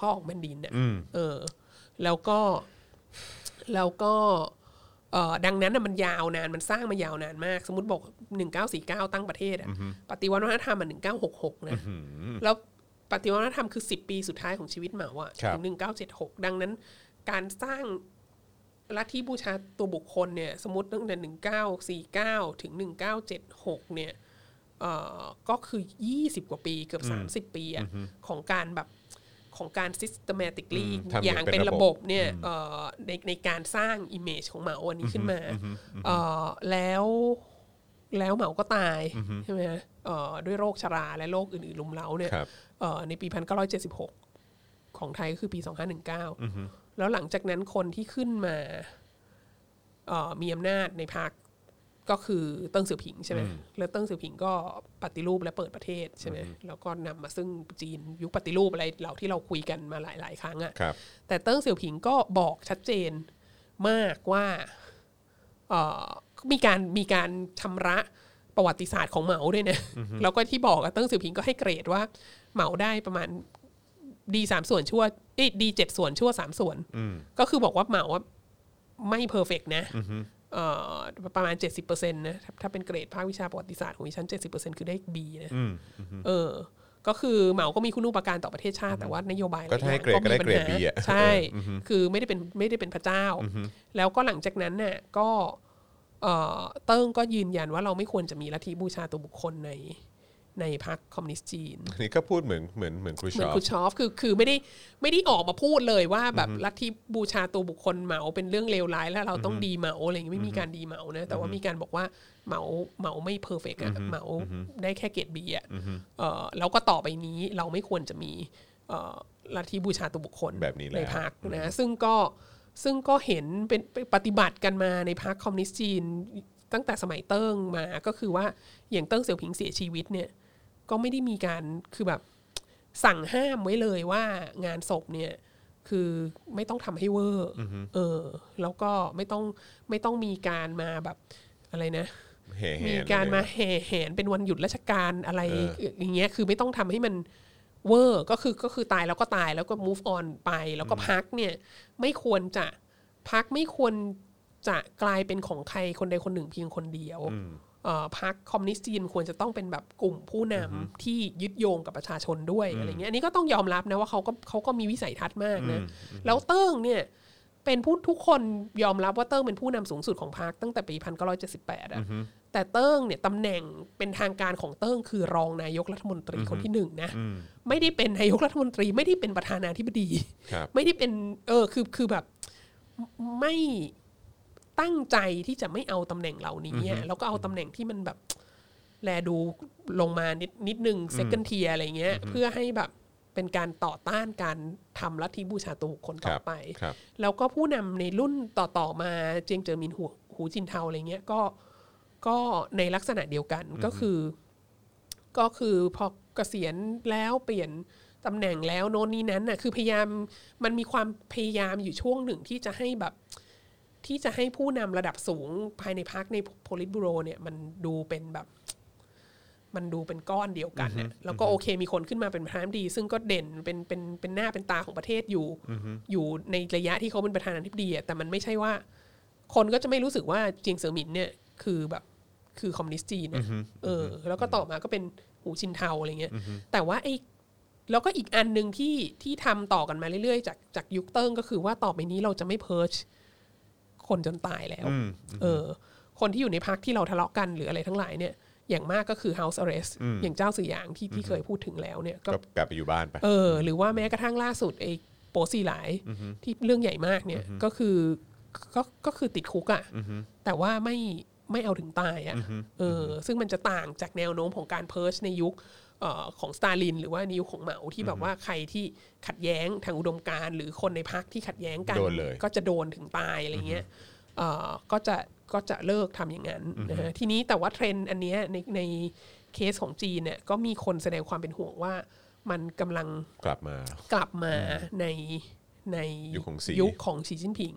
S3: พ่อของแผ่นดินเนี่ยเออ แล้วก็ แล้วก็ เอ่อดังนั้นน่ะมันยาวนานมันสร้างมายาวนานมาก สมมติบอก 1949 ตั้งประเทศอะปฏิวัติวัฒนธรรมอ่ะ1966 นะ แล้วปฏิวัติวัฒนธรรมคือ 10 ปีสุดท้ายของชีวิตเหมาอะ
S2: ครับ
S3: ถึง 1976 ดังนั้น การสร้างลัทธิบูชาตัวบุคคลเนี่ย สมมติตั้งแต่ 1949 ถึง 1976 เนี่ย เอ่อก็คือ 20 กว่าปีเกือบ 30 ปีอะของการแบบของการ systematically
S2: อืมทำ
S3: อย่
S2: อา
S3: ย่าง ง
S2: เป็
S3: เป็น น
S2: ระ
S3: ระ
S2: บบ บบ
S3: เนี่ยเอ่อในในการสร้าง image ของเหมาอันนี้ขึ้นมาเอ่อแล้วแล้วเหมาก็ตายใช่ไหมฮะเอ่อด้วยโรคชราและโรคอื่นๆลุมเล้าเนี่ย
S2: ครับ
S3: เอ่อในปี 1976 ของไทยก็คือปี 2519 แล้วหลังจากนั้นคนที่ขึ้นมาเอ่อมีอำนาจในพรรค ก็คือเติ้งเสี่ยวผิงใช่ไหมแล้วเติ้งเสี่ยวผิงก็ปฏิรูปและเปิดประเทศใช่ไหมแล้วก็นำมาซึ่งจีนยุคปฏิรูปอะไรเหล่าที่เราคุยกันมาหลาย ๆ ครั้งอะ
S2: ครับ
S3: แต่เติ้งเสี่ยวผิงก็บอกชัดเจนมากว่าเอ่อมีการมีการชำระประวัติศาสตร์ของเหมาด้วยนะแล้วก็ที่บอกอะเติ้งเสี่ยวผิงก็ให้เกรดว่าเหมาได้ประมาณดีสามส่วนชั่วเอ้ยดีเจ็ดส่วนชั่วสามส่วนก็คือบอกว่าเหมาอะไม่เพอร์เฟกนะ เอ่อประมาณ 70%นะถ้าถ้าเป็นเกรดภาควิชาประวัติศาสตร์ของดิฉัน 70%คือได้ B นะเออ ก็คือเหมาก็มีคุณูปการต่อประเทศชาติ แต่ว่านโยบาย
S2: ก็ถ้าให้เกรดก็ได้เกรด B อะ
S3: ใช่ คือไม่ได้เป็นไม่ได้เป็นพระเจ้า แล้วก็หลังจากนั้นน่ะก็เอ่อเติ้งก็ยืนยันว่าเราไม่ควรจะมีลัทธิบูชาตัวบุคคลในในพรรคคอมมิวนิสต์จีน
S2: นี่ก็พูดเหมือนเหมือนเหมือนครู
S3: เห
S2: ช
S3: มือน
S2: อป
S3: คุณชอฟคือคือไม่ได้ไม่ได้ออกมาพูดเลยว่าแบบลัทธิบูชาตัวบุคคลเหมาเป็นเรื่องเลวร้ายแล้วเราต้องดีเหมาอะไรอย่างงี้ไม่มีการดีเหมานะแต่ว่ามีการบอกว่าเหมาเหมาไม่เพอร์เฟกอะเหมาได้แค่เกรดบีอะเอ่อแล้วก็ต่อไปนี้เราไม่ควรจะมีเอ่อลัทธิบูชาตัวบุคคล
S2: แบบนี้แล้ว
S3: ในพรรคนะซึ่งก็ซึ่งก็เห็นเป็นปฏิบัติกันมาในพรรคคอมมิวนิสต์จีนตั้งแต่สมัยเติ้งมาก็คือว่าอย่างเติ้งเสี่ยวผิงเสียชีวิตเนี่ยก็ไม่ได้มีการคือแบบ สั่งห้ามไว้เลยว่างานศพเนี่ยคือไม่ต้องทำให้เวอร์เออ แล้วก็ไม่ต้องไม่ต้องมีการมาแบบอะไรนะ
S2: แห่แห่
S3: มีการมาแห่แหนเป็นวันหยุดราชการอะไรอย่างเงี้ยคือไม่ต้องทำให้มันเวอร์ก็คือก็คือตายแล้วก็ตายแล้วก็ move on ไป แล้วก็พักเนี่ยไม่ควรจะพักไม่ควรจะกลายเป็นของใครคนใดคนหนึ่งเพียงคนเดียวเอ่อพักคอมมิวนิสต์จีนควรจะต้องเป็นแบบกลุ่มผู้นำที่ยึดโยงกับประชาชนด้วยอะไรเงี้ยอันนี้ก็ต้องยอมรับนะว่าเขาก็เขาก็มีวิสัยทัศน์มากนะแล้วเติ้งเนี่ย เป็นผู้ทุกคนยอมรับว่าเติ้งเป็นผู้นำสูงสุดของพรรคตั้งแต่ปี 1978อะแต่เติ้งเนี่ยตำแหน่งเป็นทางการของเติ้งคือรองนายกรัฐมนตรีคนที่หนึ่งนะ ไม่ได้เป็นนายกรัฐมนตรี ไม่ได้เป็นประธานาธิบดี
S2: ครับ
S3: ไม่ได้เป็นเออคือคือแบบไม่ตั้งใจที่จะไม่เอาตำแหน่งเหล่านี้อะแล้วก็เอาตำแหน่งที่มันแบบ แลดูลงมานิดนิดนึงเซคันเทียอะไรเงี้ย เพื่อให้แบบเป็นการต่อต้านการทำลัทธิบูชาตัวบุคคล
S2: ค
S3: ต่อ
S2: รับ
S3: ไป
S2: ครับ
S3: แล้วก็ผู้นำในรุ่นต่อ ๆ มาเจียงเจอมินหูหูจินเทาอะไรเงี้ยก็ก็ในลักษณะเดียวกันก็คือ ก็คือพอเกษียณแล้วเปลี่ยนตำแหน่งแล้วโน่นนี่นั้นน่ะคือพยายามมันมีความพยายามอยู่ช่วงหนึ่งที่จะให้แบบ ที่จะให้ผู้นำระดับสูงภายในพักในโพลิตบูโรเนี่ยมันดูเป็นแบบ มันดูเป็นก้อนเดียวกันเนี่ยแล้วก็โอเค มีคนขึ้นมาเป็นประธานาธิบดี ซึ่งก็เด่นเป็นเป็นเป็นหน้าเป็นตาของประเทศอยู่ อยู่ในระยะที่เขาเป็นประธานาธิบดีอะแต่มันไม่ใช่ว่า คนก็จะไม่รู้สึกว่าเจียงเสือหมินเนี่ยคือแบบคือคอมมิวนิสต์จีนนะเออ แล้วก็ต่อมาก็เป็นหูชินเทาอะไรเงี้ยแต่ว่าไอ้แล้วก็อีกอันหนึ่งที่ที่ทำต่อกันมาเรื่อยๆ จากจากยุคเติ้งก็คือว่าต่อไปนี้เราจะไม่เพิร์ชคนจนตายแล้ว เออ คนที่อยู่ในพักที่เราทะเลาะกันหรืออะไรทั้งหลายเนี่ย อย่างมากก็คือ House Arrest อย่างเจ้าสื่อหยางที่ที่เคยพูดถึงแล้วเนี่ยก็
S2: ก็กลับไปอยู่บ้านไป
S3: เออหรือว่าแม้กระทั่งล่าสุดไอ้โปรซีหลายที่เรื่องใหญ่มากเนี่ยก็คือ ก็ก็คือติดคุกอะ่ะแต่ว่าไม่ไม่เอาถึงตายอะ่ะเอออซึ่งมันจะต่างจากแนวโน้มของการเพิร์ชในยุคเอ่อของสตาลิน หรือว่าในยุคของเหมาที่แบบว่าใครที่ขัดแย้งทางอุดมการณ์หรือคนในพรรคที่ขัดแย้งกัน
S2: โดนเลย
S3: ก็จะโดนถึงตายอะไรเงี้ยเอ่อก็จะก็จะเลิกทำอย่างนั้นนะฮะทีนี้แต่ว่าเทรนด์อันเนี้ยในในเคสของจีนเนี่ยก็มีคนแสดงความเป็นห่วงว่ามันกำลัง
S2: กลับมา
S3: กลับมาในใน
S2: ยุคของสี
S3: ยุคของสีจิ้นผิง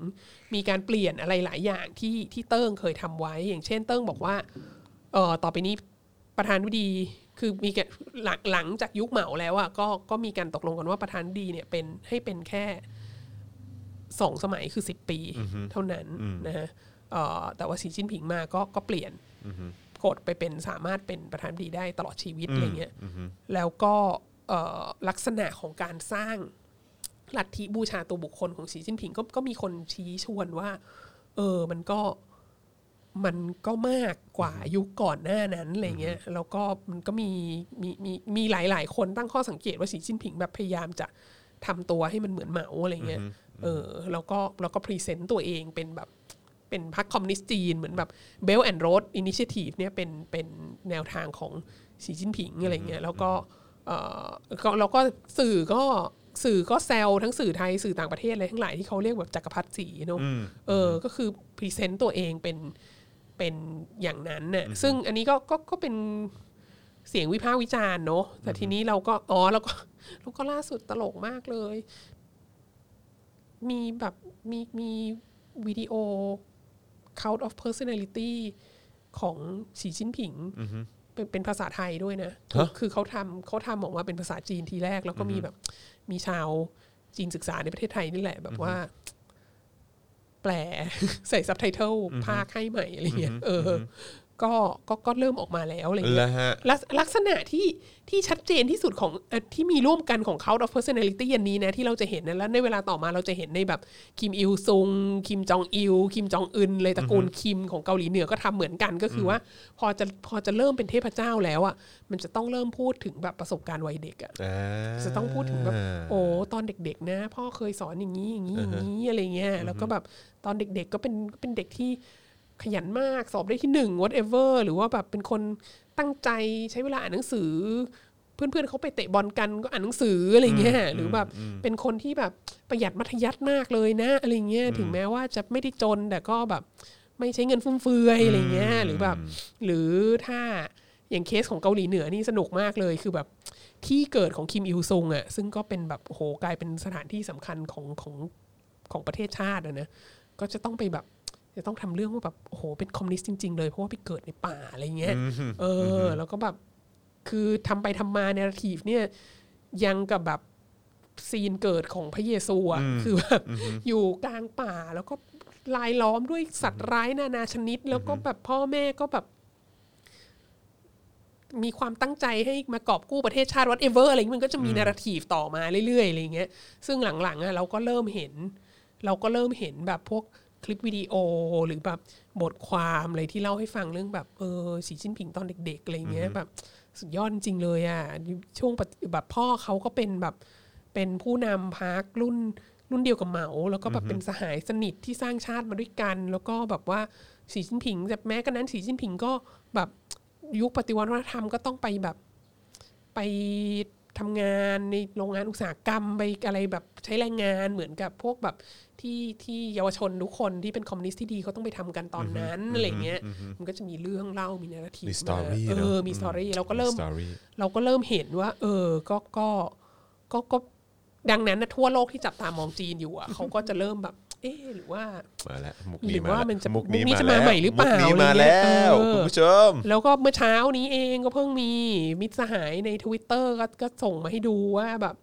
S3: มีการเปลี่ยนอะไรหลายอย่างที่ที่เติ้งเคยทำไว้ อย่างเช่นเติ้งบอกว่าเออต่อไปนี้ประธานาธิบดีคือมีแกหลังหลังจากยุคเหมาแล้วอ่ะก็ก็มีการตกลงกันว่าประธานาธิบดีเนี่ยเป็นให้เป็นแค่สองสมัยคือสิบปีเท่านั้นนะฮะเอ่อแต่ว่าสีจิ้นผิงมาก็ก็เปลี่ยนกฎไปเป็นสามารถเป็นประธานาธิบดีได้ตลอดชีวิตอะไรเงี้ย แล้วก็เอ่อลักษณะของการสร้างลัทธิบูชาตัวบุคคลของสีจิ้นผิงก็ก็มีคนชี้ชวนว่า เออมันก็มันก็มากกว่ายุคก่อนหน้านั้นอะไรเงี้ยแล้วก็มันก็มีมีมีมีหลายหลายๆคนตั้งข้อสังเกตว่าสีจิ้นผิงแบบพยายามจะทำตัวให้มันเหมือนเหมาอะไรเงี้ยเออแล้วก็แล้วก็พรีเซนต์ตัวเองเป็นแบบ เป็นพรรคคอมมิวนิสต์จีนเหมือนแบบเบลแอนด์โรดอินิเชทีฟเนี่ยเป็นเป็นแนวทางของสีจิ้นผิงอะไรเงี้ยแล้วก็เอ่อก็แล้วก็สื่อก็สื่อก็แซวทั้งสื่อไทยสื่อต่างประเทศอะไรทั้งหลายที่เขาเรียกแบบจักรพรรดิสีเนาะเออก็คือพรีเซนต์ตัวเองเป็นเป็นอย่างนั้นน่ะซึ่งอันนี้ก็ก็ก็เป็นเสียงวิพากษ์วิจารณ์เนาะแต่ทีนี้เราก็อ๋อแล้วก็ แล้วก็ล่าสุดตลกมากเลย มีแบบมีมีวิดีโอ count of personality ของสีชิ้นผิง เป็นเป็นภาษาไทยด้วยนะคือคือเขาทำเขาทำออกมาเป็นภาษาจีนทีแรก แล้วก็มีแบบมีชาวจีนศึกษาในประเทศไทยนี่แหละ แบบว่า แปล ใส่ซับไตเติลภาคให้ใหม่อะไรเงี้ยเอออก็ก็ก็เริ่มออกมาแล้วอะไรเงี้ย
S2: แล้วฮะ
S3: ลักษลักษณะที่ที่ชัดเจนที่สุดของเอ่อที่มีร่วมกันของ Cult of Personality อันนี้นะที่เราจะเห็นนะแล้วในเวลาต่อมาเราจะเห็นในแบบคิมอิลซุง คิมจองอิล คิมจองอึนเลยตระกูลคิมของเกาหลีเหนือก็ทำเหมือนกันก็คือว่า พอจะพอจะเริ่มเป็นเทพเจ้าแล้วอ่ะมันจะต้องเริ่มพูดถึงแบบประสบการณ์วัยเด็กอ่ะ จะต้องพูดถึงแบบโอ้ตอนเด็กๆนะ พ่อเคยสอนอย่างนี้อย่างนี้อย่างนี้อะไรเงี้ยแล้วก็แบบตอนเด็กๆก็เป็นก็เป็นเด็กที่ขยันมากสอบได้ที่หนึ่ง whatever หรือว่าแบบเป็นคนตั้งใจใช้เวลาอ่านหนังสือ เพื่อนๆเขาไปเตะบอลกันก็อ่านหนังสืออะไรเงี้ยหรือแบบเป็นคนที่แบบประหยัดมัธยัสถ์มากเลยนะอะไรเงี้ยถึงแม้ว่าจะไม่ได้จนแต่ก็แบบไม่ใช้เงินฟุ่มเฟือยอะไรเงี้ยหรือแบบหรือถ้าอย่างเคสของเกาหลีเหนือนี่สนุกมากเลยคือแบบ ที่เกิดของคิมอิลซุงอ่ะซึ่งก็เป็นแบบโอ้โหกลายเป็นสถานที่สำคัญของของของประเทศชาติอะนะก็จะต้องไปแบบจะต้องทำเรื่องว่าแบบโอ้โหเป็นคอมมิวนิสต์จริง ๆ เลยเพราะว่าไปเกิดในป่าอะไรเงี้ยเออ แล้วก็แบบคือทำไปทำมาเนรทีฟเนี่ยยังกับแบบซีนเกิดของพระเยซูอ่ะคือแบบอยู่กลางป่าแล้วก็ลายล้อมด้วยสัตว์ร้ายนานาชนิด แล้วก็แบบพ่อแม่ก็แบบ มีความตั้งใจให้มากอบกู้ประเทศชาติ whatever อะไรอย่างงี้มันก็จะมีนาราทีฟต่อมาเรื่อยๆอะไรอย่างเงี้ยซึ่งหลังๆอะเราก็เริ่มเห็น เราก็เริ่มเห็นแบบพวกคลิปวิดีโอหรือแบบบทความอะไรที่เล่าให้ฟังเรื่องแบบเออสีจิ้นผิงตอนเด็กๆอะไรอย่างเงี้ยแบบสุดยอดจริงเลยอ่ะช่วงปฏิแบบพ่อเขาก็เป็นแบบเป็นผู้นำพรรครุ่นรุ่นเดียวกับเหมา แล้วก็แบบเป็นสหายสนิทที่สร้างชาติมาด้วยกัน แล้วก็แบบว่าสีจิ้นผิงแบบแม้กระนั้นสีจิ้นผิงก็แบบ ยุคปฏิวัติวัฒนธรรมก็ต้องไปแบบไปทำงานในโรงงานอุตสาหกรรมไปอะไรแบบใช้แรงงานเหมือนกับพวกแบบที่ที่เยาวชนทุกคนที่เป็นคอมมิวนิสต์ที่ดีเขาต้องไปทำกันตอนนั้นอะไรเงี้ยมันก็จะมีเรื่องเล่ามีนาที
S2: มี story
S3: เอ
S2: เนอะ
S3: อมีสตอรี่เราก็เริ่ม
S2: สตอรี่
S3: เราก็เริ่มเห็นว่า เออ ก็ ก็ ก็ ก็ ดังนั้นนะทั่วโลกที่จับตามองจีนอยู่อ่ะ เขาก็จะเริ่มแบบ เออหรือว่า
S2: มาแล้วมุก
S3: หรื
S2: นี้
S3: อ
S2: มา
S3: ว่า
S2: แล้ว
S3: มันจะ
S2: มุกนี้
S3: มุกนี้จะ
S2: แล้
S3: มาว ใหม่หรือเปล่า
S2: มุกนี้มา
S3: อะไรเงี้
S2: แล้
S3: ยว เออ
S2: คุณผู้ชม
S3: แล้วก็เมื่อเช้านี้เองก็เพิ่งมีมิตรสหายในทวิตเตอร์ก็ก็ส่งมาให้ดูว่าแบบ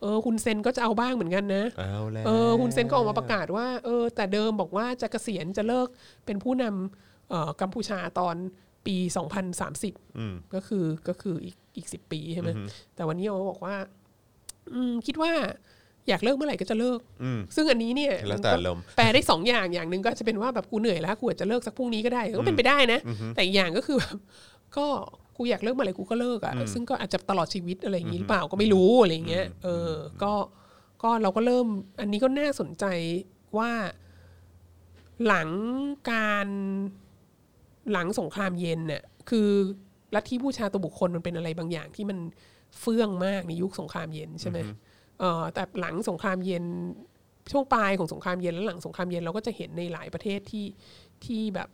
S3: เออคุณเซนก็จะเอาบ้างเหมือนกันนะ
S2: เอาแล้ว
S3: เออคุณเซนก็ออกมาประกาศว่า เออ แต่เดิมบอกว่าจะเกษียณจะเลิกเป็นผู้นำเอ่อกัมพูชาตอนปี 2030 ก็คือก็คืออีกอีกสิปีใช่ไหมแต่วันนี้เขาบอกว่า อืมคิดว่าอยากเลิกเมื่อไหร่ก็จะเลิก ซึ่งอันนี้เนี่ย
S2: แล้วแต่
S3: มันก็
S2: อารมณ์
S3: แปลได้สองอย่างอย่างหนึ่งก็อาจจะเป็นว่าแบบกูเหนื่อยแล้วกูอาจจะเลิกสักพรุ่งนี้ก็ได้ก็เป็นไปได้นะ แต่อีกอย่างก็คือแบบก็กูอยากเลิกเมื่อไหร่กูก็เลิกอ่ะซึ่งก็อาจจะตลอดชีวิตอะไรอย่างนี้หรือเปล่าก็ไม่รู้อะไรอย่างเงี้ยเอออก็ก็เราก็เริ่ม อันนี้ก็น่าสนใจว่า หลังการหลังสงครามเย็นเนี่ยคือลัทธิบูชาตัวบุคคลมันเป็นอะไรบางอย่างที่มันเฟื่องมากในยุคสงครามเย็นใช่ไหมเอ่อแต่หลังสงครามเย็นช่วงปลายของสงครามเย็นและหลังสงครามเย็นเราก็จะเห็นในหลายประเทศที่ที่แบบ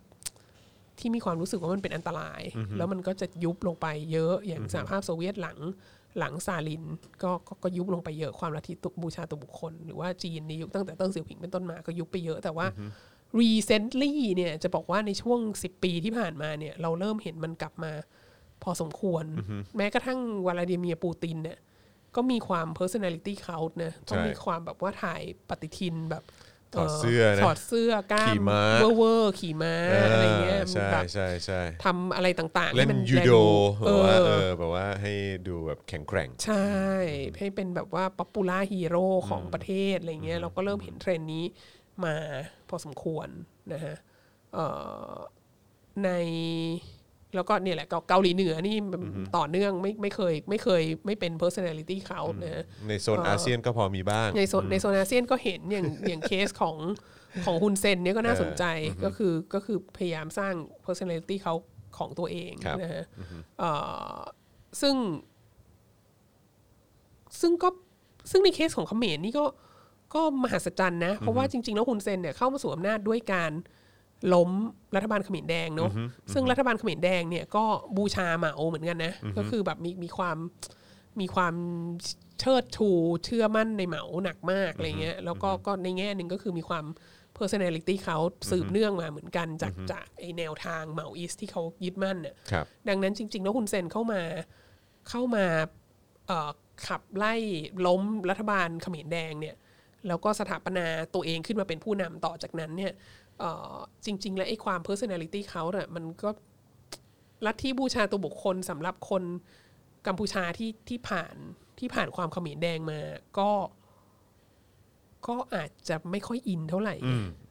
S3: ที่มีความรู้สึกว่ามันเป็นอันตราย แล้วมันก็จะยุบลงไปเยอะอย่างสหภาพโซเวียตหลังหลังซาลินก็ก็ก็ยุบลงไปเยอะความลัทธิตุบูชาตัวบุคคล หรือว่าจีนในยุคตั้งแต่เติ้งเสี่ยวผิงเป็นต้นมาก็ยุบไปเยอะแต่ว่า recently เนี่ยจะบอกว่าในช่วง 10 ปีที่ผ่านมาเนี่ยเราเริ่มเห็นมันกลับมาพอสมควร แม้กระทั่งวลาดิเมียร์ปูตินเนี่ยก็มีความ personality cult นะต้องมีความแบบว่าถ่ายปฏิทินแบบ
S2: ถอดเสื้อนะ
S3: ถอดเสื้อกล้า
S2: ขี่
S3: ม
S2: ม้า
S3: เวอร์เวอร์ขี่ม้าอะไรเงี้ย
S2: ใช่
S3: แบบ
S2: ใช่ใช่
S3: ทำอะไรต่างๆ
S2: เล่น
S3: ให้มั
S2: ยูโด
S3: เอ
S2: แบบว่าเอ
S3: อ
S2: อแบบว่าให้ดูแบบแข็งแกร่ง
S3: ใช่ ให้เป็นแบบว่าป๊อปปูล่าฮีโร่ของประเทศอะไรเงี้ยเราก็เริ่มเห็นเทรนด์นี้มาพอสมควรนะฮะเอ่อในแล้วก็เนี่ยแหละเกาเกาหลีเหนือนี่ต่อเนื่องไม่ไม่เคยไม่เคยไม่เป็น personality เขานะฮะ
S2: ในโซนอาเซียนก็พอมีบ้าง
S3: ในโซนในโซนอาเซียนก็เห็นอย่าง อย่างเคสของของฮุนเซนเนี่ยก็น่าสนใจก็คือก็คือพยายามสร้าง personality เขาของตัวเอง
S2: ครับ
S3: นะฮะเอ่อซึ่ง ซึ่งก็ซึ่งในเคสของเขมรนี่ก็ก็มหัศจรรย์นะ เพราะว่าจริง ๆ แล้วฮุนเซนเนี่ยเข้ามาสู่อำนาจด้วยการล้มรัฐบาลเขมรแดงเนาะซึ่งรัฐบาลเขมรแดงเนี่ยก็บูชาเหมาเหมือนกันนะ ก็คือแบบมีมีความ มีความเชิดชูเชื่อมั่นในเหมาหนักมากอะไรเงี้ยแล้วก็ก็ในแง่หนึ่งก็คือมีความ personality เขาสืบเนื่องมาเหมือนกันจากจากไอแนวทางเหมาอีสที่เขายึดมั่นเนี่ย
S2: ครับ
S3: ดังนั้นจริง ๆ แล้วคุณเซนเข้ามาเข้ามาเอ่อขับไล่ล้มรัฐบาลเขมรแดงเนี่ยแล้วก็สถาปนาตัวเองขึ้นมาเป็นผู้นำต่อจากนั้นเนี่ยเอ่อจริง ๆ แล้วไอ้ความ personality เขาเนี่ยมันก็ลัทธิบูชาตัวบุคคลสำหรับคนกัมพูชาที่ที่ผ่านที่ผ่านความเขมรแดงมาก็ ก็อาจจะไม่ค่อยอินเท่าไหร่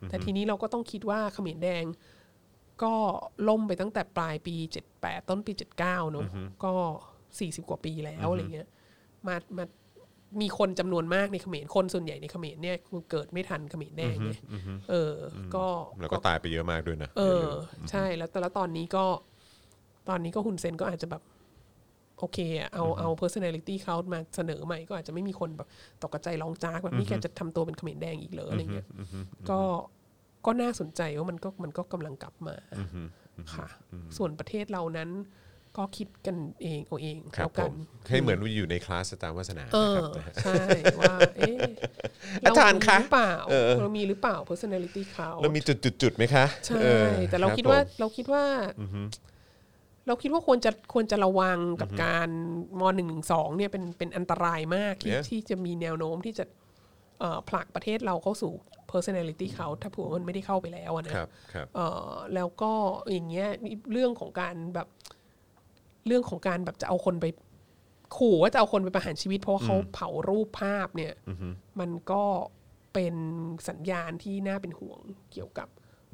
S3: แต่ทีนี้เราก็ต้องคิดว่าเขมรแดง ก็ล่มไปตั้งแต่ปลายปี 78 ต้นปี 79เนอะก็ 40 กว่าปีแล้วอะไรเงี้ยมามามีคนจำนวนมากในเขมรคนส่วนใหญ่ในเขมรเนี่ยคือเกิดไม่ทันเขมรแดงไงเออ ก็
S2: แล้วก็ตายไปเยอะมากด้วยนะ
S3: เออ ใช่แล้วแต่แล้วตอนนี้ก็ ตอนนี้ก็หุ่นเซนก็อาจจะแบบ โอเคอะเอาเอา personality เขามาเสนอใหม่ก็อาจจะไม่มีคนแบบตกกระใจร้องจากแบบนี่แกจะทำตัวเป็นเขมรแดงอีกเหรออะไรเงี้ยก็ก็น่าสนใจว่ามันก็มันก็กำลังกลับมาค่ะ ส่วนประเทศเรานั้นก็คิดกันเองเอาเอง
S2: ครั
S3: แล้
S2: บ
S3: ว
S2: ผ
S3: กัน
S2: มให้เหมือนอยู่ในคลาสตามวาสนา
S3: เอ
S2: นะค
S3: อ
S2: รับนะฮะ
S3: ใช่ว่าเอ๊ะ
S2: อาจารย์
S3: มี
S2: คะ
S3: หรือเปล่า
S2: เออ
S3: เรามีหรือเปล่า personality เขา
S2: เรามีจุดจุดจุดๆๆไหมคะ
S3: ใช่
S2: ออ
S3: แต่เรา
S2: บ
S3: คิดว่า
S2: ผม
S3: เราคิดว่า เราคิดว่าควรจะควรจะระวังกับการมหนึ่งหนึ่งสองเนี่ยเป็นเป็นอันตรายมากที่ที่จะมีแนวโน้มที่จะเอ่อผลักประเทศเราเข้าสู่ personality เขาถ้าผัวามันไม่ได้เข้าไปแล้วอะนะ
S2: ครับครับ
S3: เอ่อแล้วก็อย่างเงี้ยเรื่องของการแบบเรื่องของการแบบจะเอาคนไป ขู่ว่าจะเอาคนไปประหารชีวิต เพราะว่าเขาเผารูปภาพเนี่ยมันก็เป็นสัญญาณที่น่าเป็นห่วงเกี่ยวกับ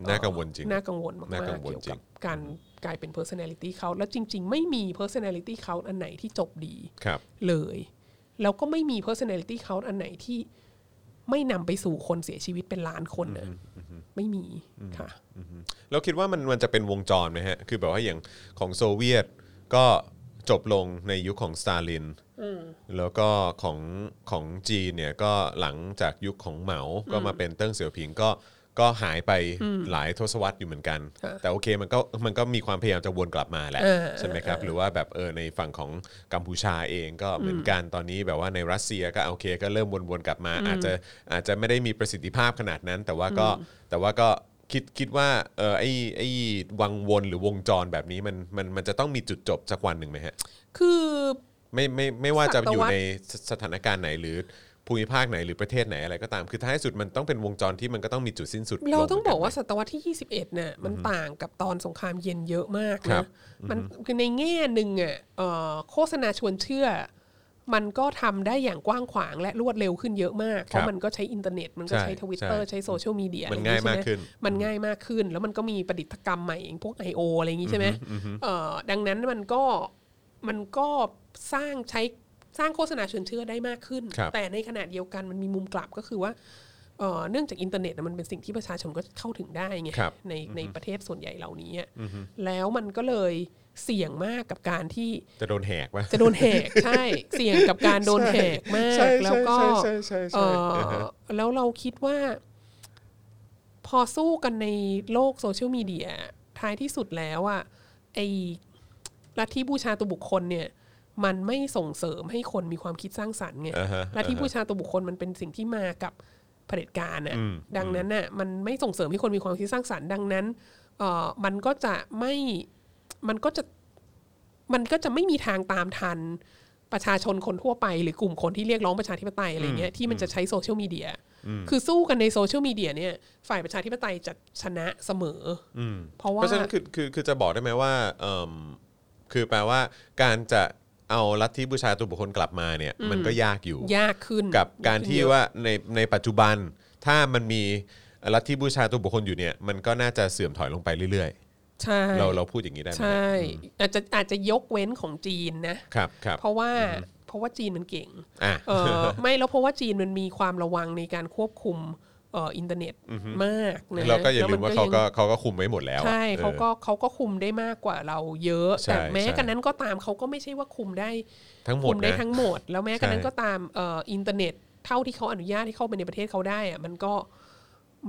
S2: น่ากังวลจริง
S3: น่ากังวลมาก
S2: น่ากัง
S3: ๆ
S2: วล
S3: เกี่ยว
S2: จริ
S3: กั
S2: ง
S3: บการกลายเป็น personality เขาแล้วจริง ๆ ไม่มี personality เขาอันไหนที่จบดี
S2: ครับ
S3: เลยแล้วก็ไม่มี personality count อันไหนที่ไม่นำไปสู่คนเสียชีวิตเป็นล้านคนนะไม่มีค่ะ
S2: แล้วคิดว่ามันมันจะเป็นวงจรไหมฮะ คือแบบว่าอย่างของโซเวียตก็จบลงในยุคของสตาลิน แล้วก็ของของจีนเนี่ยก็หลังจากยุคของเหมา ก็มาเป็นเติ้งเสี่ยวผิงก็ก็หายไปหลายทศวรรษอยู่เหมือนกัน
S3: ค่ะ
S2: แต่โอเคมันก็มันก็มีความพยายามจะวนกลับมาแหละ
S3: เออ
S2: ใช่ไหมครับ หรือว่าแบบเออในฝั่งของกัมพูชาเองก็เหมือนกันตอนนี้แบบว่าในรัสเซียก็โอเคก็เริ่มวนๆกลับมา อาจจะอาจจะไม่ได้มีประสิทธิภาพขนาดนั้น แต่ว่าก็แต่ว่าก็คิดคิดว่าเออไอ้ไอ้วังวนหรือวงจรแบบนี้มันมันมันจะต้องมีจุดจบสักวันหนึ่งไหมฮะ
S3: คือ
S2: ไม่ไม่ไม่ว่าจะ
S3: ศตวรรษ
S2: อยู่ในสสถานการณ์ไหนหรือภูมิภาคไหนหรือประเทศไหนอะไรก็ตาม คือท้ายสุดมันต้องเป็นวงจรที่มันก็ต้องมีจุดสิ้นสุด
S3: เราต้อง
S2: ลหมืนน
S3: บอกว่าศตวรรษที่ 21เนี่ยมันต่างกับตอนสงครามเย็นเยอะมากนะมันคือในแง่หนึ่งอ่ะเอ่อโฆษณาชวนเชื่อ มันก็ทำได้อย่างกว้างขวางและรวดเร็วขึ้นเยอะมาก เพราะมันก็ใช้อินเทอร์เน็ต มันก็ใช้
S2: ใช่
S3: ทวิตเตอร์
S2: ใช่
S3: ใช้โซเชียลมีเดีย
S2: มัน
S3: อะไรอ
S2: ง่ายมาก
S3: ใช่ไห
S2: ขึ้น
S3: มันง่ายมากขึ้น แล้วมันก็มีประดิษฐกรรมใหม่อย่างพวก I.O. อะไรอย่างนี้ใช่ไหมเอ่อดังนั้นมันก็มันก็สร้างใช้สร้างโฆษณาชวนเชื่อได้มากขึ้น
S2: ครับ
S3: แต่ในขณะเดียวกันมันมีมุมกลับก็คือว่า เ เอ่อเนื่องจากอินเทอร์เน็ตน่ะมันเป็นสิ่งที่ประชาชนก็เข้าถึงได้ไง
S2: ครับ
S3: ในในประเทศส่วนใหญ่เหล่านี้อะแล้วมันก็เลยเสี่ยงมากกับการที่
S2: จะโดนแหกป่ะ
S3: จะโดนแหก ใช่เสี่ยงกับการโดนแหกมาก
S2: ใช่ใช่
S3: แล้วก็
S2: ใช่ใช่ใช่ใช่
S3: เอ่อ
S2: เออฮะ
S3: แล้วเราคิดว่า พอสู้กันในโลกโซเชียลมีเดียท้ายที่สุดแล้วอ่ะไอ้ลัทธิบูชาตัวบุคคลเนี่ย มันไม่ส่งเสริมให้คนมีความคิดสร้างสรรค์ไง
S2: อ่าฮะ
S3: ลัทธิบูชาตัวบุคคลมันเป็นสิ่งที่มากับเผด็จการน่ะ
S2: อืม
S3: ดังนั้นน่ะมันไม่ส่งเสริมให้คนมีความคิดสร้างสรรค์ดังนั้นเอ่อมันก็จะไม่มันก็จะ มันก็จะไม่มีทางตามทันประชาชนคนทั่วไป หรือกลุ่มคนที่เรียกร้องประชาธิปไตยอะไรเงี้ยที่มันจะใช้โซเชียลมีเดียคือสู้กันในโซเชียลมีเดียเนี่ย ฝ่ายประชาธิปไตยจะชนะเสมออเพราะ
S2: เพ
S3: ว่า
S2: ราะฉะนั้นคือคือคือจะบอกได้ไหมว่าเอิ่มคือแปลว่าการจะเอาลัทธิบูชาตัวบุคคลกลับมาเนี่ยมันก็ยากอยู่
S3: ยากขึ้น
S2: กับการที่ว่าในในปัจจุบันถ้ามันมีลัทธิบูชาตัวบุคคลอยู่เนี่ยมันก็น่าจะเสื่อมถอยลงไปเรื่อย
S3: ใช่
S2: ๆ เราเราพูดอย่างนี้ได้ไหม
S3: ใช่ อาจจะอาจจะยกเว้นของจีนนะ
S2: ครับครับ
S3: เพราะว่าเพราะว่าจีนมันเก่ง
S2: อ่ะ
S3: เอ อไม่แล้วเพราะว่าจีนมันมีความระวังในการควบคุมเอ่ออินเทอร์เน็ตมากนะ
S2: เราก็อย่าลื
S3: แน
S2: มว่าเขา
S3: ยัง
S2: ก็เขาก็คุมไว้หมดแล้วอะ
S3: ใช่
S2: ออ
S3: เขาก็เขาก็คุมได้มากกว่าเราเยอะ
S2: ใช่
S3: แต่แม้
S2: ใช่
S3: กันนั้นก็ตามเขาก็ไม่ใช่ว่าคุมได้
S2: ทั้งหม
S3: คุ
S2: ด
S3: มได้
S2: นะ
S3: ทั้งหมด แล้วแม้กันนั้น
S2: ใช่
S3: ก็ตามเอ่ออินเทอร์เน็ต เท่าที่เขาอนุญาตให้เข้าไปในประเทศเขาได้อะมันก็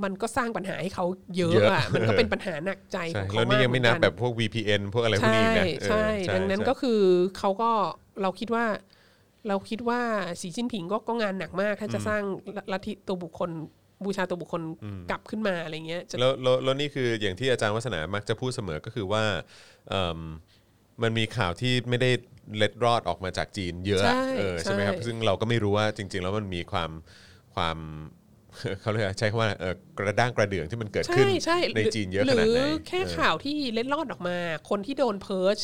S3: มันก็สร้างปัญหาให้เขาเยอะอ่ะมันก็เป็นปัญหาหนักใจข
S2: ใช่
S3: องเขา
S2: แล้วนี่
S3: มาก
S2: ยังไม่นับ
S3: เหอกั
S2: แบบพวก VPN พวกอะไรพวก
S3: ใช่
S2: นี้อีกนะเออ
S3: ใช่
S2: ใช่
S3: ดังนั้น
S2: ใช่
S3: ก็คือเขาก็เราคิดว่า เราคิดว่าสีจิ้นผิงก็ก็งานหนักมาก ถ้าจะสร้างลัทธิตัวบุคคลบูชาตัวบุคคลกลับขึ้นมาอะไรเงี้ยจะ
S2: แล้วแล้วแล้วนี่คืออย่างที่อาจารย์วัฒนามักจะพูดเสมอก็คือว่าเอิ่มมันมีข่าวที่ไม่ได้เล็ดรอดออกมาจากจีนเยอะ
S3: ใช่
S2: เออใช่ไหมครับ
S3: ใช่
S2: ซึ่งเราก็ไม่รู้ว่าจริง ๆ แล้วมันมีความความ เขาเรียกว่าใช้คำว่าเออกระด้างกระเดื่องที่มันเกิดขึ้น
S3: ใช่ใช่
S2: ในจีนเยอะขนาด
S3: ห
S2: ไหน
S3: รือแค่
S2: เออ
S3: ข่าวที่เล็ดลอดออกมา คนที่โดนเพิร์ช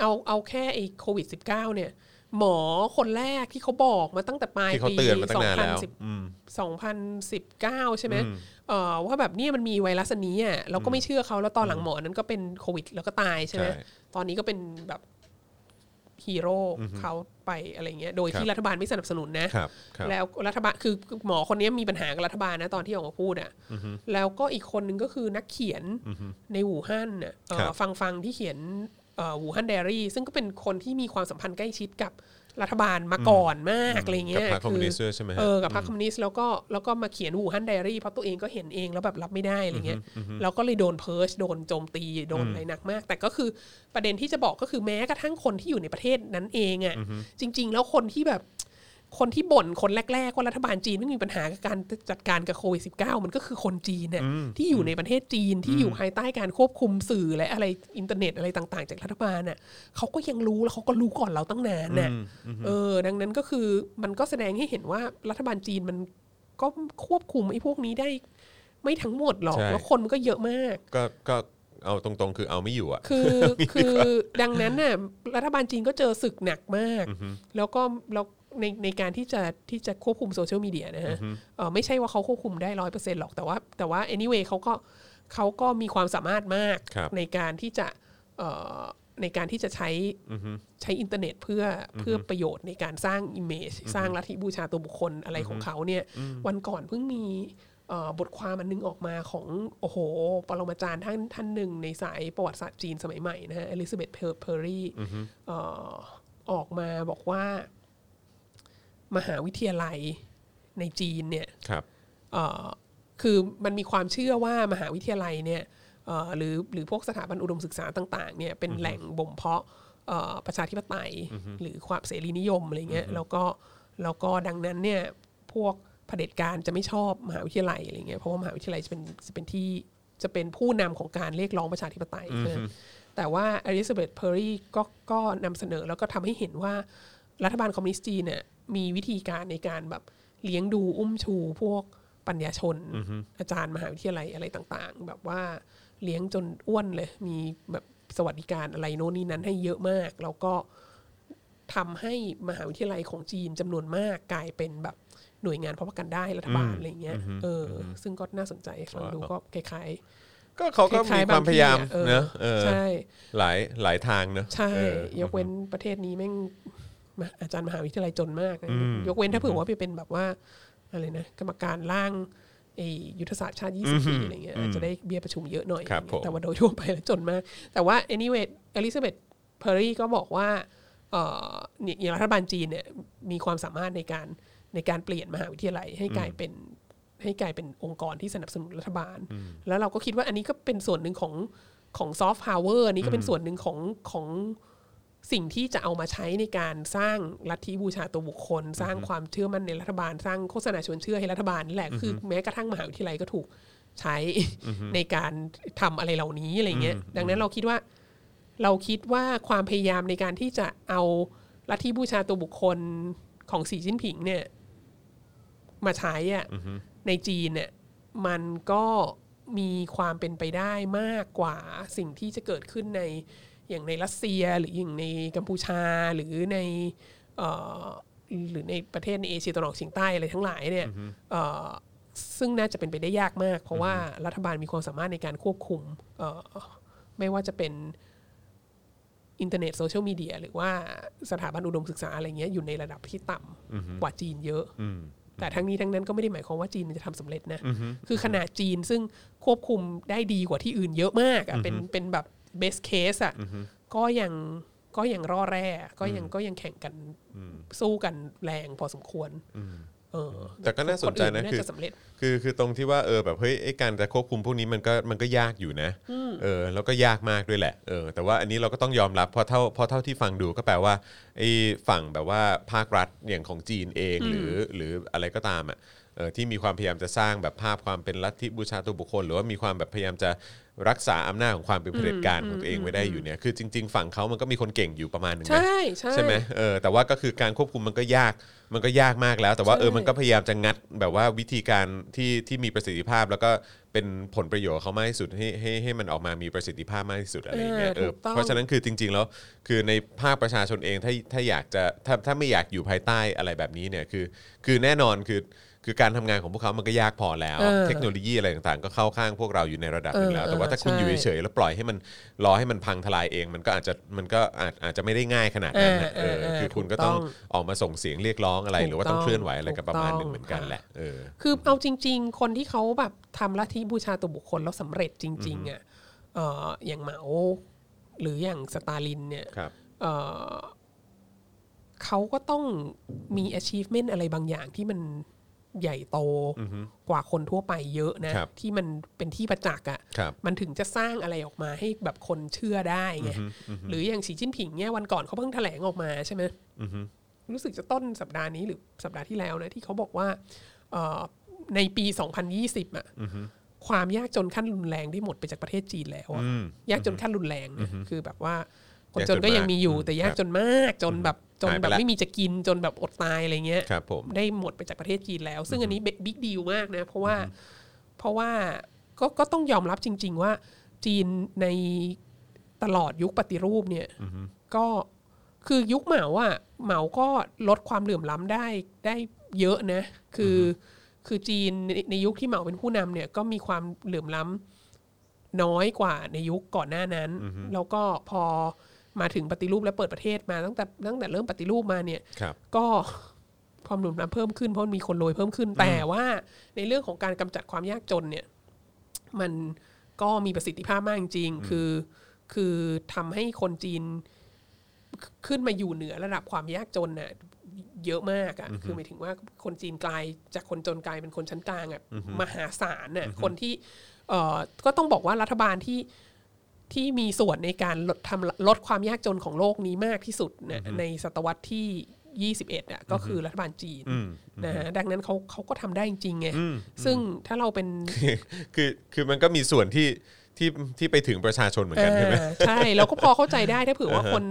S3: เอาเอาแค่ไอ้โควิด -19 เนี่ย หมอคนแรกที่เขาบอกมาตั้งแต่ปลาย
S2: ที่เขา
S3: ปี
S2: เตือนมาตั้งนานแล้ว
S3: 2010 2019 ใช่ไหมเอ่อว่าแบบเนี่ยมันมีไวรัสอันนี้อ่ะเราก็ไม่เชื่อเขาแล้วตอนหลังหมอนั้นก็เป็นโควิด แล้วก็ตายใช่ไหม
S2: ใช่
S3: ตอนนี้ก็เป็นแบบฮีโร่เขาไปอะไรเงี้ยโดย
S2: ค
S3: ที่
S2: รับ
S3: รัฐบาลไม่สนับสนุนนะ
S2: ครับครับ
S3: แล้วรัฐบาลคือหมอคนนี้มีปัญหากับรัฐบาลนะตอนที่ออกมาพูดอ่ะแล้วก็อีกคนนึงก็คือนักเขียนในวูฮั่นน่ะเอ่อ
S2: ครับ
S3: ฟังฟังที่เขียนเอ่อวูฮั่นไดอารี่ ซึ่งก็เป็นคนที่มีความสัมพันธ์ใกล้ชิดกับรัฐบาลมาก่อนมากอะไรเงี้ย
S2: กับพรรคคอมมิวนิสต์ด้วยใช่ไหมฮะ
S3: เออกับพรรคคอมมิวนิสต์แล้วก็แล้วก็มาเขียนวูฮั่นไดอารี่เพราะตัวเองก็เห็นเองแล้วแบบรับไม่ได้อะไรเงี้ยแล้วก็เลยโดนเพิร์ชโดนโจมตีโดนอะไรหนักมาก แต่ก็คือประเด็นที่จะบอกก็คือแม้กระทั่งคนที่อยู่ในประเทศนั้นเองอ่ะจริง ๆ แล้วคนที่แบบ คนที่บ่นคนแรก ๆ ว่ารัฐบาลจีนไม่มีปัญหากับการจัดการกับโควิดสิมันก็คือคนจีนเนี่ยที่อยู่ในประเทศจีนที่อยู่ภายใต้การควบคุมสื่อและอะไรอินเทอร์เน็ตอะไรต่าง ๆ จากรัฐบาลน่ะเขาก็ยังรู้แล้วเขาก็รู้ก่อนเราตั้งนานน่ะเออ ดังนั้นก็คือมันก็แสดงให้เห็นว่ารัฐบาลจีนมันก็ควบคุมไอ้พวกนี้ได้ไม่ทั้งหมดหรอก
S2: ใช่
S3: แล้วคนมันก็เยอะมาก
S2: ก็ก็เอาตรงๆ คือเอาไม่อยู่อ่ะ
S3: คือคือดังนั้นน่ะรัฐบาลจีนก็เจอศึกหนักมาก แล้วก็แล้วในในการที่จะที่จะควบคุมโซเชียลมีเดียนะฮะเอ่อไม่ใช่ว่าเขาควบคุมได้ร้อยเปอร์เซ็นต์หรอกแต่ว่า แต่ว่า anyway เขาก็เขาก็มีความสามารถมาก
S2: ครับ
S3: ในการที่จะเอ่อในการที่จะใช้ใช้อินเทอร์เน็ตเพื่อเพื่อประโยชน์ในการสร้างอิมเมจสร้างลัทธิบูชาตัวบุคคลอะไรของเขาเนี่ยวันก่อนเพิ่งมีเอ่อบทความมันนึงออกมาของโอ้โห ปรมาจารย์ท่านท่านหนึ่งในสายประวัติศาสตร์จีนสมัยใหม่นะฮะอลิซาเบธเพอร์รี่ออกมาบอกว่า มหาวิทยาลัยในจีนเนี่ย
S2: ครับ
S3: เอ่อคือมันมีความเชื่อว่ามหาวิทยาลัยเนี่ยเอ่อหรือหรือพวกสถาบันอุดมศึกษาต่างๆเนี่ยเป็นแหล่งบ่มเพาะเอ่อประชาธิปไตยหรือความเสรีนิยมอะไรเงี้ยแล้วก็แล้วก็ดังนั้นเนี่ยพวกเผด็จการจะไม่ชอบมหาวิทยาลัยอะไรเงี้ยเพราะว่ามหาวิทยาลัยจะเป็นจะเป็นที่จะเป็นผู้นำของการเรียกร้องประชาธิปไตยใช่ไหมแต่ว่าอลิซาเบธเพอร์รี่ก็ก็นำเสนอแล้วก็ทำให้เห็นว่า รัฐบาลคอมมิวนิสต์จีนเนี่ยมีวิธีการในการแบบเลี้ยงดูอุ้มชูพวกปัญญาชน อาจารย์มหาวิทยาลัยอะไรต่างๆ แบบว่าเลี้ยงจนอ้วนเลย มีแบบสวัสดิการอะไรโน่นนี่นั้นให้เยอะมาก แล้วก็ทำให้มหาวิทยาลัยของจีนจำนวนมากกลายเป็นแบบหน่วยงานพระประกันได้รัฐบาลอะไรเงี้ยเอออซึ่งก็น่าสนใจฟังดูก็คล้าย
S2: ก็เขา
S3: ๆค
S2: ก็
S3: ล้า
S2: มี
S3: ย
S2: ค
S3: ๆบ
S2: วาง มพ
S3: ที่
S2: ยายาม
S3: เออ
S2: เนอะเออ
S3: ใช่
S2: หลายหลายทางเนอะ
S3: ใช่
S2: เออ
S3: ยกเว้นประเทศนี้แม่งมหาอาจารย์มหาวิทยาลัยจนมากนะยกเว้นถ้าเผื่อว่าไปเป็นแบบว่าอะไรนะกรรมการร่าง ไอ้ยุทธศาสตร์ชาติ 20 ปีอะไรเงี้ยอาจจะได้เบี้ยประชุมเยอะหน่อย
S2: ครับผม
S3: แต่ว่าโดยทั่วไปแล้วจนมาก แต่ว่า anyway อลิซาเบธเพอร์รี่ก็บอกว่าเอ่อเนี่ยอย่างรัฐบาลจีนเนี่ยมีความสามารถในการในการเปลี่ยนมหาวิทยาลัยให้กลายเป็นให้กลายเป็นองค์กรที่สนับสนุนรัฐบาล แล้วเราก็คิดว่าอันนี้ก็เป็นส่วนหนึ่งของของซอฟต์พาวเวอร์นี้ก็เป็นส่วนหนึ่งของของ สิ่งที่จะเอามาใช้ในการสร้างลัทธิบูชาตัวบุคคล สร้างความเชื่อมั่นในรัฐบาล สร้างโฆษณาชวนเชื่อให้รัฐบาลนั่นแหละคือแม้กระทั่งมหาวิทยาลัยก็ถูกใช้ในการทำอะไรเหล่านี้อะไรเงี้ยดังนั้นเราคิดว่า เราคิดว่าความพยายามในการที่จะเอาลัทธิบูชาตัวบุคคลของสีจิ้นผิงเนี่ย มาใช้อะในจีนเนี่ยมันก็มีความเป็นไปได้มากกว่าสิ่งที่จะเกิดขึ้นในอย่างในรัสเซียหรืออย่างในกัมพูชาหรือในเอ่อหรือในประเทศในเอเชียตะวันออกเฉียงใต้อะไรทั้งหลายเนี่ยเอ่อซึ่งน่าจะเป็นไปได้ยากมาก เพราะว่ารัฐบาลมีความสามารถในการควบคุมเอ่อไม่ว่าจะเป็น อินเทอร์เน็ตโซเชียลมีเดียหรือว่าสถาบันอุดมศึกษาอะไรเงี้ยอยู่ในระดับที่ต่ำกว่าจีนเยอะ แต่ทั้งนี้ทั้งนั้นก็ไม่ได้หมายความว่าจีนมันจะทำสำเร็จนะ คือขนาดจีนซึ่งควบคุมได้ดีกว่าที่อื่นเยอะมากอ่ะเป็นเป็นแบบเบสเคสอ่ะก็ยังก็ยังร่อแร่ก็ยังก็ยังแข่งกันสู้กันแรงพอสมควรเออ
S2: แต่ก็น่าสนใจนะ
S3: คอื่า
S2: คือ
S3: จะสำเร็จ
S2: คือคือตรงที่ว่าเออแบบเฮ้ยไอ้การจะควบคุมพวกนี้มันก็มันก็ยากอยู่นะเออแล้วก็ยากมากด้วยแหละเออแต่ว่าอันนี้เราก็ต้องยอมรับเพราะเท่าเพราะเท่าที่ฟังดูก็แปลว่าไอ้ฝั่งแบบว่าภาครัฐอย่างของจีนเองหรือหรืออะไรก็ตามอ่ะเออที่มีความพยายามจะสร้างแบบภาพความเป็นลัทธิบูชาตัวบุคคล หรือว่ามีความแบบพยายามจะรักษาอำนาจของความเป็นเผด็จการของตัวเองไว้ได้อยู่เนี่ยคือจริง ๆ ฝั่งเขามันก็มีคนเก่งอยู่ประมาณหนึงนะ
S3: ใช่ใช่
S2: ใช่ไหมเออแต่ว่าก็คือการควบคุมมันก็ยาก มันก็ยากมากแล้ว แต่ว่า
S3: ใช่
S2: เออมันก็พยายามจะงัดแบบว่าวิธีการที่ที่มีประสิทธิภาพ แล้วก็เป็นผลประโยชน์เขามากที่สุดให้ให้ให้มันออกมามีประสิทธิภาพมากที่สุดอะไรอย่างเงี้ยเออเพราะฉะนั้นคือจริง ๆ แล้ว คือในภาคประชาชนเองถ้าถ้าอยากจะถ้าถ้าไม่อยากอยู่ภายใต้อะไรแบบนี้เนี่ยคือ คือแน่นอนคือคือการทำงานของพวกเขามันก็ยากพอแล้ว
S3: เออ
S2: เทคโนโลยีอะไรต่างๆ ก็เข้าข้างพวกเราอยู่ในระดับหนึงแล้ว
S3: เออ
S2: แต่ว่าถ้าคุณ
S3: ใช่
S2: อยู่เฉยๆแล้วปล่อยให้มันรอให้มันพังทลายเอง มันก็อาจจะมันก็อาจอาจจะไม่ได้ง่ายขนาด แบบนั้นน่ะเอ
S3: เออ
S2: อ
S3: เออ
S2: คือ
S3: เออ
S2: คุณ
S3: ถูก
S2: ก็ต้อง
S3: ต้อง
S2: ออกมาส่งเสียงเรียกร้องอะไร
S3: ถูก
S2: หรือว่าต้อง
S3: ต้อง
S2: เคลื่อนไหวอะไรกันประมาณห
S3: ถูกต้อ
S2: นึง
S3: ง
S2: เหมือนกันแหละเออ
S3: คือเอาจริง ๆ คนที่เขาแบบทำลัทธิบูชาตัวบุคคลแล้วสำเร็จจริง ๆอ่ะเอ่ออย่างเหมาหรืออย่างสตาลินเนี่ย
S2: ครับ
S3: เอ่อเขาก็ต้องมี achievement อะไรบางอย่างที่มันใหญ่โตกว่าคนทั่วไปเยอะนะ
S2: ครับ
S3: ที่มันเป็นที่ประจักษ์อ่ะ
S2: ครับ
S3: มันถึงจะสร้างอะไรออกมาให้แบบคนเชื่อได้ไงหรืออย่างสีจิ้นผิงเนี่ยวันก่อนเขาเพิ่งแถลงออกมาใช่ไหมรู้สึกจะต้นสัปดาห์นี้หรือสัปดาห์ที่แล้วนะที่เขาบอกว่าเอ่อในปี 2020อ่ะความยากจนขั้นรุนแรงได้หมดไปจากประเทศจีนแล้วอะยากจนขั้นรุนแรงนะคือแบบว่า คนจนก็ยังมีอยู่แต่ยากจนมากจนแบบจน
S2: หาย
S3: แบ
S2: ไป
S3: บ
S2: ละ
S3: ไม่มีจะกินจนแบบอดตายอะไรเงี้ย
S2: ครับผม
S3: ได้หมดไปจากประเทศจีนแล้ว ซึ่งอันนี้บิ๊กดีลมากนะ เพราะว่าเพราะว่าก็ก็ต้องยอมรับจริง ๆ ว่าจีนในตลอดยุคปฏิรูปเนี่ยก็คือยุคเหมาอะเหมาก็ลดความเหลื่อมล้ำได้ได้เยอะนะ คืออคือจีนในในยุคที่เหมาเป็นผู้นำเนี่ยก็มีความเหลื่อมล้ำ น้อยกว่าในยุคก่อนหน้านั้น แล้วก็พอมาถึงปฏิรูปและเปิดประเทศมาตั้งแต่ตั้งแต่เริ่มปฏิรูปมาเนี่ย
S2: ครับ
S3: ก็ความเหลุมล้ำเพิ่มขึ้นเพราะมันมีคนรวยเพิ่มขึ้น แต่ว่าในเรื่องของการกำจัดความยากจนเนี่ย มันก็มีประสิทธิภาพมากจริงๆคือ คือทำให้คนจีนขึ้นมาอยู่เหนือระดับความยากจนน่ะเยอะมากอะ่ะคือหมายถึงว่าคนจีนกลายจากคนจนกลายเป็นคนชั้นกลางอะ่ะมหาศาลน่ะคนที่เอ่อก็ต้องบอกว่ารัฐบาลที่ที่มีส่วนในการลดทำลดความยากจนของโลกนี้มากที่สุดน่ะในศตวรรษที่ 21อ่ะก็คือรัฐบาลจีนนะฮะดังนั้นเขาเขาก็ทำได้จริงๆไงซึ่งถ้าเราเป็น
S2: คือคือมันก็มีส่วนที่ที่ที่ไปถึงประชาชนเหมือนกันใช่ไหม
S3: เออใช่แล้วก็พอเข้าใจได้ถ้าเผื่อว่าคน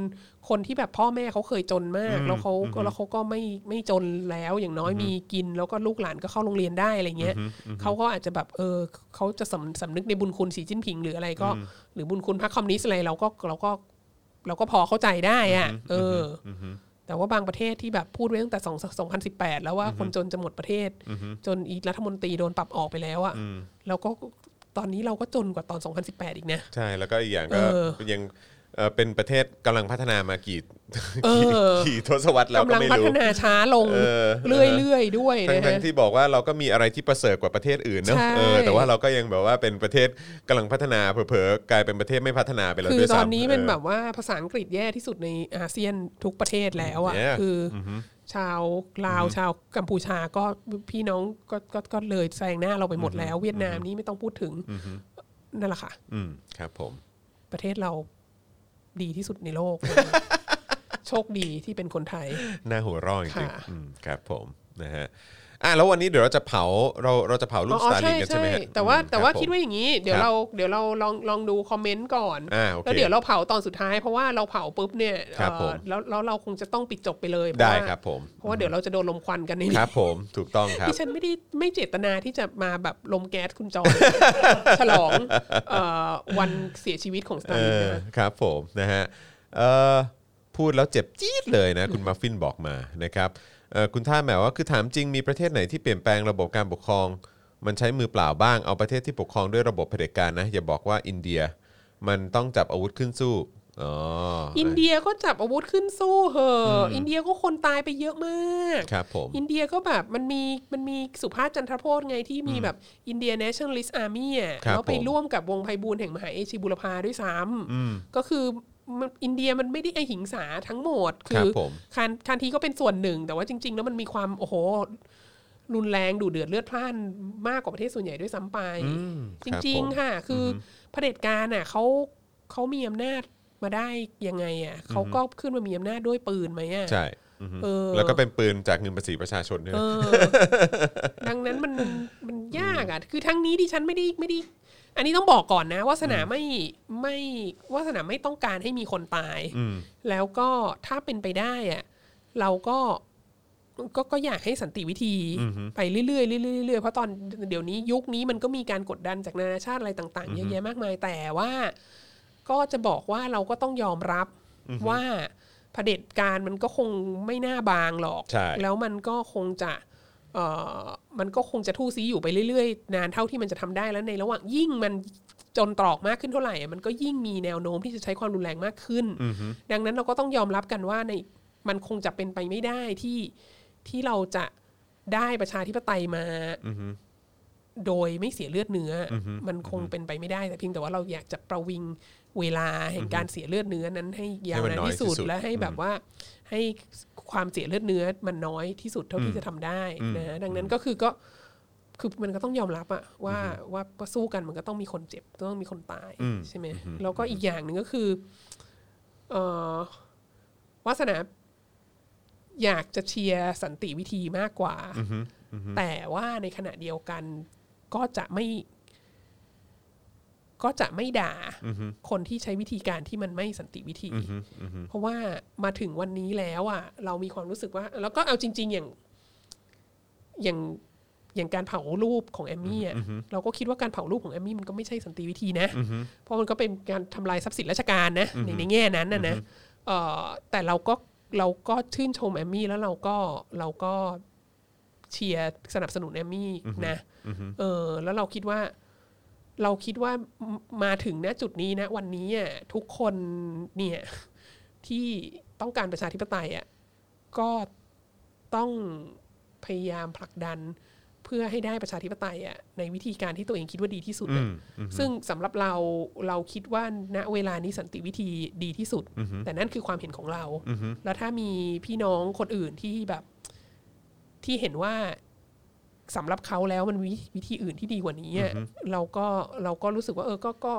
S3: คนที่แบบพ่อแม่เขาเคยจนมาก แล้วเขาก็แล้วเขาก็ไม่ไม่จนแล้วอย่างน้อยมีกิน แล้วก็ลูกหลานก็เข้าโรงเรียนได้อะไรเงี้ยเขาก็อาจจะแบบเออเขาจะสำสำนึกในบุญคุณสีจิ้นผิงหรืออะไรก็ หรือบุญคุณพรรคคอมมิวนิสต์อะไรเราก็เราก็เราก็พอเข้าใจได้อะเอออแต่ว่าบางประเทศที่แบบพูดไว้ตั้งแต่2 2018 แล้วว่าคนจนจะหมดประเทศ จนอีรัฐมนตรีโดนปรับออกไปแล้วอะแล้วก็ตอนนี้เราก็จนกว่าตอน 2018 อีกนะ
S2: ใช่แล้วก็อีกอย่างก็
S3: เออ
S2: ยังเอ่อเป็นประเทศกำลังพัฒนามากี่
S3: เออ
S2: กี่ทศวรรษแล้วก็
S3: กำลัง
S2: ไม่
S3: พัฒ
S2: รู้
S3: นาช้าลง
S2: เออ
S3: เรื่อยๆด้วย
S2: ทั้
S3: นะ
S2: งทั้
S3: ฮะ
S2: งที่บอกว่าเราก็มีอะไรที่ประเสริฐกว่าประเทศอื่นเนอะ
S3: ใช่
S2: เออแต่ว่าเราก็ยังแบบว่าเป็นประเทศกำลังพัฒนาเผลอๆกลายเป็นประเทศไม่พัฒนาไปแล้ว
S3: คือ
S2: ด้วย
S3: ต
S2: ซ้ำ
S3: อนนี้เป็น
S2: ออ
S3: แบบว่าภาษาอังกฤษแย่ที่สุดในอาเซียนทุกประเทศแล้วอ่ะ
S2: Yeah.
S3: คืออชาวลาวชาวกัมพูชาก็พี่น้องก็ก็ก็เลยแซงหน้าเราไปหมดแล้ว เวียดนามนี่ไม่ต้องพูดถึงนั่นแหละค่ะ
S2: อืมครับผม
S3: ประเทศเราดีที่สุดในโล ก โชคดีที่เป็นคนไทย
S2: น่าหัวเร้อนจริง
S3: ค่ะ
S2: ๆอืมครับผมนะฮะอ่ะแล้ววันนี้เดี๋ยวเราจะเผาเราเราจะเผารูปสตาร์ลิงกันใช่ไหมฮะ
S3: แต่ว่า
S2: อืม
S3: แต่ว่า
S2: รับผม
S3: คิดว่าอย่างนี้ เดี๋ย
S2: ค
S3: ว
S2: รับ
S3: เราเดี๋ยวเราลองลองดูคอมเมนต์ก่อน
S2: อ่าโอเค
S3: แล้วเดี๋ยวเราเผาตอนสุดท้าย เพราะว่าเราเผาปุ๊บเนี่ย
S2: ครับ
S3: เอ่อ
S2: ผม
S3: แล้วแล้วเราคงจะต้องปิดจบไปเลยเพ
S2: ได้
S3: ราะว่า
S2: ครับผม
S3: เพราะว่าเดี๋ยวเราจะโดนลมควันกันใน
S2: ค
S3: นี้
S2: รับผมถูกต้องครับ
S3: ที่ฉันไม่ได้ไม่เจตนาที่จะมาแบบลมแก๊สคุณจ อนฉลองเอ่อวันเสียชีวิตของสตา
S2: เอ
S3: ร์ลิน
S2: อ
S3: นะ
S2: ครับผมนะฮะเออพูดแล้วเจ็บจี๊ดเลยนะ คุณมัฟฟินบอกมานะครับเออคุณท่าแหมว่าคือถามจริงมีประเทศไหนที่เปลี่ยนแปลงระบบการปกครอง มันใช้มือเปล่าบ้างเอาประเทศที่ปกครองด้วยระบบเผด็จการนะ อย่าบอกว่าอินเดีย มันต้องจับอาวุธขึ้นสู้อ๋อ
S3: อินเดียก็จับอาวุธขึ้นสู้เหอะอินเดียก็คนตายไปเยอะมาก
S2: ครับผม
S3: อินเดียก็แบบมันมีมันมีสุภาพจันทรโพจน์ไงที่มีแบบอินเดียเนชั่นลิสต์อาร์มี่อ่ะ
S2: ครับ
S3: แล้วไป
S2: ผม
S3: ร่วมกับวงไพบูลย์แห่งมหาเอชิบุรพาด้วยซ้ำก็คือมันอินเดียมันไม่ได้อหิงสาทั้งหมด
S2: ค
S3: คื
S2: รับ
S3: อ
S2: ผม
S3: คานคานทีก็เป็นส่วนหนึ่ง แต่ว่าจริง ๆ แล้วมันมีความโอ้โห รุนแรงดูเดือดเลือดพล่านมากกว่าประเทศส่วนใหญ่ด้วยซ้ำไป
S2: ค
S3: จ
S2: รับ
S3: ริง
S2: ผม
S3: ๆ ค่ะ คืออเผด็จการน่ะเขาเขามีอำนาจมาได้ยังไงอ่ะเขาก็ขึ้นมามีอำนาจด้วยปืนไหมอ่ะ
S2: ใช่อือฮึ
S3: เออ
S2: แล้วก็เป็นปืนจากเงินภาษีประชาชนด้วย
S3: เอ
S2: นะ
S3: อ ดังนั้นมันมันยากอ่ะ คือทั้งนี้ดิฉันไม่ได้ไม่ได้ อันนี้ต้องบอกก่อนนะวาสนาไม่ไม่วาสนาไม่ต้องการให้มีคนตาย
S2: ม
S3: แล้วก็ถ้าเป็นไปได้อ่ะเราก็ก็ก็อยากให้สันติวิธีไปเรื่อยๆเรื่อยๆเรื่อยๆเพราะตอนเดี๋ยวนี้ยุคนี้มันก็มีการกดดันจากนานาชาติอะไรต่างๆเยอะแยะมากมายแต่ว่า ก็จะบอกว่าเราก็ต้องยอมรับว่าเผด็จการมันก็คงไม่น่าบางหรอก
S2: ใช่
S3: แล้วมันก็คงจะเอ่อมันก็คงจะทู่ซีอยู่ไปเรื่อยๆ นานเท่าที่มันจะทำได้แล้วในระหว่างยิ่งมันจนตรอกมากขึ้นเท่าไหร่อะมันก็ยิ่งมีแนวโน้มที่จะใช้ความรุนแรงมากขึ้น ดังนั้นเราก็ต้องยอมรับกันว่าในมันคงจะเป็นไปไม่ได้ที่ที่เราจะได้ประชาธิปไตยมา โดยไม่เสียเลือดเนื้ออมันคงเป็นไปไม่ได้แต่เพียงแต่ว่าเราอยากจะประวิงเวลาแห่งการเสียเลือดเนื้อนั้นให้ยาว
S2: ให้มัน
S3: นาน
S2: น้อย
S3: ที่สุ
S2: ที่
S3: ด
S2: สุด
S3: และให้แบบว่า ให้ความเสียเลือดเนื้อมันน้อยที่สุดเท่าที่จะทำได้นะฮะดังนั้นก็คือก็คือมันก็ต้องยอมรับอะว่าว่าว่าสู้กันมันก็ต้องมีคนเจ็บต้องมีคนตายใช่ไหมแล้วก็อีกอย่างหนึ่งก็คือเออวาสนา อยากจะเชียร์สันติวิธีมากกว่า แต่ว่าในขณะเดียวกันก็จะไม่ ก็จะไม่ด่าคนที่ใช้วิธีการที่มันไม่สันติวิธี เพราะว่ามาถึงวันนี้แล้วอ่ะ เรามีความรู้สึกว่า แล้วก็เอาจริง ๆ อย่าง อย่างอย่างการเผารูปของแอมมี่อ่ะเราก็คิดว่าการเผารูปของแอมมี่มันก็ไม่ใช่สันติวิธีนะ เพราะมันก็เป็นการทำลายทรัพย์สินราชการนะในในแง่นั้นนะนะเอ่อแต่เราก็เราก็ชื่นชมแอมมี่แล้วเราก็เราก็เชียร์สนับสนุนแอมมี่นะเออ แล้วเราคิดว่า เราคิดว่ามามาถึงณจุดนี้นะ วันนี้อ่ะทุกคนเนี่ย ที่ต้องการประชาธิปไตยอ่ะก็ต้องพยายามผลักดันเพื่อให้ได้ประชาธิปไตยอ่ะในวิธีการที่ตัวเองคิดว่าดีที่สุดอะซึ่งสำหรับเราเราคิดว่าณเวลานี้สันติวิธีดีที่สุด แต่นั่นคือความเห็นของเรา แล้วถ้ามีพี่น้องคนอื่นที่แบบที่เห็นว่าสำหรับเขาแล้วมันมีวิธีอื่นที่ดีกว่านี้อะเราก็เราก็รู้สึกว่า เออก็ก็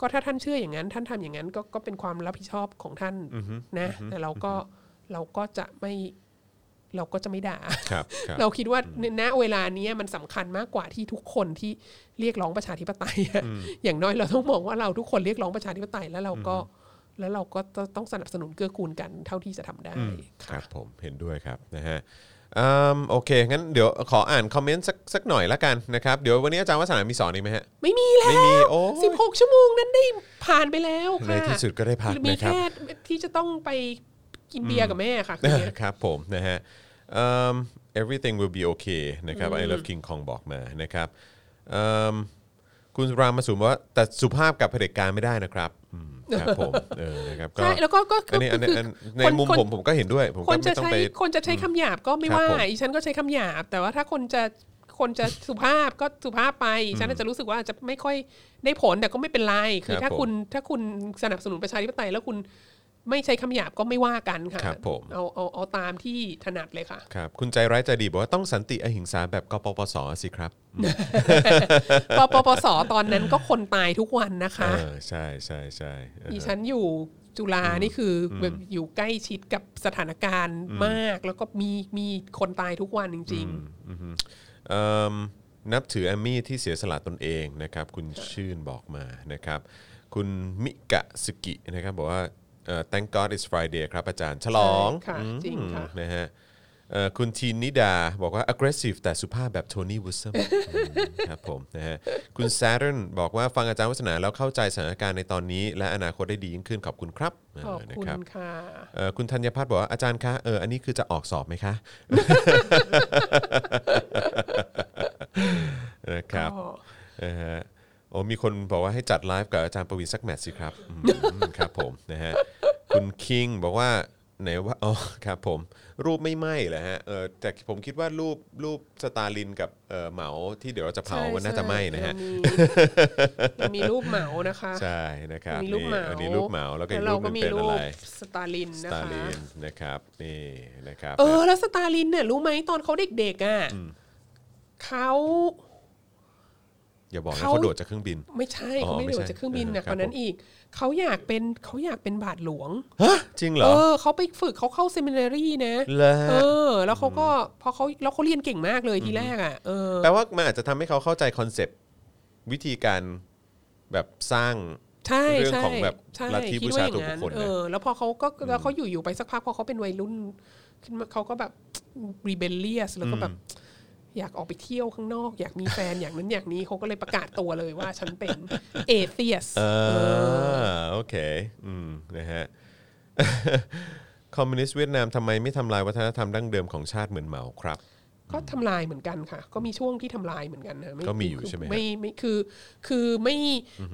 S3: ก็ถ้าท่านเชื่ออย่างนั้น ท่านทำอย่างนั้นก็ก็เป็นความรับผิดชอบของท่านนะแต่เราก็เราก็จะไม่เราก็จะไม่ด่า
S2: ครับครับ
S3: เราคิดว่าณเวลาเนี้ยมันสำคัญมากกว่าที่ทุกคนที่เรียกร้องประชาธิปไตยอะอย่างน้อยเราต้องมองว่าเราทุกคนเรียกร้องประชาธิปไตยแล้วเราก็ แล้วเราก็ต้องสนับสนุนเกื้อกูลกันเท่าที่จะทำได้
S2: ค
S3: ค่ะ
S2: รับผมเห็นด้วยครับนะฮะอืมโอเค งั้นเดี๋ยวขออ่านคอมเมนต์สักสักหน่อยละกันนะครับเดี๋ยววันนี้อาจารย์วัฒนามีสอนอีกไหมฮะ
S3: ไม่มีแล้ว
S2: ไม่มีโอ้ย
S3: สิบหกชั่วโมงนั้นได้ผ่านไปแล้ว
S2: ใน
S3: ค่ะ
S2: ที่สุดก็ได้พัก
S3: มี
S2: นะครับ
S3: แค่ที่จะต้องไปกินเบียร์กับแม่ค่ะคืนเนี้ย
S2: ครับผมนะฮะอืม everything will be okay นะครับ I love King Kong บอกมานะครับอืมคุณรามมาสูมว่าแต่สุภาพกับเผด็จการไม่ได้นะครับอืม ครับผมเออนะครับก็
S3: ใช่แล้วก็ก็
S2: อันนี้อันนี้อันใน
S3: คน
S2: มุม
S3: คน
S2: ผมผมก็เห็นด้วยผม
S3: ค
S2: ก็
S3: นจะ
S2: ไม่ต้อง
S3: ใช้
S2: ไป
S3: คนจะใช้คำหยาบก็ไม่ว่า
S2: ครับผม
S3: อีฉันก็ใช้คำหยาบ แต่ว่าถ้าคนจะคนจะสุภาพก็สุภาพไปอีฉันอาจจะรู้สึกว่าอาจจะไม่ค่อยได้ผลแต่ก็ไม่เป็นไรคือถ้าคุณถ้าคุณสนับสนุนประชาธิปไตยแล้วคุณไม่ใช้คำหยาบก็ไม่ว่ากันค่ะ
S2: ครับผม
S3: เอาเอาเอาตามที่ถนัดเลยค่ะ
S2: ครับคุณใจร้ายใจดีบอกว่าต้องสันติอหิงสาแบบกปปสสิครับ
S3: ปปปสตอนนั้นก็คนตายทุกวันนะ
S2: เอ
S3: คะ
S2: อใช่ใช่ใช่เออ
S3: ดิฉันอยู่จุฬานี่คืออแบบอยู่ใกล้ชิดกับสถานการณ์มาก แล้วก็มีมีคนตายทุกวันจริง ๆ
S2: เอิ่มนับถือแอมมี่ที่เสียสละตนเองนะครับ คุณชื่นบอกมานะครับ คุณมิกะสกินะครับบอกว่าเอ่อ thank God it's Friday ครับอาจารย์ฉลอง
S3: ใช่ค่ะ
S2: อืม
S3: จริงค่ะ
S2: นะฮะเอ่อคุณทีนนิดาบอกว่า aggressive แต่สุภาพแบบโทนี่วูซัมครับผมนะฮะคุณ Saturn บอกว่าฟังอาจารย์วัฒนาแล้วเข้าใจสถานการณ์ในตอนนี้ และอนาคตได้ดียิ่งขึ้นขอบคุณครับเอ
S3: ขอบ
S2: อนะ
S3: คุณ
S2: รับ
S3: ค่ะ
S2: เอ่อคุณธัญพัฒน์บอกว่าอาจารย์คะเอออันนี้คือจะออกสอบไหมคะ นะครับ
S3: ก็
S2: นะฮะโอ้มีคนบอกว่าให้จัดไลฟ์กับอาจารย์ประวินสักแมทสิครับอืมครับผมนะฮะคุณคิงบอกว่าไหนว่าอ๋อครับผม รูปไม่ไหม้เหรอฮะเออแต่ผมคิดว่ารูปรูปสตาลินกับเออเหมาที่เดี๋ยวเราจะเผามันน่าจะไหม้นะฮะ
S3: ยัง มียังมีรูปเหมานะคะ
S2: ใช่นะครับ
S3: ยังมีรูปเหมา
S2: อันนี้รูปเหมาแล้วก็อีก
S3: เรา
S2: รูปห
S3: ก็
S2: นึง
S3: มี
S2: เป็น
S3: รู
S2: อะไร
S3: ปสตาลิน
S2: ส
S3: นะ
S2: ตา
S3: คะ
S2: ลินนะครับนี่นะครับ
S3: เออแล้วสตาลินเนี่ยรู้ไหมตอนเขาเด็กๆอ่ะเขา
S2: อย่าบอกนะเขาโดดจากเครื่องบิน
S3: ไม่ใช่
S2: อ๋อ
S3: เขาไม่
S2: ไม่
S3: โด
S2: ใช่
S3: ดจากเครื่องบิน
S2: เออ
S3: นะ
S2: ครั
S3: ค
S2: บ
S3: นนั้นอีกเขาอยากเป็นเขาอยากเป็นบาทหลวง
S2: จริงเหร
S3: เอ
S2: อ
S3: อเขาไปฝึกเขาเข้าเซมินารีนะ
S2: เลอ
S3: เออ แล้วเขาก็พอเขาแล้วเขาเรียนเก่งมากเลยทีแรกอ่ะเออ
S2: แปลว่ามันอาจจะทำให้เขาเข้าใจคอนเซปต์วิธีการแบบสร้าง
S3: ใช่
S2: เรื่อง
S3: ใช่
S2: ของแบบ
S3: ใช่
S2: ลัทธิ
S3: คิด
S2: บูชา
S3: อย่ง
S2: ตัวบุคคลนะ
S3: เออแล้วพอเขาก็แล้วเขาอยู่อยู่ไปสักพักพอเขาเป็นวัยรุ่นขึ้นมาเขาก็แบบ rebellious แล้วก็แบบ อยากออกไปเที่ยวข้างนอก อยากมีแฟน อย่างนั้นอย่างนี้เขาก็เลยประกาศตัวเลยว่าฉันเป็น atheist
S2: ่
S3: เอา
S2: โอเคอืมนะฮะ คอมมิวนิสต์เวียดนามทำไมไม่ทำลายวัฒนธรรมดั้งเดิมของชาติเหมือนเหมาครับ
S3: ก็ทำลายเหมือนกันค่ะ ก็มีช่วงที่ทำลายเหมือนกันนะไ
S2: ก็มีอยู่ใช่ไหมฮะ
S3: ไม่ไม่คือคือไม่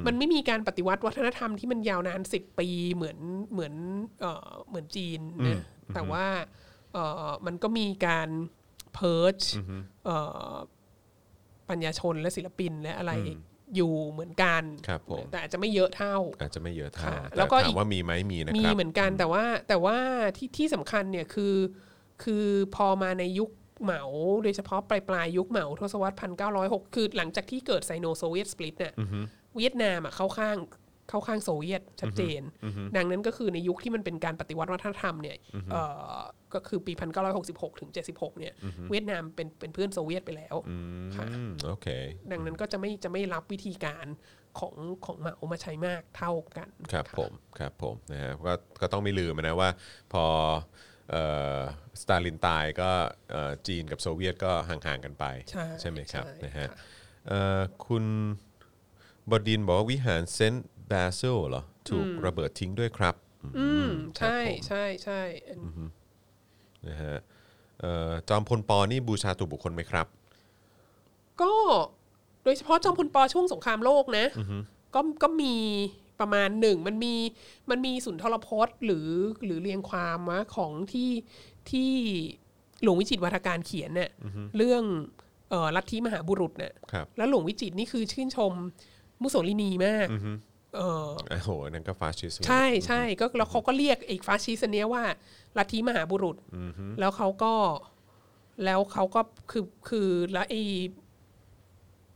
S3: มันไม่มีการปฏิวัติวัฒนธรรมที่มันยาวนานสิบปีเหมือนเหมือนเอ่อเหมือนจีนนะแต่ว่าเอ่อมันก็มีการเพิร์ชปัญญาชนและศิลปินและอะไรอยู่เหมือนกัน
S2: ครับผม
S3: แต่อาจจะไม่เยอะเท่า
S2: อาจจะไม่เยอะเท่า
S3: ค่ะแล้
S2: แล้ว
S3: วก็
S2: ก็
S3: อี
S2: ถาม
S3: ก
S2: ว่ามีไหมมีนะ
S3: มี
S2: ครับ
S3: เหมือนกันแต่ว่าแต่ว่าที่ที่สำคัญเนี่ยคือคือพอมาในยุคเหมาโดยเฉพาะปลายปลายยุคเหมาทศวรรษพันเก้าร้อยหกคือหลังจากที่เกิดไซโนโซเวียตสปลิตเนี่ยเวียดนามอ่ะเข้าข้างเข้าข้างโซเวียตชัดเจน ดังนั้นก็คือในยุคที่มันเป็นการปฏิวัติวัฒนธรรมเนี่ยเอ่อก็คือปี 1966 ถึง 76 เนี่ยเวียดนามเป็นเป็นเพื่อนโซเวียตไปแล้วค่ะ
S2: อืมโอเค
S3: ดังนั้นก็จะไม่จะไม่รับวิธีการของของเหมามาใช้มากเท่ากัน
S2: ครับ
S3: ะ
S2: ผมครับผมนะฮะก็ก็ต้องไม่ลืมนะว่า พอเอ่อสตาลินตายก็เอ่อจีนกับโซเวียตก็ห่างๆกันไป
S3: ใช่
S2: ไหมครับ
S3: ใช่
S2: นะฮะ
S3: ค่ะ
S2: เอ่อคุณบดินทร์บอกว่าวิหารเซนต์บาซิลเหรอถูกระเบิดทิ้งด้วยครับ
S3: อืมใช่ใช่ใช่อัน
S2: นะฮะเอ่อจอมพลปอนี่บูชาตัวบุคคลไหมครับ
S3: ก็โดยเฉพาะจอมพลปอช่วงสงครามโลกนะก็ก็มีประมาณหนึ่งมันมีมันมีสุนทรพจน์หรือหรือเรียงความวะของที่ที่หลวงวิจิตรวัฒการเขียนเนี่ยเรื่องเอ่อลัทธิมหาบุรุษเนี่ย
S2: ครับ
S3: แล้วหลวงวิจิตรนี่คือชื่นชมมุสโสลินีมากเออ
S2: โอ้โหนั่นก็ฟาสชิสต์
S3: ใช่ใช่ก็แล้วเขาก็เรียกไอ้ฟาสชิสต์อันเนี้ยว่าลัทธิมหาบุรุษแล้วเขาก็แล้วเขาก็คือคือแล้วไอ้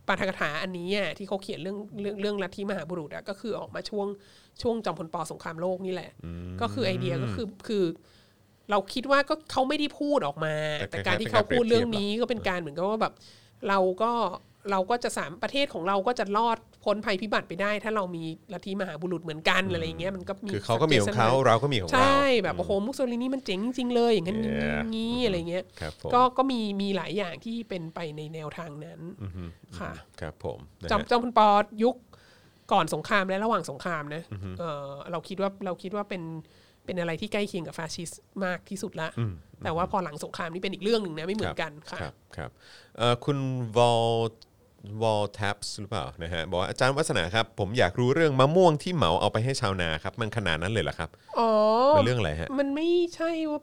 S3: ปาฐกถาอันนี้อะที่เขาเขียนเรื่องเรื่องเรื่องลัทธิมหาบุรุษอะก็คือออกมาช่วงช่วงจอมพลปสงครามโลกนี่แหละ ก็คือไอเดียก็คือคือ เราคิดว่าก็เขาไม่ได้พูดออกมา
S2: แต่
S3: แต่
S2: คล้ายๆ
S3: การที่เขาพูดเรื่อง
S2: เป็นการเปรียบเทียบ
S3: นี้ก็เป็นการเหมือนกับว่าแบบ เราก็เราก็จะสามประเทศของเราก็จะรอดพ้นภัยพิบัติไปได้ ถ้าเรามีลัทธิมหาบุรุษเหมือนกันอะไรอย่างเงี้ยมันก็มี
S2: คือเขาก็มีของเขา
S3: suggestion
S2: เราก็มีของ
S3: ใช
S2: เรา
S3: ่แบบโอ้โหมุสโซลินีมันเจ๋งจริงเลยอย่างนั้นอย่างนี้
S2: Yeah
S3: อย่างนี้อะไรเงี้ย
S2: ครับผม
S3: ก็ก็มีมีหลายอย่างที่เป็นไปในแนวทางนั้นค่ะ
S2: ครับผมนะ
S3: จอม
S2: ฮะ
S3: จอมพลปอยุคก่อนสงครามและระหว่างสงครามนะเออเราคิดว่าเราคิดว่าเป็นเป็นอะไรที่ใกล้เคียงกับฟาสชิสต์มากที่สุดละแต่ว่าพอหลังสงครามนี่เป็นอีกเรื่องหนึ่งนะไม่เหมือนกันค่ะ
S2: ครับครับเอ่อคุณวอล วอลทับหรือเปล่านะฮะบอกว่าอาจารย์วัฒนาครับ ผมอยากรู้เรื่องมะม่วงที่เหมาเอาไปให้ชาวนาครับ มันขนาดนั้นเลยเหรอครับ
S3: อ๋อ
S2: เป็นเรื่องอะไรฮะ
S3: มันไม่ใช่ว่า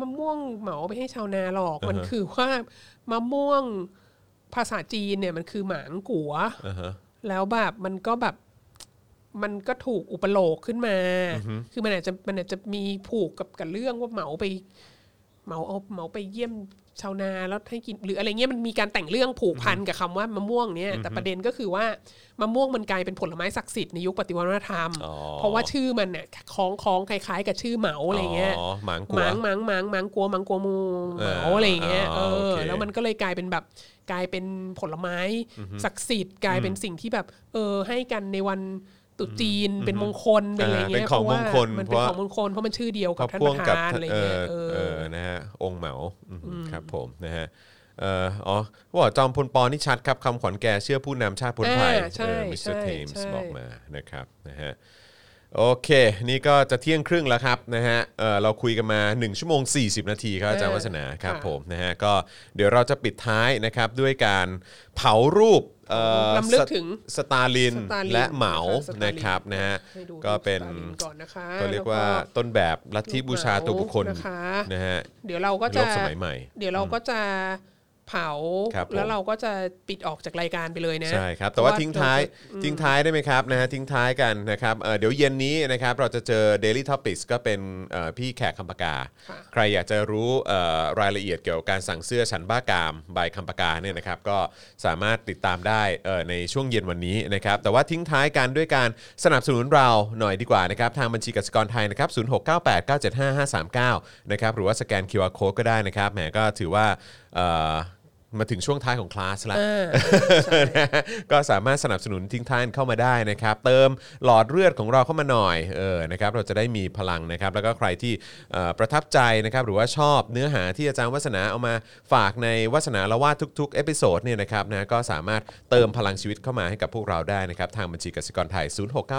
S3: มะม่วงเหมาไปให้ชาวนาหรอก
S2: อ่าฮะ
S3: มันคือว่ามะม่วงภาษาจีนเนี่ยมันคือหมางกัว
S2: อ่าฮะ
S3: แล้วแบบมันก็แบบมันก็ถูกอุปโลกขึ้นมา คือมันอาจจะมันอาจจะมีผูกกับกับเรื่องว่าเหมาไปเหมาเอาเหมาไปเยี่ยมชาวนาแล้วให้กินหรืออะไรเงี้ยมันมีการแต่งเรื่องผูกพันกับคำว่ามะม่วงเนี่ย แต่ประเด็นก็คือว่ามะม่วงมันกลายเป็นผลไม้ศักดิ์สิทธิ์ในยุคปฏิวัติวัฒนธรรม
S2: อ๋อ
S3: เพราะว่าชื่อมันเนี่ยคล้องคล้องคล้าย ๆ กับชื่อเหมาอะไรเงี้ย
S2: อ๋อหมางกั
S3: ห
S2: ว
S3: มังหมังหมังหมังกลัวหมังกลัวมู
S2: เอ
S3: เห
S2: อ
S3: มาอะไรอย่างเงี้ย
S2: อ๋
S3: เอ
S2: อ
S3: อ
S2: โอเค
S3: แล้วมันก็เลยกลายเป็นแบบกลายเป็นผลไม้ศักดิ์สิทธิ์กลายเป็นสิ่งที่แบบ เออให้กันในวันตรุษจีนเป็นมงคลเป็นอะไร
S2: อ่า
S3: เงี้
S2: เป็
S3: ย
S2: นของ
S3: พราะว่าม
S2: งคล
S3: มัน
S2: เพ
S3: เป็น
S2: ราะ
S3: ของมงคลเพราะมันชื่อเดียวกับ
S2: พ
S3: ท่าน
S2: พ่
S3: ป
S2: วง
S3: ระ
S2: กั
S3: ธานอะไร
S2: เอ
S3: เงี้ย
S2: อ
S3: เออ
S2: เออนะฮะองค์เหมาอืมครับผมนะฮะเอ่ออ๋อว่าจอมพลปอนี่ชัดครับคำขวัญแก่เชื่อผู้นำชาติพ้นภัย
S3: อ่าใช่
S2: มิสเตอร์
S3: ใช่
S2: เทมส์
S3: ใช่
S2: บอกมานะครับนะฮะโอเค นี่ก็จะเที่ยงครึ่งแล้วครับนะฮะเอ่อเราคุยกันมา 1 ชั่วโมง 40 นาทีครับอาจารย์วัฒนาครับผมนะฮะก็เดี๋ยวเราจะปิดท้ายนะครับด้วยการเผารูปเอ่อ
S3: ลำลึกถึง
S2: สตาลิน
S3: สตาลิน
S2: และเหมา
S3: ค่ะสตาลิน
S2: นะครับนะฮะ
S3: ให้ดู
S2: ก็เป็น
S3: สตาลิก่อนนะคะ
S2: ก็เรียกว่า
S3: แล้
S2: ต้นแบบลัทธิบูชาตัวบุคคล
S3: นะคะ
S2: นะฮะ
S3: เดี๋ยวเราก็
S2: โล
S3: จะ
S2: กสมัยใหม่
S3: เดี๋ยวเราก็จะเผา
S2: ครับผม
S3: แล้วเราก็จะปิดออกจากรายการไปเลยนะ
S2: ใช่ครับ แต่ว่า
S3: เพะ
S2: ทิ้งท้ายทิ้งท้ายได้ไหมครับนะฮะทิ้งท้ายกันนะครับเอ่อเดี๋ยวเย็นนี้นะครับเราจะเจอ Daily Topics ก็เป็นเอ่อพี่แขกคำปากา
S3: ค่ะ
S2: ใครอยากจะรู้เอ่อรายละเอียดเกี่ยวกับการสั่งเสื้อฉันบ้ากามบายคำปากาเนี่ยนะครับก็สามารถติดตามได้เอ่อในช่วงเย็นวันนี้นะครับแต่ว่าทิ้งท้ายกันด้วยการสนับสนุนเราหน่อยดีกว่านะครับทางบัญชีกสิกรไทยนะครับศูนย์หกเก้าแปดเก้าเจ็ดห้าห้าสามเก้านะครับหรือว่าสแกน QR Code ก็ได้นะครับแหมก็ถือว่าเอ่อมาถึงช่วงท้ายของคลาสแล้ว นะฮะก็สามารถสนับสนุนทิ้งท้ายเข้ามาได้นะครับ เติมหลอดเลือดของเราเข้ามาหน่อยเออนะครับเราจะได้มีพลังนะครับ แล้วก็ใครที่เอ่อประทับใจนะครับหรือว่าชอบเนื้อหาที่อาจารย์วัฒนาเอามาฝากในวัฒนาละวาดทุกๆ เอพิโซดเนี่ยนะครับนะก็สามารถเติมพลังชีวิตเข้ามาให้กับพวกเราได้นะครับ ทางบัญชีกสิกรไทย 0698975539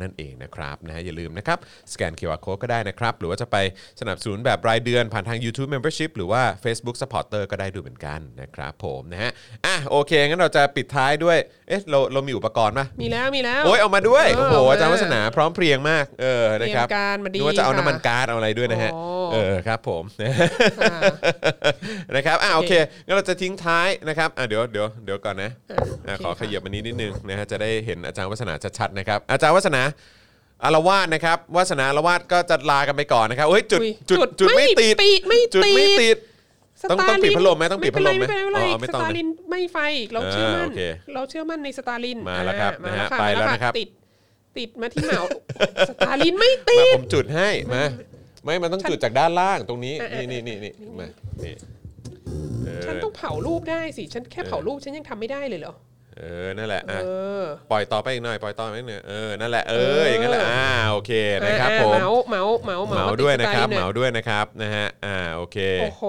S2: นั่นเองนะครับนะฮะอย่าลืมนะครับ สแกน QR Code ก็ได้นะครับ หรือว่าจะไปสนับสนุนแบบรายเดือนผ่านทาง YouTube Membership หรือว่า Facebook Supporter ก็ได้ดูเหมือนกันนะครับผมนะฮะอ่ะโอเค งั้นเราจะปิดท้ายด้วย เอ๊ะเราเรามีอุปกรณ์ไหม
S3: มีแล้วมีแล้ว
S2: โอ้ยเอามาด้วย
S3: เอ
S2: โอ้
S3: อ
S2: โห อาจารย์
S3: เอามา
S2: วัฒนาพร้อมเพรียงมาก เออนะครับ
S3: เตรียมการมาดี
S2: นึกว่าจะเอา
S3: ค่ะ
S2: น้ำมันก๊าซเอาอะไรด้วยนะฮะ
S3: โอ้
S2: เออครับผม นะ
S3: ค่ะ
S2: นะครับ อ่าโอ
S3: โอ
S2: เค
S3: เค
S2: งั้นเราจะทิ้งท้ายนะครับ อ่าเดี๋ยว เดี๋ยว เดี๋ยวก่อนนะ
S3: อ่ะ
S2: อ่ะขอ
S3: โอเคค่ะ
S2: ขยับอันนี้นิดนึงนะฮะ จะได้เห็นอาจารย์วัฒนาชัดๆนะครับ อาจารย์วัฒนาอารวาสนะครับ วัฒนาอารวาสก็จะลากันไปก่อนนะครับเฮ้ย จุด
S3: อุ๊ย
S2: จุด จุดไม่ติด
S3: ไม่
S2: จุดไม่ติด
S3: ส
S2: ต้องต้องปิดพัดลมไหมต้องปิดพัดลมไหม
S3: ไม่เป็นไรไม่เป็นไร
S2: อ๋อไม่
S3: ส
S2: ต้องนะ
S3: ตาลินไม่ไฟอีกเราเชื่อมั่น
S2: เออโอเค
S3: เราเชื่อมั่นในสตาลิน
S2: มาแล้วครับ
S3: อ่
S2: นะฮะ
S3: มา
S2: ไปแล้ว
S3: มา
S2: นะครับ
S3: ติดติดมาที่เห มาสตาลินไม่ติ
S2: มา
S3: ด
S2: ผมจุดให้มา ไม่ มันต้อง
S3: ฉัน
S2: จุดจากด้านล่างตรงนี้
S3: อ่ะอ่ะ
S2: นี่นี่นี่นี่มา นี่เออ
S3: ฉันต้องเผารูปได้สิฉันแค่เผารูปฉันยังทำไม่ได้เลยเหรอ
S2: เออ นั่นแหละ
S3: เอ
S2: อ่ะ
S3: อ
S2: ปล่อยต่อไปอีกหน่อย ปล่อยต่อไปอีกหน่อย เออ นั่นแหละ เอ
S3: เอ
S2: อ
S3: อ
S2: อ
S3: อ
S2: ย่างนั้นแหละ อ่า โอเค นะครับ
S3: อ่ะ
S2: ผม
S3: เมาส์เมาส์เมาส์
S2: เหมา
S3: ติ
S2: ด้วยนะครับ
S3: สตลิ
S2: เห
S3: ห
S2: มา
S3: อย
S2: ด้วยนะครับนะฮะอ่าโอเค
S3: โอ้โห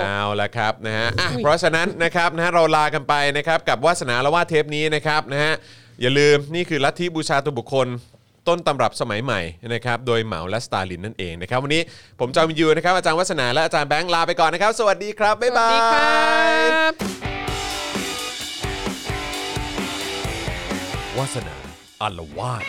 S2: เอาละครับนะฮะอ่ะ
S3: อุ๊ย
S2: เพราะฉะนั้นนะครับนะฮะเราลากันไปนะครับกับวาสนาละว่าเทปนี้นะครับนะฮะอย่าลืมนี่คือลัทธิบูชาตัวบุคคล ต้นตำรับสมัยใหม่นะครับโดยเหมาและสตาลินนั่นเองนะครับวันนี้ผมจอมยูนะครับอาจารย์วัฒนาและอาจารย์แบงค์ลาไปก่อนนะครับ สวัสดีครับบ๊าย
S3: ส
S2: บา
S3: วั
S2: ย
S3: สดีค
S1: วาส
S3: รับ
S1: นาอารวาส